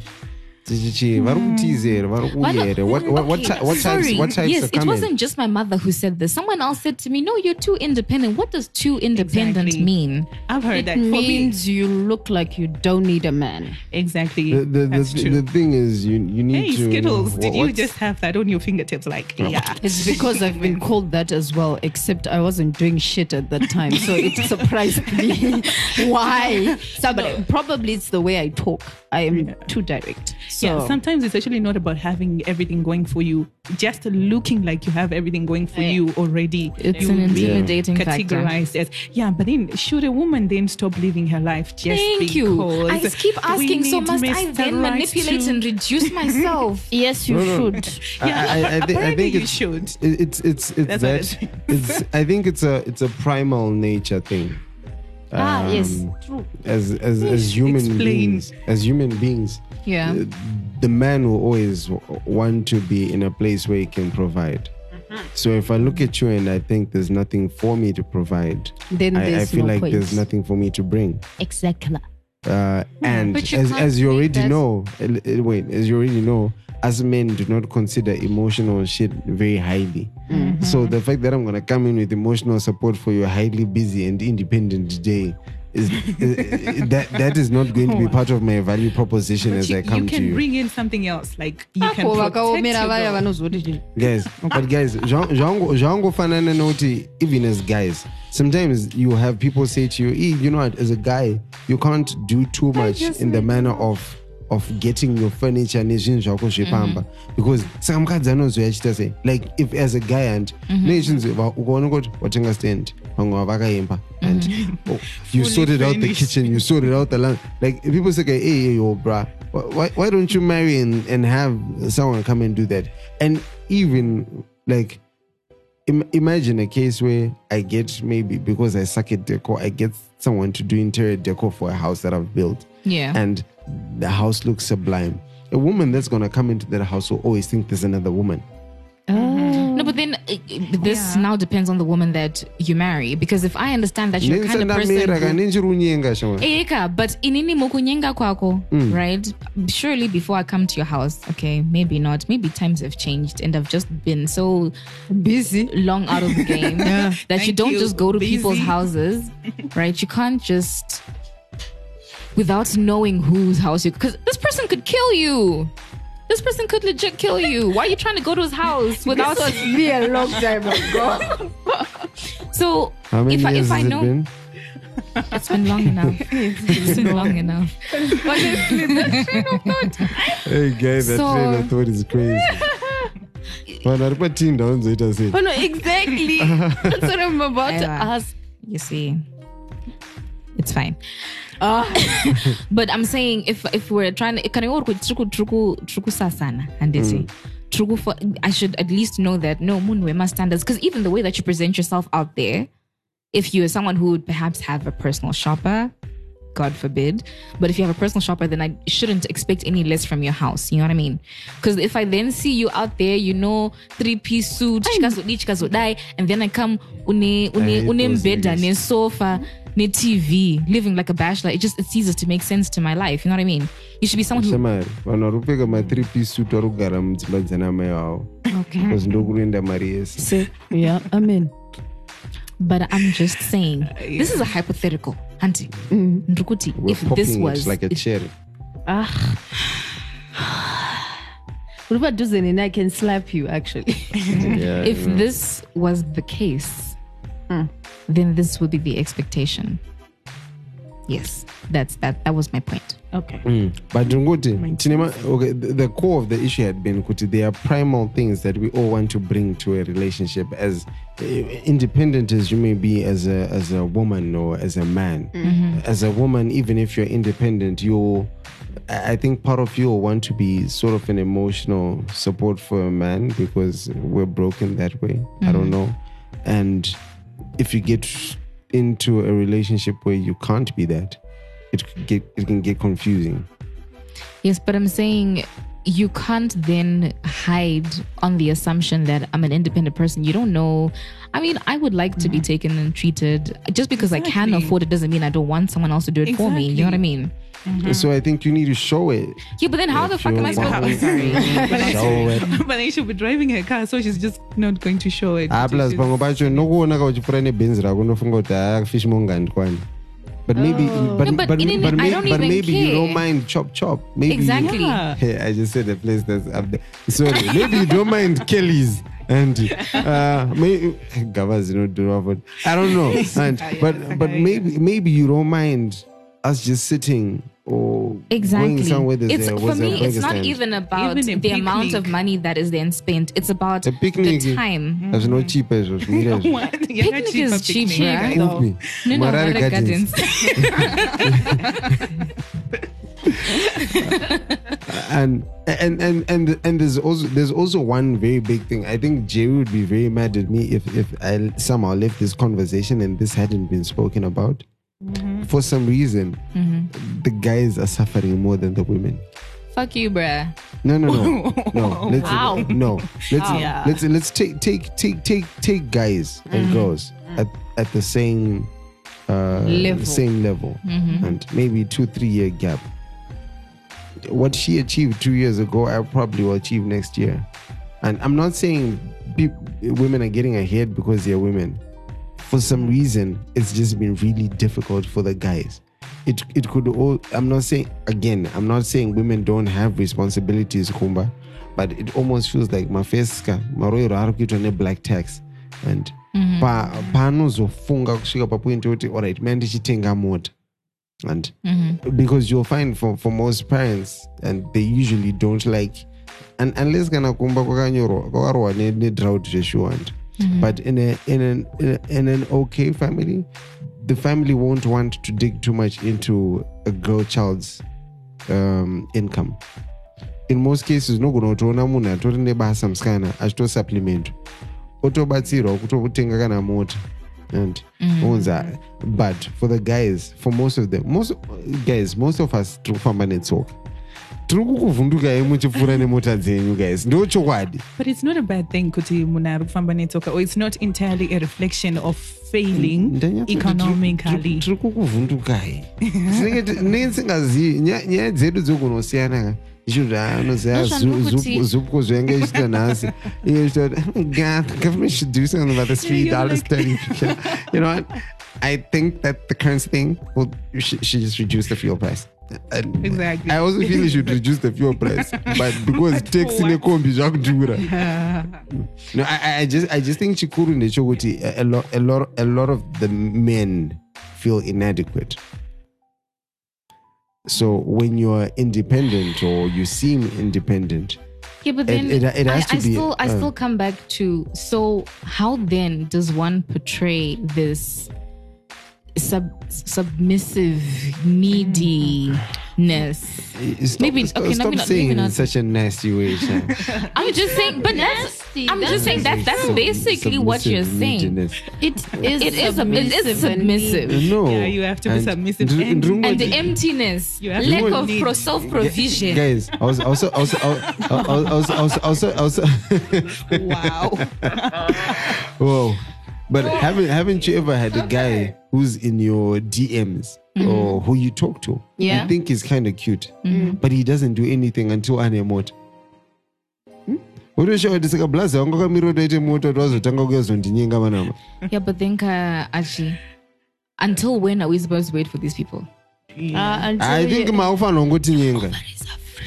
[SPEAKER 4] Tichichi, vari kutiza here, vari
[SPEAKER 3] Why
[SPEAKER 4] kuuya
[SPEAKER 3] not-
[SPEAKER 4] here. What what what
[SPEAKER 3] Okay,
[SPEAKER 4] ty- what types
[SPEAKER 3] sorry.
[SPEAKER 4] what types
[SPEAKER 3] yes
[SPEAKER 4] are
[SPEAKER 3] it
[SPEAKER 4] coming?
[SPEAKER 3] wasn't just my mother who said this someone else said to me no you're too independent what does too independent
[SPEAKER 6] Exactly.
[SPEAKER 3] mean
[SPEAKER 6] I've heard that. For me,
[SPEAKER 5] means you look like you don't need a man.
[SPEAKER 6] exactly.
[SPEAKER 4] the, the, the,
[SPEAKER 6] That's
[SPEAKER 4] th-
[SPEAKER 6] true.
[SPEAKER 4] the thing is you you need
[SPEAKER 6] hey,
[SPEAKER 4] to
[SPEAKER 6] Skittles,
[SPEAKER 4] wha-
[SPEAKER 6] did you
[SPEAKER 4] what's-
[SPEAKER 6] just have that on your fingertips? Like,
[SPEAKER 4] Oh.
[SPEAKER 6] yeah.
[SPEAKER 5] It's because I've been called that as well, except I wasn't doing shit at that time. So it surprised me. Why? Somebody, Probably it's the way I talk. I am too direct. So
[SPEAKER 6] Yeah, sometimes it's actually not about having everything going for you. Just looking like you have everything going for you already.
[SPEAKER 3] it's
[SPEAKER 6] you
[SPEAKER 3] an intimidating factor
[SPEAKER 6] categorized as yeah, but then should a woman then stop living her life just
[SPEAKER 3] Thank
[SPEAKER 6] because
[SPEAKER 3] you. I keep
[SPEAKER 6] we
[SPEAKER 3] asking, so
[SPEAKER 6] need
[SPEAKER 3] must I
[SPEAKER 6] Mr.
[SPEAKER 3] then
[SPEAKER 6] Right
[SPEAKER 3] manipulate
[SPEAKER 6] to-
[SPEAKER 3] and reduce myself?
[SPEAKER 5] yes, you
[SPEAKER 4] No, no.
[SPEAKER 5] should.
[SPEAKER 4] I-
[SPEAKER 6] Yeah,
[SPEAKER 4] I, I, thi- I
[SPEAKER 6] apparently
[SPEAKER 4] think
[SPEAKER 6] you
[SPEAKER 4] it's,
[SPEAKER 6] should.
[SPEAKER 4] it- it's it's it's
[SPEAKER 6] That's what
[SPEAKER 4] that
[SPEAKER 6] it's-
[SPEAKER 4] it's I think it's a it's a primal nature thing.
[SPEAKER 5] ah, yes,
[SPEAKER 4] Um,
[SPEAKER 5] true.
[SPEAKER 4] As as as human
[SPEAKER 6] Explain.
[SPEAKER 4] beings, as human beings,
[SPEAKER 5] Yeah.
[SPEAKER 4] uh, the man will always w- want to be in a place where he can provide.
[SPEAKER 6] Mm-hmm.
[SPEAKER 4] So if I look at you and I think there's nothing for me to provide,
[SPEAKER 5] Then
[SPEAKER 4] I, I
[SPEAKER 5] there's
[SPEAKER 4] feel
[SPEAKER 5] no
[SPEAKER 4] like
[SPEAKER 5] point.
[SPEAKER 4] there's nothing for me to bring.
[SPEAKER 5] Exactly.
[SPEAKER 4] Uh, and
[SPEAKER 3] But you
[SPEAKER 4] as,
[SPEAKER 3] can't
[SPEAKER 4] as you
[SPEAKER 3] think
[SPEAKER 4] already
[SPEAKER 3] that's-
[SPEAKER 4] know, el- el- wait, as you already know, us men do not consider emotional shit very highly. So the fact that I'm gonna come in with emotional support for your highly busy and independent day is uh, that that is not going to be part of my value proposition
[SPEAKER 6] But
[SPEAKER 4] as
[SPEAKER 6] you,
[SPEAKER 4] I come
[SPEAKER 6] you
[SPEAKER 4] to
[SPEAKER 6] can
[SPEAKER 4] you.
[SPEAKER 6] bring in something else. Like you
[SPEAKER 3] Ah,
[SPEAKER 6] can protect your girl.
[SPEAKER 4] guys but guys zvangofanana nokuti even as guys sometimes you have people say to you "Eh, you know what as a guy you can't do too much in the manner of of getting your furniture nezvinhu zvako zvepamba because saka mukadzi anozouya achiita sei like if as a guy and nechinzi ukaona kuti watenga stand vamwe vavakaemba and oh, you
[SPEAKER 6] Fully
[SPEAKER 4] sorted out the
[SPEAKER 6] furnished.
[SPEAKER 4] kitchen you sorted out the land like people say "Hey, hey yo bruh wh- why, why don't you marry and, and have someone come and do that and even like Im- imagine a case where I get maybe because I suck at decor, I get someone to do interior decor for a house that I've built,
[SPEAKER 3] Yeah.
[SPEAKER 4] and the house looks sublime. a woman that's gonna come into that house will always think there's another woman.
[SPEAKER 3] No, but then uh, uh, this now depends on the woman that you marry. Because if I understand that you're the kind of person.
[SPEAKER 4] Ndenzendamira
[SPEAKER 3] who-
[SPEAKER 4] kaninjirunyenga shama.
[SPEAKER 3] Eka, Eh, but inini mukunyenga kwako,
[SPEAKER 4] Mm.
[SPEAKER 3] right? Surely before I come to your house, okay, maybe not. Maybe times have changed and I've just been so busy, long out of the game that you
[SPEAKER 6] Thank
[SPEAKER 3] don't
[SPEAKER 6] you.
[SPEAKER 3] just go to people's
[SPEAKER 6] Busy.
[SPEAKER 3] houses, right? You can't just without knowing whose house you because this person could kill you. This person could legit kill you. Why are you trying to go to his house without?
[SPEAKER 5] me a long time ago.
[SPEAKER 3] so
[SPEAKER 4] How many
[SPEAKER 3] if I,
[SPEAKER 4] years
[SPEAKER 3] if I
[SPEAKER 4] has
[SPEAKER 3] know,
[SPEAKER 4] it been?
[SPEAKER 3] it's been long enough. it's been long enough.
[SPEAKER 4] Hey guy, that
[SPEAKER 3] So-
[SPEAKER 4] train I thought is crazy. Vanhu vari patinda vanzoita sei?
[SPEAKER 5] oh no, exactly. That's what I'm about to
[SPEAKER 3] Yeah.
[SPEAKER 5] ask.
[SPEAKER 3] you see it's fine but i'm saying if if we're trying to kana iwe uri kutruku truku truku sasana handiti truku for i should at least know that no munhu wema standards because even the way that you present yourself out there if you're someone who would perhaps have a personal shopper God forbid. But if you have a personal shopper, then I shouldn't expect any less from your house. You know what I mean? Because if I then see you out there, you know, three piece suit, chicas would chicas would die, and then I come une
[SPEAKER 4] hate
[SPEAKER 3] une une
[SPEAKER 4] those
[SPEAKER 3] bed,
[SPEAKER 4] niggas.
[SPEAKER 3] ne sofa, ne TV, living like a bachelor. It just it ceases to make sense to my life. You know what I mean? You should be someone who
[SPEAKER 4] Shamari, vanhu vari kupfeka ma-three piece suit vari kugara mudzimba dzanamai vavo because ndokunoenda mari yese
[SPEAKER 5] Yeah, I mean.
[SPEAKER 3] but I'm just saying this is a hypothetical. Auntie, Ndrukuti,
[SPEAKER 4] we're
[SPEAKER 3] if this
[SPEAKER 4] popping
[SPEAKER 3] was
[SPEAKER 4] it like a
[SPEAKER 3] if-
[SPEAKER 4] cherry
[SPEAKER 5] What about Duzen and I can slap you actually?
[SPEAKER 4] yeah,
[SPEAKER 3] if this was the case, then this would be the expectation. Yes, that's that. That was my point.
[SPEAKER 6] Okay.
[SPEAKER 4] but ndingoti tine ma- okay, the, the core of the issue had been kuti there are primal things that we all want to bring to a relationship as uh, independent as you may be as a as a woman or as a man as a woman even if you're independent you'll I I think part of you will want to be sort of an emotional support for a man because we're broken that way. I don't know. And if you get into a relationship where you can't be that, it could get it can get confusing.
[SPEAKER 3] Yes, but I'm saying you can't then hide on the assumption that I'm an independent person. You don't know. I mean, I would like to be taken and treated. Just because I can
[SPEAKER 6] Mm. Exactly.
[SPEAKER 3] afford it doesn't mean I don't want someone else to do it for me. You know what I
[SPEAKER 6] Exactly.
[SPEAKER 3] mean? Mm.
[SPEAKER 4] So I think you need to show it.
[SPEAKER 3] Yeah, but then how the
[SPEAKER 4] If
[SPEAKER 3] fuck
[SPEAKER 4] you
[SPEAKER 3] am I supposed
[SPEAKER 4] want-
[SPEAKER 3] to? Sorry.
[SPEAKER 6] But then-
[SPEAKER 4] Show it.
[SPEAKER 6] but then she'll be driving her car, so she's just not going to show it.
[SPEAKER 4] Ah, plus
[SPEAKER 6] She's-
[SPEAKER 4] pamwe pacho nokuonaka uchipfuura nebhenzi rako unofunga kuti ah fish mongandi kwani but maybe but,
[SPEAKER 3] Oh. No, but
[SPEAKER 4] but,
[SPEAKER 3] inini-
[SPEAKER 4] but,
[SPEAKER 3] I
[SPEAKER 4] maybe,
[SPEAKER 3] don't
[SPEAKER 4] but
[SPEAKER 3] even
[SPEAKER 4] maybe you
[SPEAKER 3] care.
[SPEAKER 4] don't mind chop chop maybe you,
[SPEAKER 3] Exactly.
[SPEAKER 6] Yeah.
[SPEAKER 4] Hey, I just said a place that's up there. Sorry, maybe you don't mind Kelly's. And uh, maybe Gavas, you know, do not vote. I don't know. And
[SPEAKER 3] Oh,
[SPEAKER 4] but but maybe maybe you don't mind us just sitting or
[SPEAKER 3] Exactly.
[SPEAKER 4] going somewhere. There's
[SPEAKER 3] It's
[SPEAKER 4] a,
[SPEAKER 3] for
[SPEAKER 4] was a
[SPEAKER 3] me. It's
[SPEAKER 4] burger
[SPEAKER 3] not
[SPEAKER 4] stand.
[SPEAKER 3] even about
[SPEAKER 6] Even a
[SPEAKER 3] the amount of
[SPEAKER 6] picnic.
[SPEAKER 3] money that is then spent. It's about
[SPEAKER 4] A picnic.
[SPEAKER 3] the time.
[SPEAKER 4] There's no cheap as well.
[SPEAKER 6] What? You're not
[SPEAKER 3] Picnic
[SPEAKER 6] cheap
[SPEAKER 3] is
[SPEAKER 6] for
[SPEAKER 3] cheap,
[SPEAKER 6] picnic,
[SPEAKER 3] right?
[SPEAKER 6] though.
[SPEAKER 3] No, no,
[SPEAKER 4] Marara
[SPEAKER 3] Marara
[SPEAKER 4] Gardens.
[SPEAKER 3] Gardens.
[SPEAKER 4] and and and and and there's also there's also one very big thing. I think Jerry would be very mad at me if if I somehow left this conversation and this hadn't been spoken about.
[SPEAKER 3] Mm-hmm.
[SPEAKER 4] For some reason, the guys are suffering more than the women.
[SPEAKER 3] Fuck you, bruh.
[SPEAKER 4] No, no, no, no. Let's no. Let's
[SPEAKER 6] Yeah.
[SPEAKER 4] let's let's take take take take take guys and girls at at the same uh,
[SPEAKER 3] Level.
[SPEAKER 4] same level, and maybe two three year gap. What she achieved two years ago, I probably will achieve next year. And I'm not saying peop women are getting ahead because they're women. For some reason, it's just been really difficult for the guys. It it could all. I'm not saying again. I'm not saying women don't have responsibilities, Kumba, but it almost feels like mafeska maroiro ari kuitwa neblack tax and pa paanozofunga kusvika papoint yekuti allright mai ndichitenga mota and because you'll find for, for most parents and they usually don't like and unless kana kumba kwakanyorwa kwakarohwa ne- nedrought zveshuwanda but in, a, in, an, in, a, in an okay family the family won't want to dig too much into a girl child's um, income in most cases unogona kutoona munhu atori nebasa musikana achitosupplement otobatsirwa kutokutenga kana mota and unzi, "Ah." but for the guys for most of them most guys most of us tirikufamba netsoka tiri kukuvhunduka hei muchipfuura nemota dzenyu guys ndochokwadi
[SPEAKER 6] But it's not a bad thing, kuti munarufamba netsoka, or it's not entirely a reflection of failing
[SPEAKER 4] Ndanyatso- tiri-
[SPEAKER 6] economically.
[SPEAKER 4] tiri kukuvhundukai Ndinenge ti- ndinenge ndisingazivi nya- nyaya dzedu dzokunosiyana ka zvinhu zvaanoziva
[SPEAKER 3] Ndozvandiri kuti-
[SPEAKER 4] zupko zvainge ichiita nhasi iye ichiita kuti oh my god the government should do something about this three dollars thirty you know what I think that the currency thing will should, should just reduce the fuel price. And
[SPEAKER 6] Exactly.
[SPEAKER 4] I also feel it should reduce the fuel price, but because tax in a combi zvakudhura. No, I- I, I just I just think Chikuru Nechogoti a, a lot a lot a lot of the men feel inadequate. So when you're independent or you seem independent,
[SPEAKER 3] Yeah, but
[SPEAKER 4] It-
[SPEAKER 3] then
[SPEAKER 4] it- it has
[SPEAKER 3] I,
[SPEAKER 4] to
[SPEAKER 3] I
[SPEAKER 4] be,
[SPEAKER 3] still I
[SPEAKER 4] uh,
[SPEAKER 3] still come back to so how then does one portray this sub submissive neediness?
[SPEAKER 4] i- stop,
[SPEAKER 3] Maybe-
[SPEAKER 4] stop,
[SPEAKER 3] okay, no,
[SPEAKER 4] stop
[SPEAKER 3] maybe not-
[SPEAKER 4] saying
[SPEAKER 3] maybe not.
[SPEAKER 4] in such a nasty way. Shan.
[SPEAKER 3] I'm just saying, but that's I'm just saying that that's
[SPEAKER 4] Sub-
[SPEAKER 3] basically what you're
[SPEAKER 4] submissive
[SPEAKER 3] saying.
[SPEAKER 4] neediness.
[SPEAKER 1] It is.
[SPEAKER 3] It is a it is submissive.
[SPEAKER 4] No,
[SPEAKER 6] Yeah, you have to be submissive
[SPEAKER 4] Ndru-
[SPEAKER 6] and-
[SPEAKER 4] Ndrungo-
[SPEAKER 3] And the emptiness,
[SPEAKER 6] You have
[SPEAKER 3] lack
[SPEAKER 6] to
[SPEAKER 3] of
[SPEAKER 6] need-
[SPEAKER 3] pro self provision.
[SPEAKER 4] Guys, I was also also also also also also
[SPEAKER 6] wow.
[SPEAKER 4] Whoa. But haven't haven't you ever had a guy who's in your DMs or who you talk to?
[SPEAKER 5] Yeah.
[SPEAKER 4] You think he's kind of cute, but he doesn't do anything until ane moto. Hmm? unoshawa ndisingablaza wangu akamira utoite moto kuti wazotanga kuyazondinyenga manama
[SPEAKER 3] Yeah, but then uh, actually, until when are we supposed to wait for these people?
[SPEAKER 5] Uh,
[SPEAKER 4] i think maufanira kungotinyenga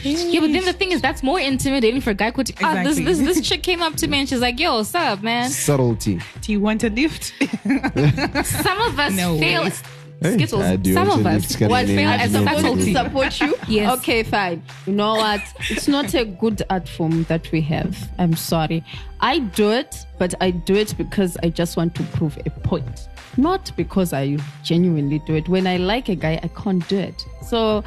[SPEAKER 3] Yeah, but then the thing is, that's more intimidating for a guy. Quote, ah,
[SPEAKER 6] Exactly.
[SPEAKER 3] this, this this chick came up to me and she's like, "Yo, what's up, man?"
[SPEAKER 4] subtlety
[SPEAKER 6] Do you want a lift?
[SPEAKER 3] Some of us
[SPEAKER 6] No
[SPEAKER 3] fail.
[SPEAKER 6] way.
[SPEAKER 3] at Skittles.
[SPEAKER 4] I do
[SPEAKER 3] Some of
[SPEAKER 4] actually
[SPEAKER 3] us
[SPEAKER 4] just
[SPEAKER 3] fail
[SPEAKER 4] kinda
[SPEAKER 3] at
[SPEAKER 4] name it.
[SPEAKER 3] subtlety.
[SPEAKER 4] Subtlety.
[SPEAKER 5] support you?
[SPEAKER 3] Yes.
[SPEAKER 5] Okay, fine. You know what? It's not a good art form that we have. I'm sorry. I do it, but I do it because I just want to prove a point. Not because I genuinely do it. When I like a guy, I can't do it. So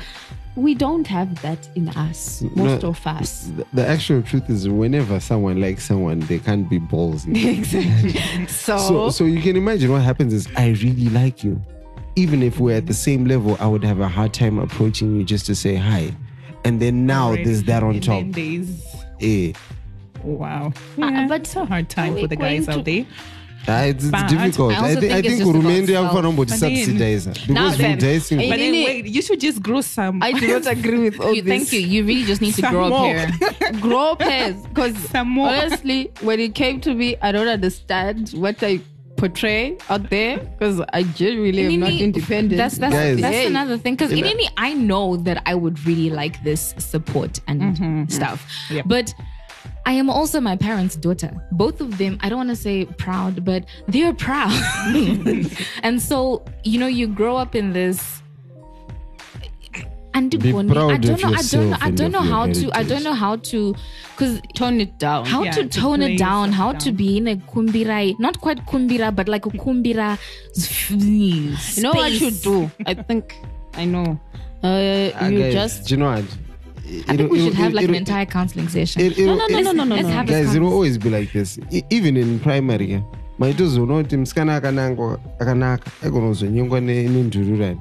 [SPEAKER 5] we don't have that in us, most
[SPEAKER 4] No.
[SPEAKER 5] of us.
[SPEAKER 4] The- the actual truth is whenever someone likes someone they can't be ballsy
[SPEAKER 5] exactly. So,
[SPEAKER 4] So, so you can imagine what happens is I really like you. Even if we're at the same level, I would have a hard time approaching you just to say hi. And then now there's that on
[SPEAKER 6] And
[SPEAKER 4] top.
[SPEAKER 6] then there's-
[SPEAKER 4] Eh.
[SPEAKER 6] Wow. Yeah,
[SPEAKER 5] Ah, but
[SPEAKER 6] but it's a hard
[SPEAKER 5] are
[SPEAKER 6] time
[SPEAKER 5] we
[SPEAKER 6] for the guys
[SPEAKER 5] going
[SPEAKER 6] out
[SPEAKER 5] to-
[SPEAKER 6] there.
[SPEAKER 4] Ah, it's, it's
[SPEAKER 6] But
[SPEAKER 4] difficult.
[SPEAKER 3] I also
[SPEAKER 4] I, think, I
[SPEAKER 3] think it's
[SPEAKER 4] think
[SPEAKER 3] just about
[SPEAKER 4] Urumende
[SPEAKER 3] self.
[SPEAKER 4] Alpha Nombo
[SPEAKER 6] But then-
[SPEAKER 4] subsidize her. Because
[SPEAKER 5] then-
[SPEAKER 4] Mudaisin-
[SPEAKER 5] eh,
[SPEAKER 6] But then
[SPEAKER 5] Really?
[SPEAKER 6] wait, you should just grow some.
[SPEAKER 5] I do not agree with all
[SPEAKER 3] You,
[SPEAKER 5] this.
[SPEAKER 3] thank you. You really just need to
[SPEAKER 6] Some
[SPEAKER 3] grow up
[SPEAKER 6] more.
[SPEAKER 3] here.
[SPEAKER 5] grow pairs because
[SPEAKER 6] Some more.
[SPEAKER 5] honestly when it came to me i don't understand what i portray out there because i genuinely am not
[SPEAKER 3] Inini,
[SPEAKER 5] independent
[SPEAKER 3] That's that's,
[SPEAKER 4] Guys.
[SPEAKER 3] that's
[SPEAKER 5] Hey.
[SPEAKER 3] another thing because in any I know that I would really like this support and
[SPEAKER 5] Mm-hmm,
[SPEAKER 3] stuff,
[SPEAKER 6] Yeah.
[SPEAKER 3] but I am also my parents' daughter. Both of them, I don't want to say proud, but they are proud, and so you know you grow up in this. And
[SPEAKER 4] Be proud
[SPEAKER 3] I don't know. I
[SPEAKER 4] of
[SPEAKER 3] don't know.
[SPEAKER 4] yourself
[SPEAKER 3] I
[SPEAKER 4] and
[SPEAKER 3] don't
[SPEAKER 4] of
[SPEAKER 3] know
[SPEAKER 4] your
[SPEAKER 3] how to. I
[SPEAKER 4] heritage.
[SPEAKER 3] don't know how to, because
[SPEAKER 5] tone it down
[SPEAKER 3] how
[SPEAKER 6] Yeah,
[SPEAKER 3] to
[SPEAKER 6] to
[SPEAKER 3] tone it
[SPEAKER 6] play
[SPEAKER 3] down,
[SPEAKER 6] yourself
[SPEAKER 3] how to
[SPEAKER 6] down.
[SPEAKER 3] be in a kumbira, not quite kumbira, but like a kumbira. Space.
[SPEAKER 5] you know what you do i think i know uh,
[SPEAKER 4] Ah,
[SPEAKER 5] you
[SPEAKER 4] guys,
[SPEAKER 5] just
[SPEAKER 4] do you know what?
[SPEAKER 3] I think we should have like an entire counseling session. no, no, no, no, no,
[SPEAKER 4] Guys,
[SPEAKER 3] no, no.
[SPEAKER 4] Guys, it'll always be like this. E- even in primary, yeah, maitozonoti musikana akanangwa akanaka aigonozonyengwa ne- nenhururani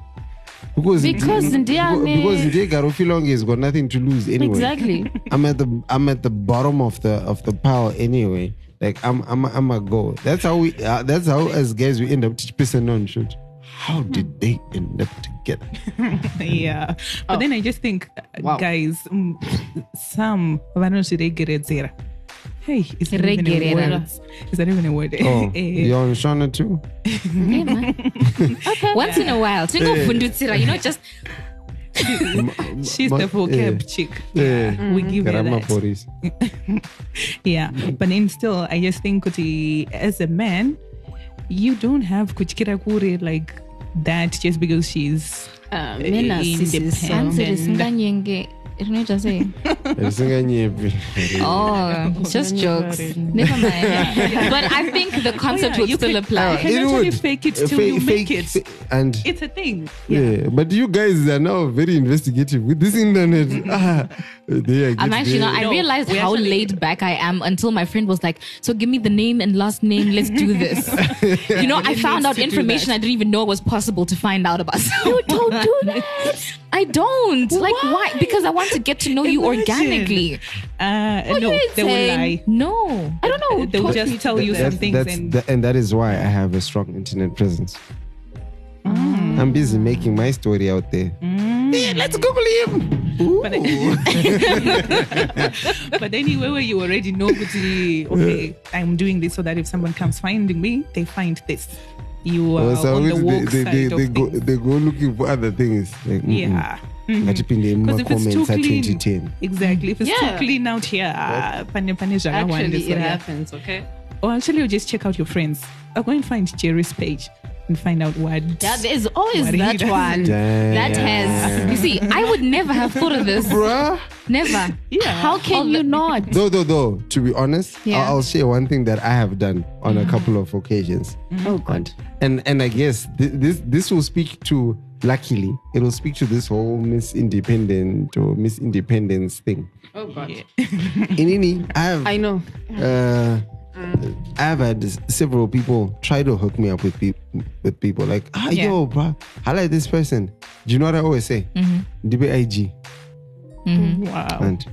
[SPEAKER 4] because
[SPEAKER 5] Because ndiani-
[SPEAKER 4] because ndeigaro feel like he's got nothing to lose anyway.
[SPEAKER 5] exactly
[SPEAKER 4] I'm at the I'm at the bottom of the of the pile anyway. Like I'm I'm I'm a go. That's how we uh, that's how as guys we end up to pissing on shit. How
[SPEAKER 3] Hmm.
[SPEAKER 4] did they end up together?
[SPEAKER 6] yeah.
[SPEAKER 5] Oh.
[SPEAKER 6] But then I just think, uh, guys, mm, some vanoziregeredzera. Hey, is that even a
[SPEAKER 3] Regerera.
[SPEAKER 6] word? Is that even a word?
[SPEAKER 4] Oh,
[SPEAKER 6] Eh,
[SPEAKER 4] you're on Shauna too.
[SPEAKER 3] Once in a while, tingobvundutsira, you know, just
[SPEAKER 6] She's
[SPEAKER 4] Ma-
[SPEAKER 6] the vocab
[SPEAKER 4] eh,
[SPEAKER 6] chick.
[SPEAKER 4] eh.
[SPEAKER 6] We give her
[SPEAKER 4] Grandma
[SPEAKER 6] that.
[SPEAKER 4] Boris.
[SPEAKER 6] Yeah. But then still, I just think, kuti, as a man, you don't have kuchikira kure like that just because she's
[SPEAKER 5] uh,
[SPEAKER 6] men are sissies, so-
[SPEAKER 3] hanzi
[SPEAKER 6] Independent.
[SPEAKER 3] risinganyenge rinoita sei
[SPEAKER 4] Risinganyepi.
[SPEAKER 3] oh just jokes never mind but i think the concept
[SPEAKER 6] yeah,
[SPEAKER 3] would
[SPEAKER 6] you
[SPEAKER 3] still
[SPEAKER 6] could-
[SPEAKER 3] apply
[SPEAKER 6] Can actually fake it till you make it.
[SPEAKER 4] fa- and
[SPEAKER 6] it's a thing.
[SPEAKER 4] yeah. but you guys are now very investigative with this internet. ah, they are
[SPEAKER 3] I'm
[SPEAKER 4] getting
[SPEAKER 3] actually not.
[SPEAKER 4] there.
[SPEAKER 3] I realized how laid back I am until my friend was like, "So give me the name and last name. Let's do this." you know, I found out information I didn't even know was possible to find out about. you don't do that. I don't. Like why? Because I want want to get to know you
[SPEAKER 6] Imagine.
[SPEAKER 3] organically.
[SPEAKER 6] Uh, no,
[SPEAKER 3] you
[SPEAKER 6] they will lie.
[SPEAKER 3] insane? No.
[SPEAKER 5] I don't know.
[SPEAKER 6] They will just tell you some
[SPEAKER 4] That's-
[SPEAKER 6] things.
[SPEAKER 4] that's
[SPEAKER 6] And
[SPEAKER 4] the- and that is why I have a strong internet presence.
[SPEAKER 6] Mm.
[SPEAKER 4] I'm busy making my story out there. Yeah, let's Google him.
[SPEAKER 6] but, but anyway, where you already know, Kuti, okay, I'm doing this so that if someone comes finding me, they find this. You are
[SPEAKER 4] Well,
[SPEAKER 6] Oh, on the
[SPEAKER 4] sometimes
[SPEAKER 6] woke
[SPEAKER 4] Oh, they,
[SPEAKER 6] side
[SPEAKER 4] they, they,
[SPEAKER 6] of
[SPEAKER 4] they, go,
[SPEAKER 6] things.
[SPEAKER 4] they go looking for other things. Like, mm-mm.
[SPEAKER 6] Yeah.
[SPEAKER 4] Ngachiphinde
[SPEAKER 6] Because if it's too
[SPEAKER 4] ema-comments
[SPEAKER 6] clean,
[SPEAKER 4] a-2010.
[SPEAKER 6] exactly. If it's
[SPEAKER 5] Yeah.
[SPEAKER 6] too clean out here, ah, pane pane zvakawanda,
[SPEAKER 5] Actually, it
[SPEAKER 6] so yeah.
[SPEAKER 5] happens, okay?
[SPEAKER 6] Or actually, you just check out your friends. Or go and find Jerry's page and find out what.
[SPEAKER 5] Yeah, there's always
[SPEAKER 6] What he
[SPEAKER 5] that
[SPEAKER 6] does.
[SPEAKER 5] one.
[SPEAKER 4] Damn.
[SPEAKER 3] That has. You see, I would never have thought of this.
[SPEAKER 4] Bruh.
[SPEAKER 3] Never.
[SPEAKER 1] How can you not?
[SPEAKER 4] Though, though, though, to be honest,
[SPEAKER 3] Yeah.
[SPEAKER 4] I'll, I'll share one thing that I have done on a couple of occasions.
[SPEAKER 5] Oh, God.
[SPEAKER 4] And and I guess thi- this this will speak to luckily it will speak to this whole Miss Independent or Miss Independence thing.
[SPEAKER 5] Oh, God.
[SPEAKER 4] Inini, I have
[SPEAKER 5] I know.
[SPEAKER 4] uh, I've had s- several people try to hook me up with people with people like ah
[SPEAKER 6] Yeah.
[SPEAKER 4] yo bro I like this person. Do you know what I always say? DBIG
[SPEAKER 6] Mm-hmm. Wow.
[SPEAKER 4] and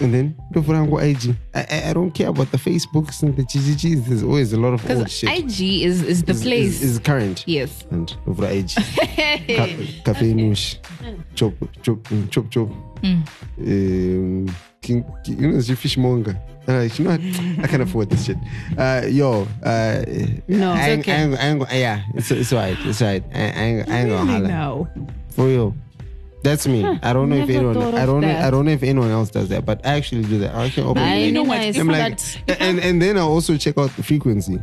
[SPEAKER 4] and then don't forget about IG. I, I I don't care about the Facebooks and the GGGs. There's always a lot of old
[SPEAKER 3] Because
[SPEAKER 4] shit.
[SPEAKER 3] IG is, is the
[SPEAKER 4] Is-
[SPEAKER 3] place.
[SPEAKER 4] is, is current.
[SPEAKER 3] yes.
[SPEAKER 4] and over age Ca- cafe nush chop chop mm, chop chop
[SPEAKER 5] Hmm.
[SPEAKER 4] um king, king- you know it's your fishmonger uh, you know what? I can't afford this shit. Uh, yo, uh,
[SPEAKER 5] No, it's
[SPEAKER 4] I, ain't-
[SPEAKER 5] okay.
[SPEAKER 4] I, ain't- I, ain't go- yeah, it's it's alright, it's alright. I, I, ain't- I ain't gonna
[SPEAKER 6] Really
[SPEAKER 4] holler
[SPEAKER 6] now.
[SPEAKER 4] for real. That's me. I don't know if
[SPEAKER 1] never
[SPEAKER 4] anyone,
[SPEAKER 1] thought
[SPEAKER 4] I
[SPEAKER 1] of
[SPEAKER 4] don't, know,
[SPEAKER 1] that.
[SPEAKER 4] I don't know if anyone else does that, but I actually do that. I actually open.
[SPEAKER 1] I
[SPEAKER 4] it.
[SPEAKER 1] know what?
[SPEAKER 4] I'm like, and and then I also check out the frequency.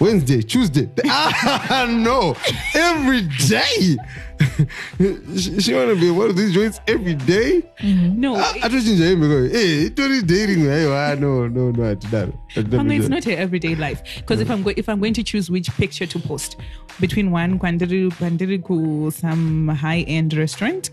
[SPEAKER 4] Wednesday, Tuesday. Ah, no, every day. she, she wanna be one of these joints every day.
[SPEAKER 1] Mm-hmm.
[SPEAKER 6] No,
[SPEAKER 4] I, I just enjoy him because hey, it only dating. Hey, ah, no, no, no, I did not. I did not
[SPEAKER 6] Panga,
[SPEAKER 4] do
[SPEAKER 6] it's
[SPEAKER 4] that.
[SPEAKER 6] not her everyday life. Because if I'm go- if I'm going to choose which picture to post between one Kwandiri Kwandiri ku some high end restaurant,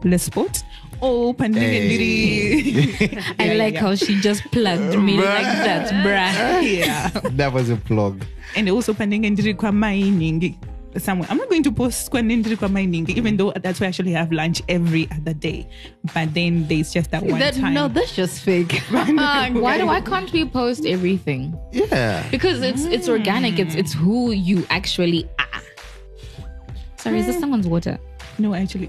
[SPEAKER 6] Lesbot, or Pandiri
[SPEAKER 3] I like
[SPEAKER 6] yeah.
[SPEAKER 3] how she just plugged me like that, bruh.
[SPEAKER 6] Yeah.
[SPEAKER 4] That was a plug.
[SPEAKER 6] and also pandingendiri kwa mining somewhere i'm not going to post kwanendiri kwa mining even though that's where i actually have lunch every other day but then there's just that one
[SPEAKER 5] That,
[SPEAKER 6] time
[SPEAKER 5] no, that's just fake.
[SPEAKER 3] Uh, Why do why can't we post everything?
[SPEAKER 4] Yeah.
[SPEAKER 3] Because it's it's organic. It's it's who you actually are. Sorry, is this someone's water?
[SPEAKER 6] no actually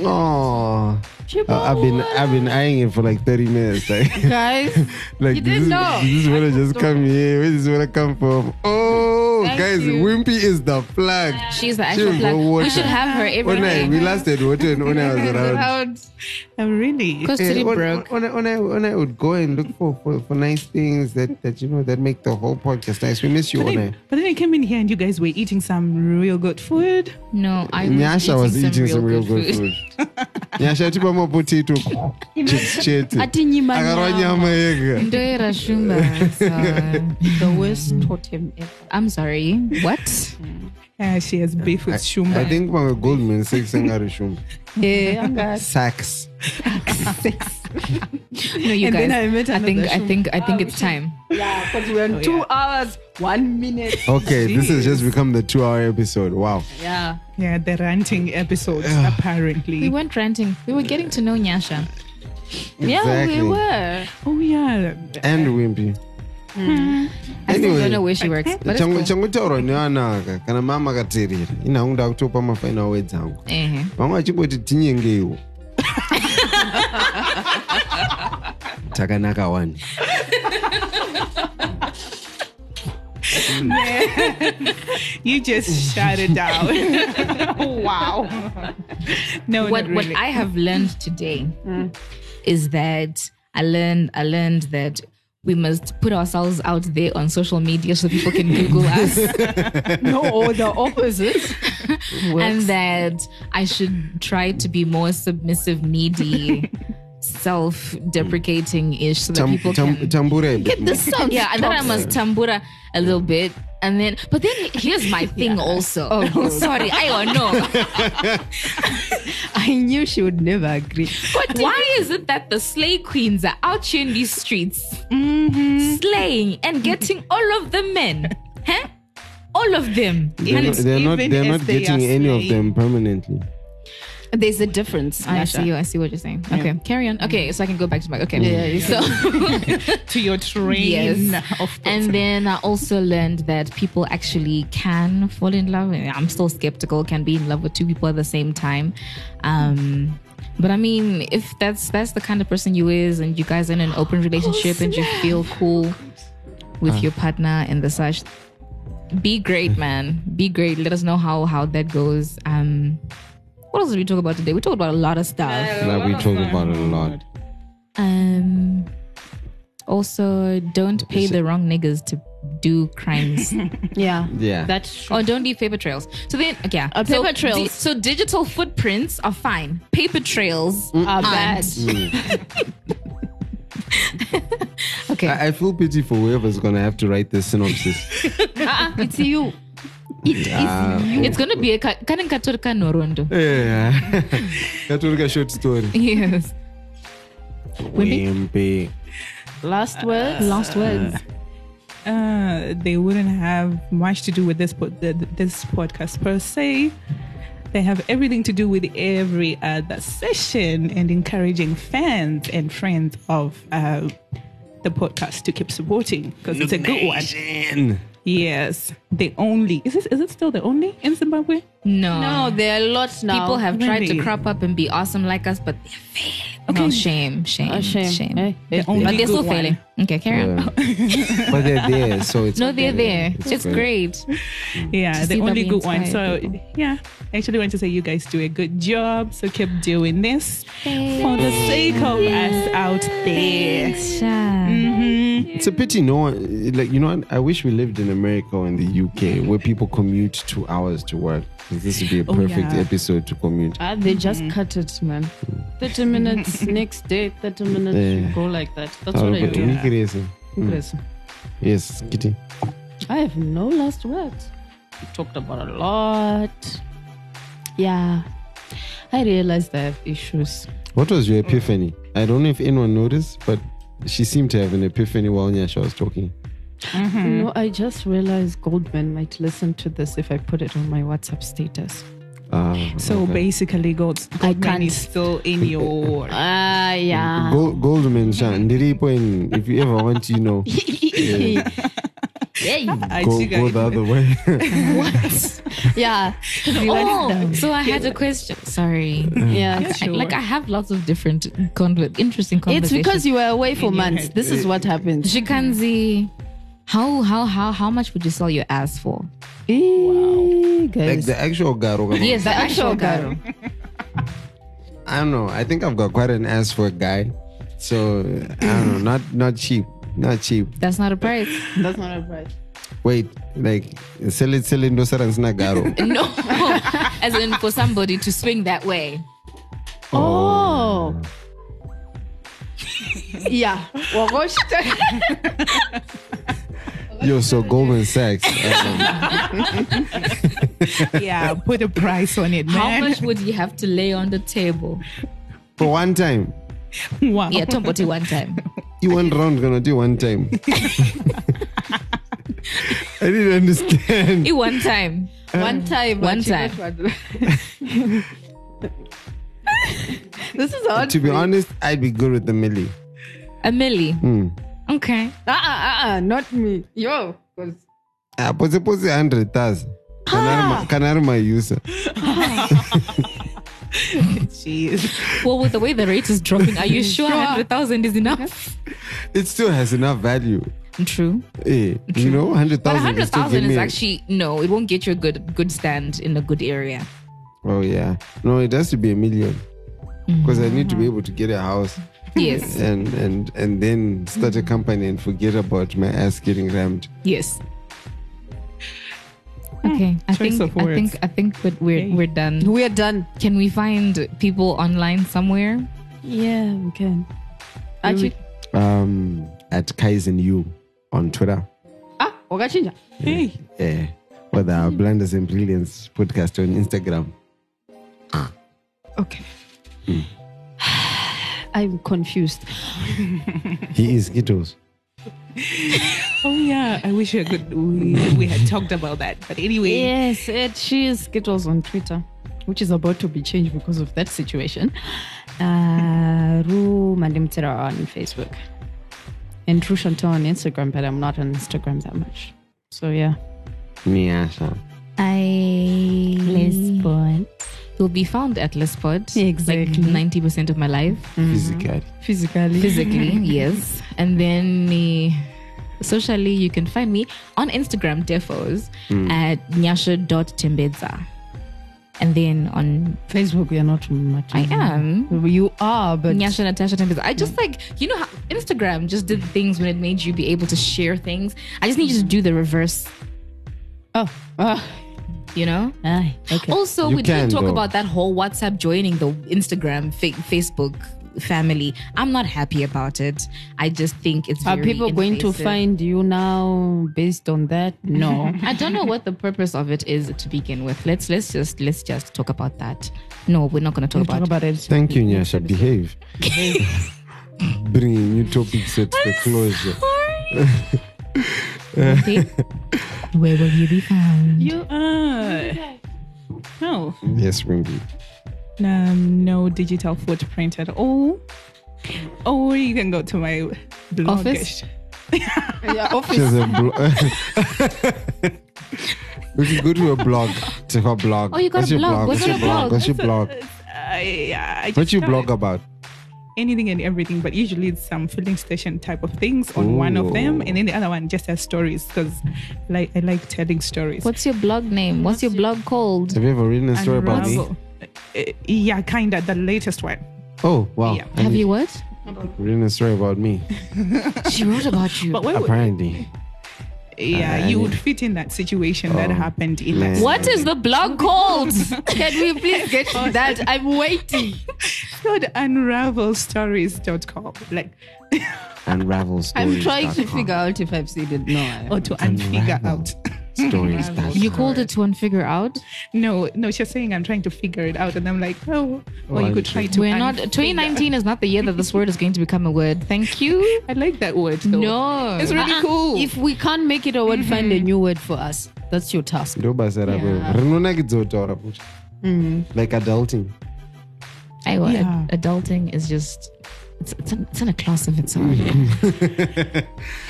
[SPEAKER 4] Oh, I've been I've been eyeing it for like thirty minutes. Like.
[SPEAKER 5] Guys,
[SPEAKER 4] Like
[SPEAKER 5] You
[SPEAKER 4] this
[SPEAKER 5] didn't
[SPEAKER 4] is,
[SPEAKER 5] know.
[SPEAKER 4] this is where I just come here. Where this is where I come from. Oh,
[SPEAKER 5] Thank
[SPEAKER 4] guys,
[SPEAKER 5] you.
[SPEAKER 4] Wimpy is the flag.
[SPEAKER 3] She's the actual
[SPEAKER 4] She
[SPEAKER 3] plug.
[SPEAKER 4] brought
[SPEAKER 3] We should
[SPEAKER 4] water.
[SPEAKER 3] have her every
[SPEAKER 4] When I, we
[SPEAKER 3] day.
[SPEAKER 4] last had water and when I was around.
[SPEAKER 6] oh really
[SPEAKER 3] Because
[SPEAKER 4] Eh,
[SPEAKER 3] today
[SPEAKER 4] when,
[SPEAKER 3] broke.
[SPEAKER 4] when, I- when I, when I would go and look for, for, for nice things that, that you know that make the whole podcast nice. We miss you,
[SPEAKER 6] but
[SPEAKER 4] One.
[SPEAKER 6] then, but then I came in here and you guys were eating some real good food.
[SPEAKER 3] No, I was
[SPEAKER 4] Nyasha was
[SPEAKER 3] eating,
[SPEAKER 4] eating some real good
[SPEAKER 3] food.
[SPEAKER 4] food. Nyasha tipa mo potato chips chetu.
[SPEAKER 1] Ati nyima
[SPEAKER 4] Akarwa nyama yega.
[SPEAKER 3] Ndo era shumba, so-
[SPEAKER 5] the worst totem ever.
[SPEAKER 3] I'm sorry. What?
[SPEAKER 6] Uh, she has beef with shumba.
[SPEAKER 4] I think my Goldman Sachs and Arishum.
[SPEAKER 3] Eh,
[SPEAKER 5] Yeah, I'm glad.
[SPEAKER 4] Sachs.
[SPEAKER 3] No, you
[SPEAKER 5] And
[SPEAKER 3] guys.
[SPEAKER 5] then I met
[SPEAKER 3] I think
[SPEAKER 5] another
[SPEAKER 3] I think I think
[SPEAKER 5] Ah,
[SPEAKER 3] it's time.
[SPEAKER 5] Oh, Yeah, because we're in two hours, one minute.
[SPEAKER 4] Okay, this has just become the two-hour episode. Wow.
[SPEAKER 5] Yeah.
[SPEAKER 6] yeah, the ranting episodes
[SPEAKER 3] We
[SPEAKER 6] apparently.
[SPEAKER 3] weren't ranting. We were getting to know Nyasha.
[SPEAKER 5] Yeah, we were.
[SPEAKER 6] Oh yeah,
[SPEAKER 4] and wimpy
[SPEAKER 3] I still
[SPEAKER 4] Anyway.
[SPEAKER 3] don't know where she works, but it's cool.
[SPEAKER 4] changotaurwa neanaka kana mama akateerera inhangu ndakutopa mafainawe dzangu
[SPEAKER 3] Eh.
[SPEAKER 4] vamwe vachingoti tinyengeiwo takanaka wani
[SPEAKER 6] you just shut it down. wow. No,
[SPEAKER 3] what
[SPEAKER 6] not really.
[SPEAKER 3] what I have learned today is that I learned I learned that we must put ourselves out there on social media so people can Google us,
[SPEAKER 5] No, or the opposite.
[SPEAKER 3] and that I should try to be more submissive, needy, self-deprecating ish, so that
[SPEAKER 4] Tam-
[SPEAKER 3] people
[SPEAKER 4] tam-
[SPEAKER 3] can
[SPEAKER 4] tambura
[SPEAKER 5] Get this sound.
[SPEAKER 3] yeah. And then I must tambura a little bit, and then but then here's my thing also. Oh, sorry, I don't know.
[SPEAKER 5] I knew she would never agree.
[SPEAKER 3] But why is it that the slay queens are out here in these streets
[SPEAKER 5] Mm-hmm.
[SPEAKER 3] slaying and getting all of the men? Huh? All of them.
[SPEAKER 4] they're,
[SPEAKER 6] Even-
[SPEAKER 4] not, they're not
[SPEAKER 6] even
[SPEAKER 4] they're
[SPEAKER 6] as
[SPEAKER 4] not
[SPEAKER 6] they
[SPEAKER 4] getting
[SPEAKER 6] are
[SPEAKER 4] any of
[SPEAKER 6] slaying.
[SPEAKER 4] them permanently
[SPEAKER 5] There's a difference.
[SPEAKER 3] I
[SPEAKER 5] Nyasha.
[SPEAKER 3] see. I see what you're saying. Okay, carry on. Okay, so I can go back to my. Okay, so
[SPEAKER 6] to your train Oh,
[SPEAKER 3] Yes.
[SPEAKER 6] of thought.
[SPEAKER 3] And then I also learned that people actually can fall in love. And I'm still skeptical, can be in love with two people at the same time. Um, but I mean, if that's that's the kind of person you is and you guys are in an open relationship and you feel cool with your partner and the such, be great, man. Be great. Let us know how how that goes. Um what else did we talk about today? We talked about a lot of stuff.
[SPEAKER 4] Like we talk about it a lot.
[SPEAKER 3] Um. Also, don't pay the wrong niggas to do crimes,
[SPEAKER 5] Yeah.
[SPEAKER 4] Yeah.
[SPEAKER 5] That's true.
[SPEAKER 3] or don't leave paper trails. So then, okay, yeah,
[SPEAKER 5] Uh,
[SPEAKER 3] so
[SPEAKER 5] paper trails.
[SPEAKER 3] di- so digital footprints are fine. Paper trails
[SPEAKER 6] Mm.
[SPEAKER 5] Are
[SPEAKER 3] are
[SPEAKER 5] Ah, bad.
[SPEAKER 3] bad. okay.
[SPEAKER 4] I, I feel pity for whoever's gonna have to write this synopsis.
[SPEAKER 5] it's you. It is you.
[SPEAKER 3] it's gonna be a ka- kanin katorka norondo.
[SPEAKER 4] yeah. That will be a short story.
[SPEAKER 3] Yes.
[SPEAKER 4] Wimpy.
[SPEAKER 5] Last words.
[SPEAKER 3] Last words.
[SPEAKER 6] uh, they wouldn't have much to do with this pod- th- th- this podcast per se. They have everything to do with every other session and encouraging fans and friends of uh, the podcast to keep supporting because it's a good one.
[SPEAKER 4] Asian.
[SPEAKER 6] Yes, the only is this is it still the only in Zimbabwe?
[SPEAKER 3] No.
[SPEAKER 5] No, there are lots now.
[SPEAKER 3] People have tried to
[SPEAKER 6] Really?
[SPEAKER 3] crop up and be awesome like us, but they're failing. No, shame, shame,
[SPEAKER 5] a Oh, shame.
[SPEAKER 3] shame.
[SPEAKER 5] Eh, eh,
[SPEAKER 6] The only
[SPEAKER 3] But they're
[SPEAKER 6] good
[SPEAKER 3] still
[SPEAKER 6] one.
[SPEAKER 3] failing. Okay, carry on.
[SPEAKER 4] Yeah. but they're there, so it's
[SPEAKER 3] No, they're there.
[SPEAKER 4] It's
[SPEAKER 3] It's
[SPEAKER 4] great.
[SPEAKER 3] great.
[SPEAKER 6] Yeah,
[SPEAKER 3] To
[SPEAKER 6] the
[SPEAKER 3] see that
[SPEAKER 6] only
[SPEAKER 3] we
[SPEAKER 6] good one. So
[SPEAKER 3] inspire
[SPEAKER 6] yeah, I actually want to say you guys do a good job. So keep doing this for the sake of us out there.
[SPEAKER 4] It's a pity no one like you know what? I wish we lived in America or in the UK where people commute two hours to work. 'Cause This would be a
[SPEAKER 6] Oh,
[SPEAKER 4] perfect
[SPEAKER 6] yeah.
[SPEAKER 4] episode to commute.
[SPEAKER 5] Ah, they just cut it, man. 30 minutes next day, 30 minutes
[SPEAKER 4] Yeah.
[SPEAKER 5] you go like that. That's
[SPEAKER 4] Oh,
[SPEAKER 5] what I
[SPEAKER 4] but
[SPEAKER 5] do.
[SPEAKER 4] we could yes,
[SPEAKER 5] Yes.
[SPEAKER 4] Yes, kitty.
[SPEAKER 5] I have no last words. We talked about a lot. Yeah. I realized I have issues.
[SPEAKER 4] What was your epiphany? I don't know if anyone noticed, but she seemed to have an epiphany while Nyasha was talking.
[SPEAKER 5] No, I just realized Goldman might listen to this if I put it on my WhatsApp status.
[SPEAKER 4] Ah,
[SPEAKER 6] So
[SPEAKER 4] okay.
[SPEAKER 6] basically, God,
[SPEAKER 5] I
[SPEAKER 6] Goldman
[SPEAKER 5] can't.
[SPEAKER 6] is still in your.
[SPEAKER 5] Ah, yeah.
[SPEAKER 4] Go- Goldman Shan, Ndiripo in- if you ever want to, you know,
[SPEAKER 5] yeah.
[SPEAKER 6] I
[SPEAKER 4] go,
[SPEAKER 6] think
[SPEAKER 4] go
[SPEAKER 6] I-
[SPEAKER 4] the other way.
[SPEAKER 5] Yeah.
[SPEAKER 3] Oh, so I had a question. Sorry.
[SPEAKER 5] yeah.
[SPEAKER 3] I- like I have lots of different conver- interesting
[SPEAKER 5] It's
[SPEAKER 3] conversations.
[SPEAKER 5] because you were away for
[SPEAKER 6] your
[SPEAKER 5] months.
[SPEAKER 6] head.
[SPEAKER 5] This is what happens.
[SPEAKER 3] Shikanzi. How how how how much would you sell your ass for?
[SPEAKER 5] Eee,
[SPEAKER 4] like
[SPEAKER 5] Guys.
[SPEAKER 4] the actual Garo.
[SPEAKER 3] Yes, the
[SPEAKER 5] actual
[SPEAKER 3] actual
[SPEAKER 5] girl.
[SPEAKER 3] girl.
[SPEAKER 4] I don't know. I think I've got quite an ass for a guy. So, I don't know. Not, not cheap. Not cheap.
[SPEAKER 3] That's not a price.
[SPEAKER 5] That's not a price.
[SPEAKER 4] Wait, like, sell it, sell it, no, sir, and it's not Garo.
[SPEAKER 3] No, as in for somebody to swing that way.
[SPEAKER 5] Oh. yeah.
[SPEAKER 4] Yo, so Goldman Sachs. um,
[SPEAKER 6] yeah, put a price on it,
[SPEAKER 3] How
[SPEAKER 6] man.
[SPEAKER 3] much would you have to lay on the table?
[SPEAKER 4] for one time.
[SPEAKER 6] Wow.
[SPEAKER 3] Yeah, tomboti one time.
[SPEAKER 4] You one round gonna do one time. I didn't understand.
[SPEAKER 3] E one time.
[SPEAKER 5] Uh, One time.
[SPEAKER 3] One
[SPEAKER 5] actually,
[SPEAKER 3] time.
[SPEAKER 5] not one. this is odd.
[SPEAKER 4] to be honest, I'd be good with the millie.
[SPEAKER 3] A milli.
[SPEAKER 4] Hmm.
[SPEAKER 3] Okay.
[SPEAKER 5] Uh uh uh, not me. Yo. 'cause
[SPEAKER 4] Ah, pose pose hundred thousand.
[SPEAKER 3] Ah.
[SPEAKER 4] Canarma user.
[SPEAKER 6] Jeez.
[SPEAKER 3] Well, with the way the rate is dropping, are you sure hundred thousand is enough?
[SPEAKER 4] It still has enough value.
[SPEAKER 3] True.
[SPEAKER 4] Eh, you know, hundred
[SPEAKER 3] But
[SPEAKER 4] thousand.
[SPEAKER 3] hundred thousand is actually no. It won't get you a good good stand in a good area.
[SPEAKER 4] Oh yeah. No, it has to be a million. Because I need to be able to get a house
[SPEAKER 3] Yes.
[SPEAKER 4] and and and then start a company and forget about my ass getting rammed.
[SPEAKER 3] Yes.
[SPEAKER 5] Eh,
[SPEAKER 3] Okay, I
[SPEAKER 6] Choice
[SPEAKER 3] think
[SPEAKER 6] of
[SPEAKER 3] I
[SPEAKER 6] words.
[SPEAKER 3] think I think we're we're,
[SPEAKER 6] Okay.
[SPEAKER 3] we're done.
[SPEAKER 5] We are done.
[SPEAKER 3] Can we find people online somewhere?
[SPEAKER 5] Yeah, we can. Actually,
[SPEAKER 4] Um, at Kaizen U on Twitter.
[SPEAKER 5] ah, wakachinja.
[SPEAKER 6] Hey.
[SPEAKER 4] Yeah. Or the Blunders and Brilliance podcast on Instagram.
[SPEAKER 5] Okay. I'm confused.
[SPEAKER 4] He is Gitos.
[SPEAKER 6] Oh yeah, I wish we had, good, we, we had talked about that. But anyway,
[SPEAKER 5] Yes, it, she is Skittles on Twitter. which is about to be changed because of that situation, uh, Ru Malimtira on Facebook and Ru Chantal on Instagram, but I'm not on Instagram that much. So yeah,
[SPEAKER 4] Nyasha.
[SPEAKER 3] I
[SPEAKER 5] Lisbon
[SPEAKER 3] will be found at Lispod.
[SPEAKER 5] Exactly.
[SPEAKER 3] Like ninety percent of my life.
[SPEAKER 4] Physically.
[SPEAKER 5] physically.
[SPEAKER 3] Physically, yes. And then eh, socially you can find me on Instagram defos at nyasha.timbedza. And then on
[SPEAKER 5] Facebook, we are not much.
[SPEAKER 3] I am.
[SPEAKER 5] You are, but Hmm.
[SPEAKER 3] Nyasha Natasha Timbedza. I just like you know how Instagram just did things when it made you be able to share things. I just need you to do the reverse,
[SPEAKER 5] oh, oh,
[SPEAKER 3] you know?
[SPEAKER 5] aye, okay.
[SPEAKER 3] Also,
[SPEAKER 4] You
[SPEAKER 3] we did
[SPEAKER 4] can,
[SPEAKER 3] talk
[SPEAKER 4] though.
[SPEAKER 3] about that whole WhatsApp joining the Instagram, fa- Facebook family. I'm not happy about it. I just think it's
[SPEAKER 5] Are
[SPEAKER 3] very
[SPEAKER 5] people going to
[SPEAKER 3] invasive.
[SPEAKER 5] find you now based on that? No.
[SPEAKER 3] I don't know what the purpose of it is to begin with. Let's let's just let's just talk about that. No, we're not going to talk about.
[SPEAKER 5] it.
[SPEAKER 4] Thank you, Nyasha. Behave. Bringing new topics at the closure.
[SPEAKER 3] it. Where will you be found?
[SPEAKER 6] You are. No,
[SPEAKER 4] Yes, Ringy.
[SPEAKER 6] Oh. um, no digital footprint at all. Or you can go to my blog.
[SPEAKER 3] Office?
[SPEAKER 5] Yeah, office.
[SPEAKER 4] She's a blog. we could go to a blog. To her blog.
[SPEAKER 3] Oh, you got
[SPEAKER 4] What's
[SPEAKER 3] a
[SPEAKER 4] your
[SPEAKER 3] blog. What's
[SPEAKER 4] What's
[SPEAKER 3] your
[SPEAKER 4] your blog?
[SPEAKER 3] blog?
[SPEAKER 4] What's your blog?
[SPEAKER 6] I, uh, I just
[SPEAKER 4] What you
[SPEAKER 6] don't-
[SPEAKER 4] blog about?
[SPEAKER 6] Anything and everything, but usually it's some filling station type of things on one of them,
[SPEAKER 4] Ooh.
[SPEAKER 6] and then the other one just has stories because like I like telling stories.
[SPEAKER 3] What's your blog name? What's your blog called?
[SPEAKER 4] Have you ever written a story about me?
[SPEAKER 6] Unravel. Uh, yeah, kinda the latest one.
[SPEAKER 4] Oh, wow.
[SPEAKER 6] Yeah.
[SPEAKER 4] I
[SPEAKER 3] Have
[SPEAKER 4] need-
[SPEAKER 3] you what?
[SPEAKER 4] written a story about me?
[SPEAKER 3] She wrote about you.
[SPEAKER 6] But where would,
[SPEAKER 4] Apparently.
[SPEAKER 6] yeah,
[SPEAKER 4] I-
[SPEAKER 6] you would fit in that situation that
[SPEAKER 4] Oh,
[SPEAKER 6] happened in
[SPEAKER 4] man.
[SPEAKER 6] that.
[SPEAKER 3] What is the blog called? Can we please get that? I'm waiting.
[SPEAKER 6] called unravelstories.com like
[SPEAKER 4] Unravel stories.
[SPEAKER 5] I'm trying to figure out if I've seen it. No. I-
[SPEAKER 6] or to unfigure
[SPEAKER 4] Unravel.
[SPEAKER 6] out
[SPEAKER 4] stories.
[SPEAKER 3] You called it to unfigure out.
[SPEAKER 6] no no she's saying i'm trying to figure it out and i'm like oh
[SPEAKER 4] Oh,
[SPEAKER 6] or you could
[SPEAKER 4] I
[SPEAKER 6] try
[SPEAKER 4] see.
[SPEAKER 6] to
[SPEAKER 3] We're not.
[SPEAKER 6] unfigure.
[SPEAKER 3] 2019 is not the year that this word is going to become a word. Thank you.
[SPEAKER 6] i like that word though.
[SPEAKER 3] No,
[SPEAKER 6] it's really
[SPEAKER 5] Uh-uh.
[SPEAKER 6] cool
[SPEAKER 5] If we can't make it a word, find a new word for us. That's your task.
[SPEAKER 4] ndobasa rako rinonakidzotaura kuti
[SPEAKER 3] Mm-hmm.
[SPEAKER 4] like adulting
[SPEAKER 3] I, well,
[SPEAKER 6] Yeah.
[SPEAKER 3] ad- adulting is just. It's, it's, in, it's in a class of its own.
[SPEAKER 5] Mm-hmm.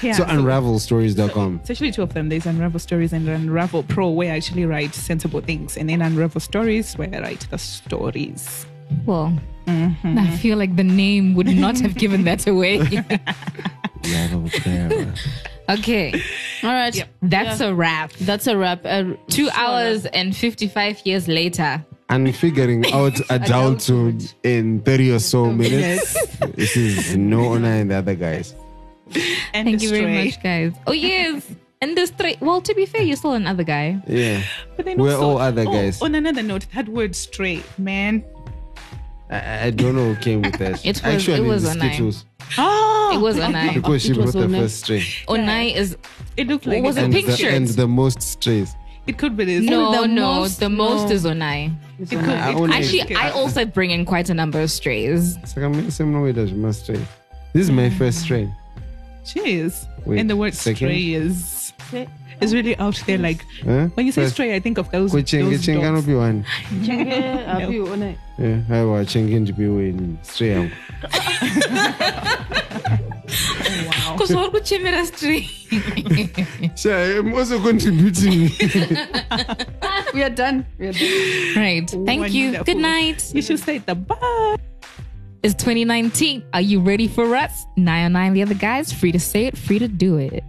[SPEAKER 6] yeah.
[SPEAKER 4] so unravelstories.com
[SPEAKER 6] It's actually two of them. There's Unravel Stories and Unravel Pro, where I actually write sensible things, and then Unravel Stories, where I write the stories.
[SPEAKER 3] Well,
[SPEAKER 5] Mm-hmm.
[SPEAKER 3] I feel like the name would not have given that away. okay,
[SPEAKER 5] All right.
[SPEAKER 3] that's a wrap.
[SPEAKER 5] That's a wrap. Uh,
[SPEAKER 3] Two hours and 55 years later.
[SPEAKER 4] and figuring out adulthood in 30 or so minutes this is no honor in the other guys
[SPEAKER 6] And
[SPEAKER 3] Thank you
[SPEAKER 6] stray.
[SPEAKER 3] very much, guys. Oh, yes. And the straight. Well, to be fair, you're still another guy.
[SPEAKER 4] yeah
[SPEAKER 6] But then
[SPEAKER 4] We're
[SPEAKER 6] also-
[SPEAKER 4] all other
[SPEAKER 6] oh,
[SPEAKER 4] guys.
[SPEAKER 6] On another note, that word "stray," man.
[SPEAKER 4] I, I don't know who came with that
[SPEAKER 3] It was-
[SPEAKER 4] actually
[SPEAKER 3] it was
[SPEAKER 4] the
[SPEAKER 3] Onai.
[SPEAKER 4] Skittles
[SPEAKER 3] It
[SPEAKER 6] Oh,
[SPEAKER 3] was Onai.
[SPEAKER 4] because she
[SPEAKER 5] It
[SPEAKER 4] brought
[SPEAKER 5] was
[SPEAKER 4] the
[SPEAKER 5] Onai.
[SPEAKER 4] first string
[SPEAKER 3] Onai is.
[SPEAKER 6] it looked
[SPEAKER 3] What
[SPEAKER 6] like
[SPEAKER 3] was The
[SPEAKER 6] it,
[SPEAKER 4] and
[SPEAKER 3] pink
[SPEAKER 4] the,
[SPEAKER 3] shirt.
[SPEAKER 4] and the most strays
[SPEAKER 6] it could be this.
[SPEAKER 3] No,
[SPEAKER 5] the
[SPEAKER 3] no.
[SPEAKER 5] most-
[SPEAKER 3] the most
[SPEAKER 5] no.
[SPEAKER 3] is Onai.
[SPEAKER 6] It could,
[SPEAKER 4] I
[SPEAKER 6] it
[SPEAKER 4] only-
[SPEAKER 6] could-
[SPEAKER 3] Actually, I also bring in quite a number of strays.
[SPEAKER 4] saka mese munoita zvemastray this is my first stray
[SPEAKER 6] Cheers.
[SPEAKER 4] Wait,
[SPEAKER 6] and the word
[SPEAKER 4] second.
[SPEAKER 6] stray is, is really out there. Like,
[SPEAKER 4] Huh?
[SPEAKER 6] when you say
[SPEAKER 4] First-
[SPEAKER 6] stray, I think of those.
[SPEAKER 4] kuchenge
[SPEAKER 6] those
[SPEAKER 4] chenge
[SPEAKER 6] dogs.
[SPEAKER 4] anopiwani
[SPEAKER 5] Have you on it?
[SPEAKER 4] Eh, haiwa chenge ndipiweni stray yangu
[SPEAKER 3] Oh. Because what would Chimera stray?
[SPEAKER 4] Sure, I'm also contributing.
[SPEAKER 5] We are done. We are done.
[SPEAKER 3] Right. Thank you.
[SPEAKER 6] Wonderful.
[SPEAKER 3] Good night.
[SPEAKER 6] You should say the bye.
[SPEAKER 3] It's 2019. Are you ready for us? 909 The Other Guys, free to say it, free to do it.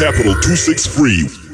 [SPEAKER 2] Capital 263.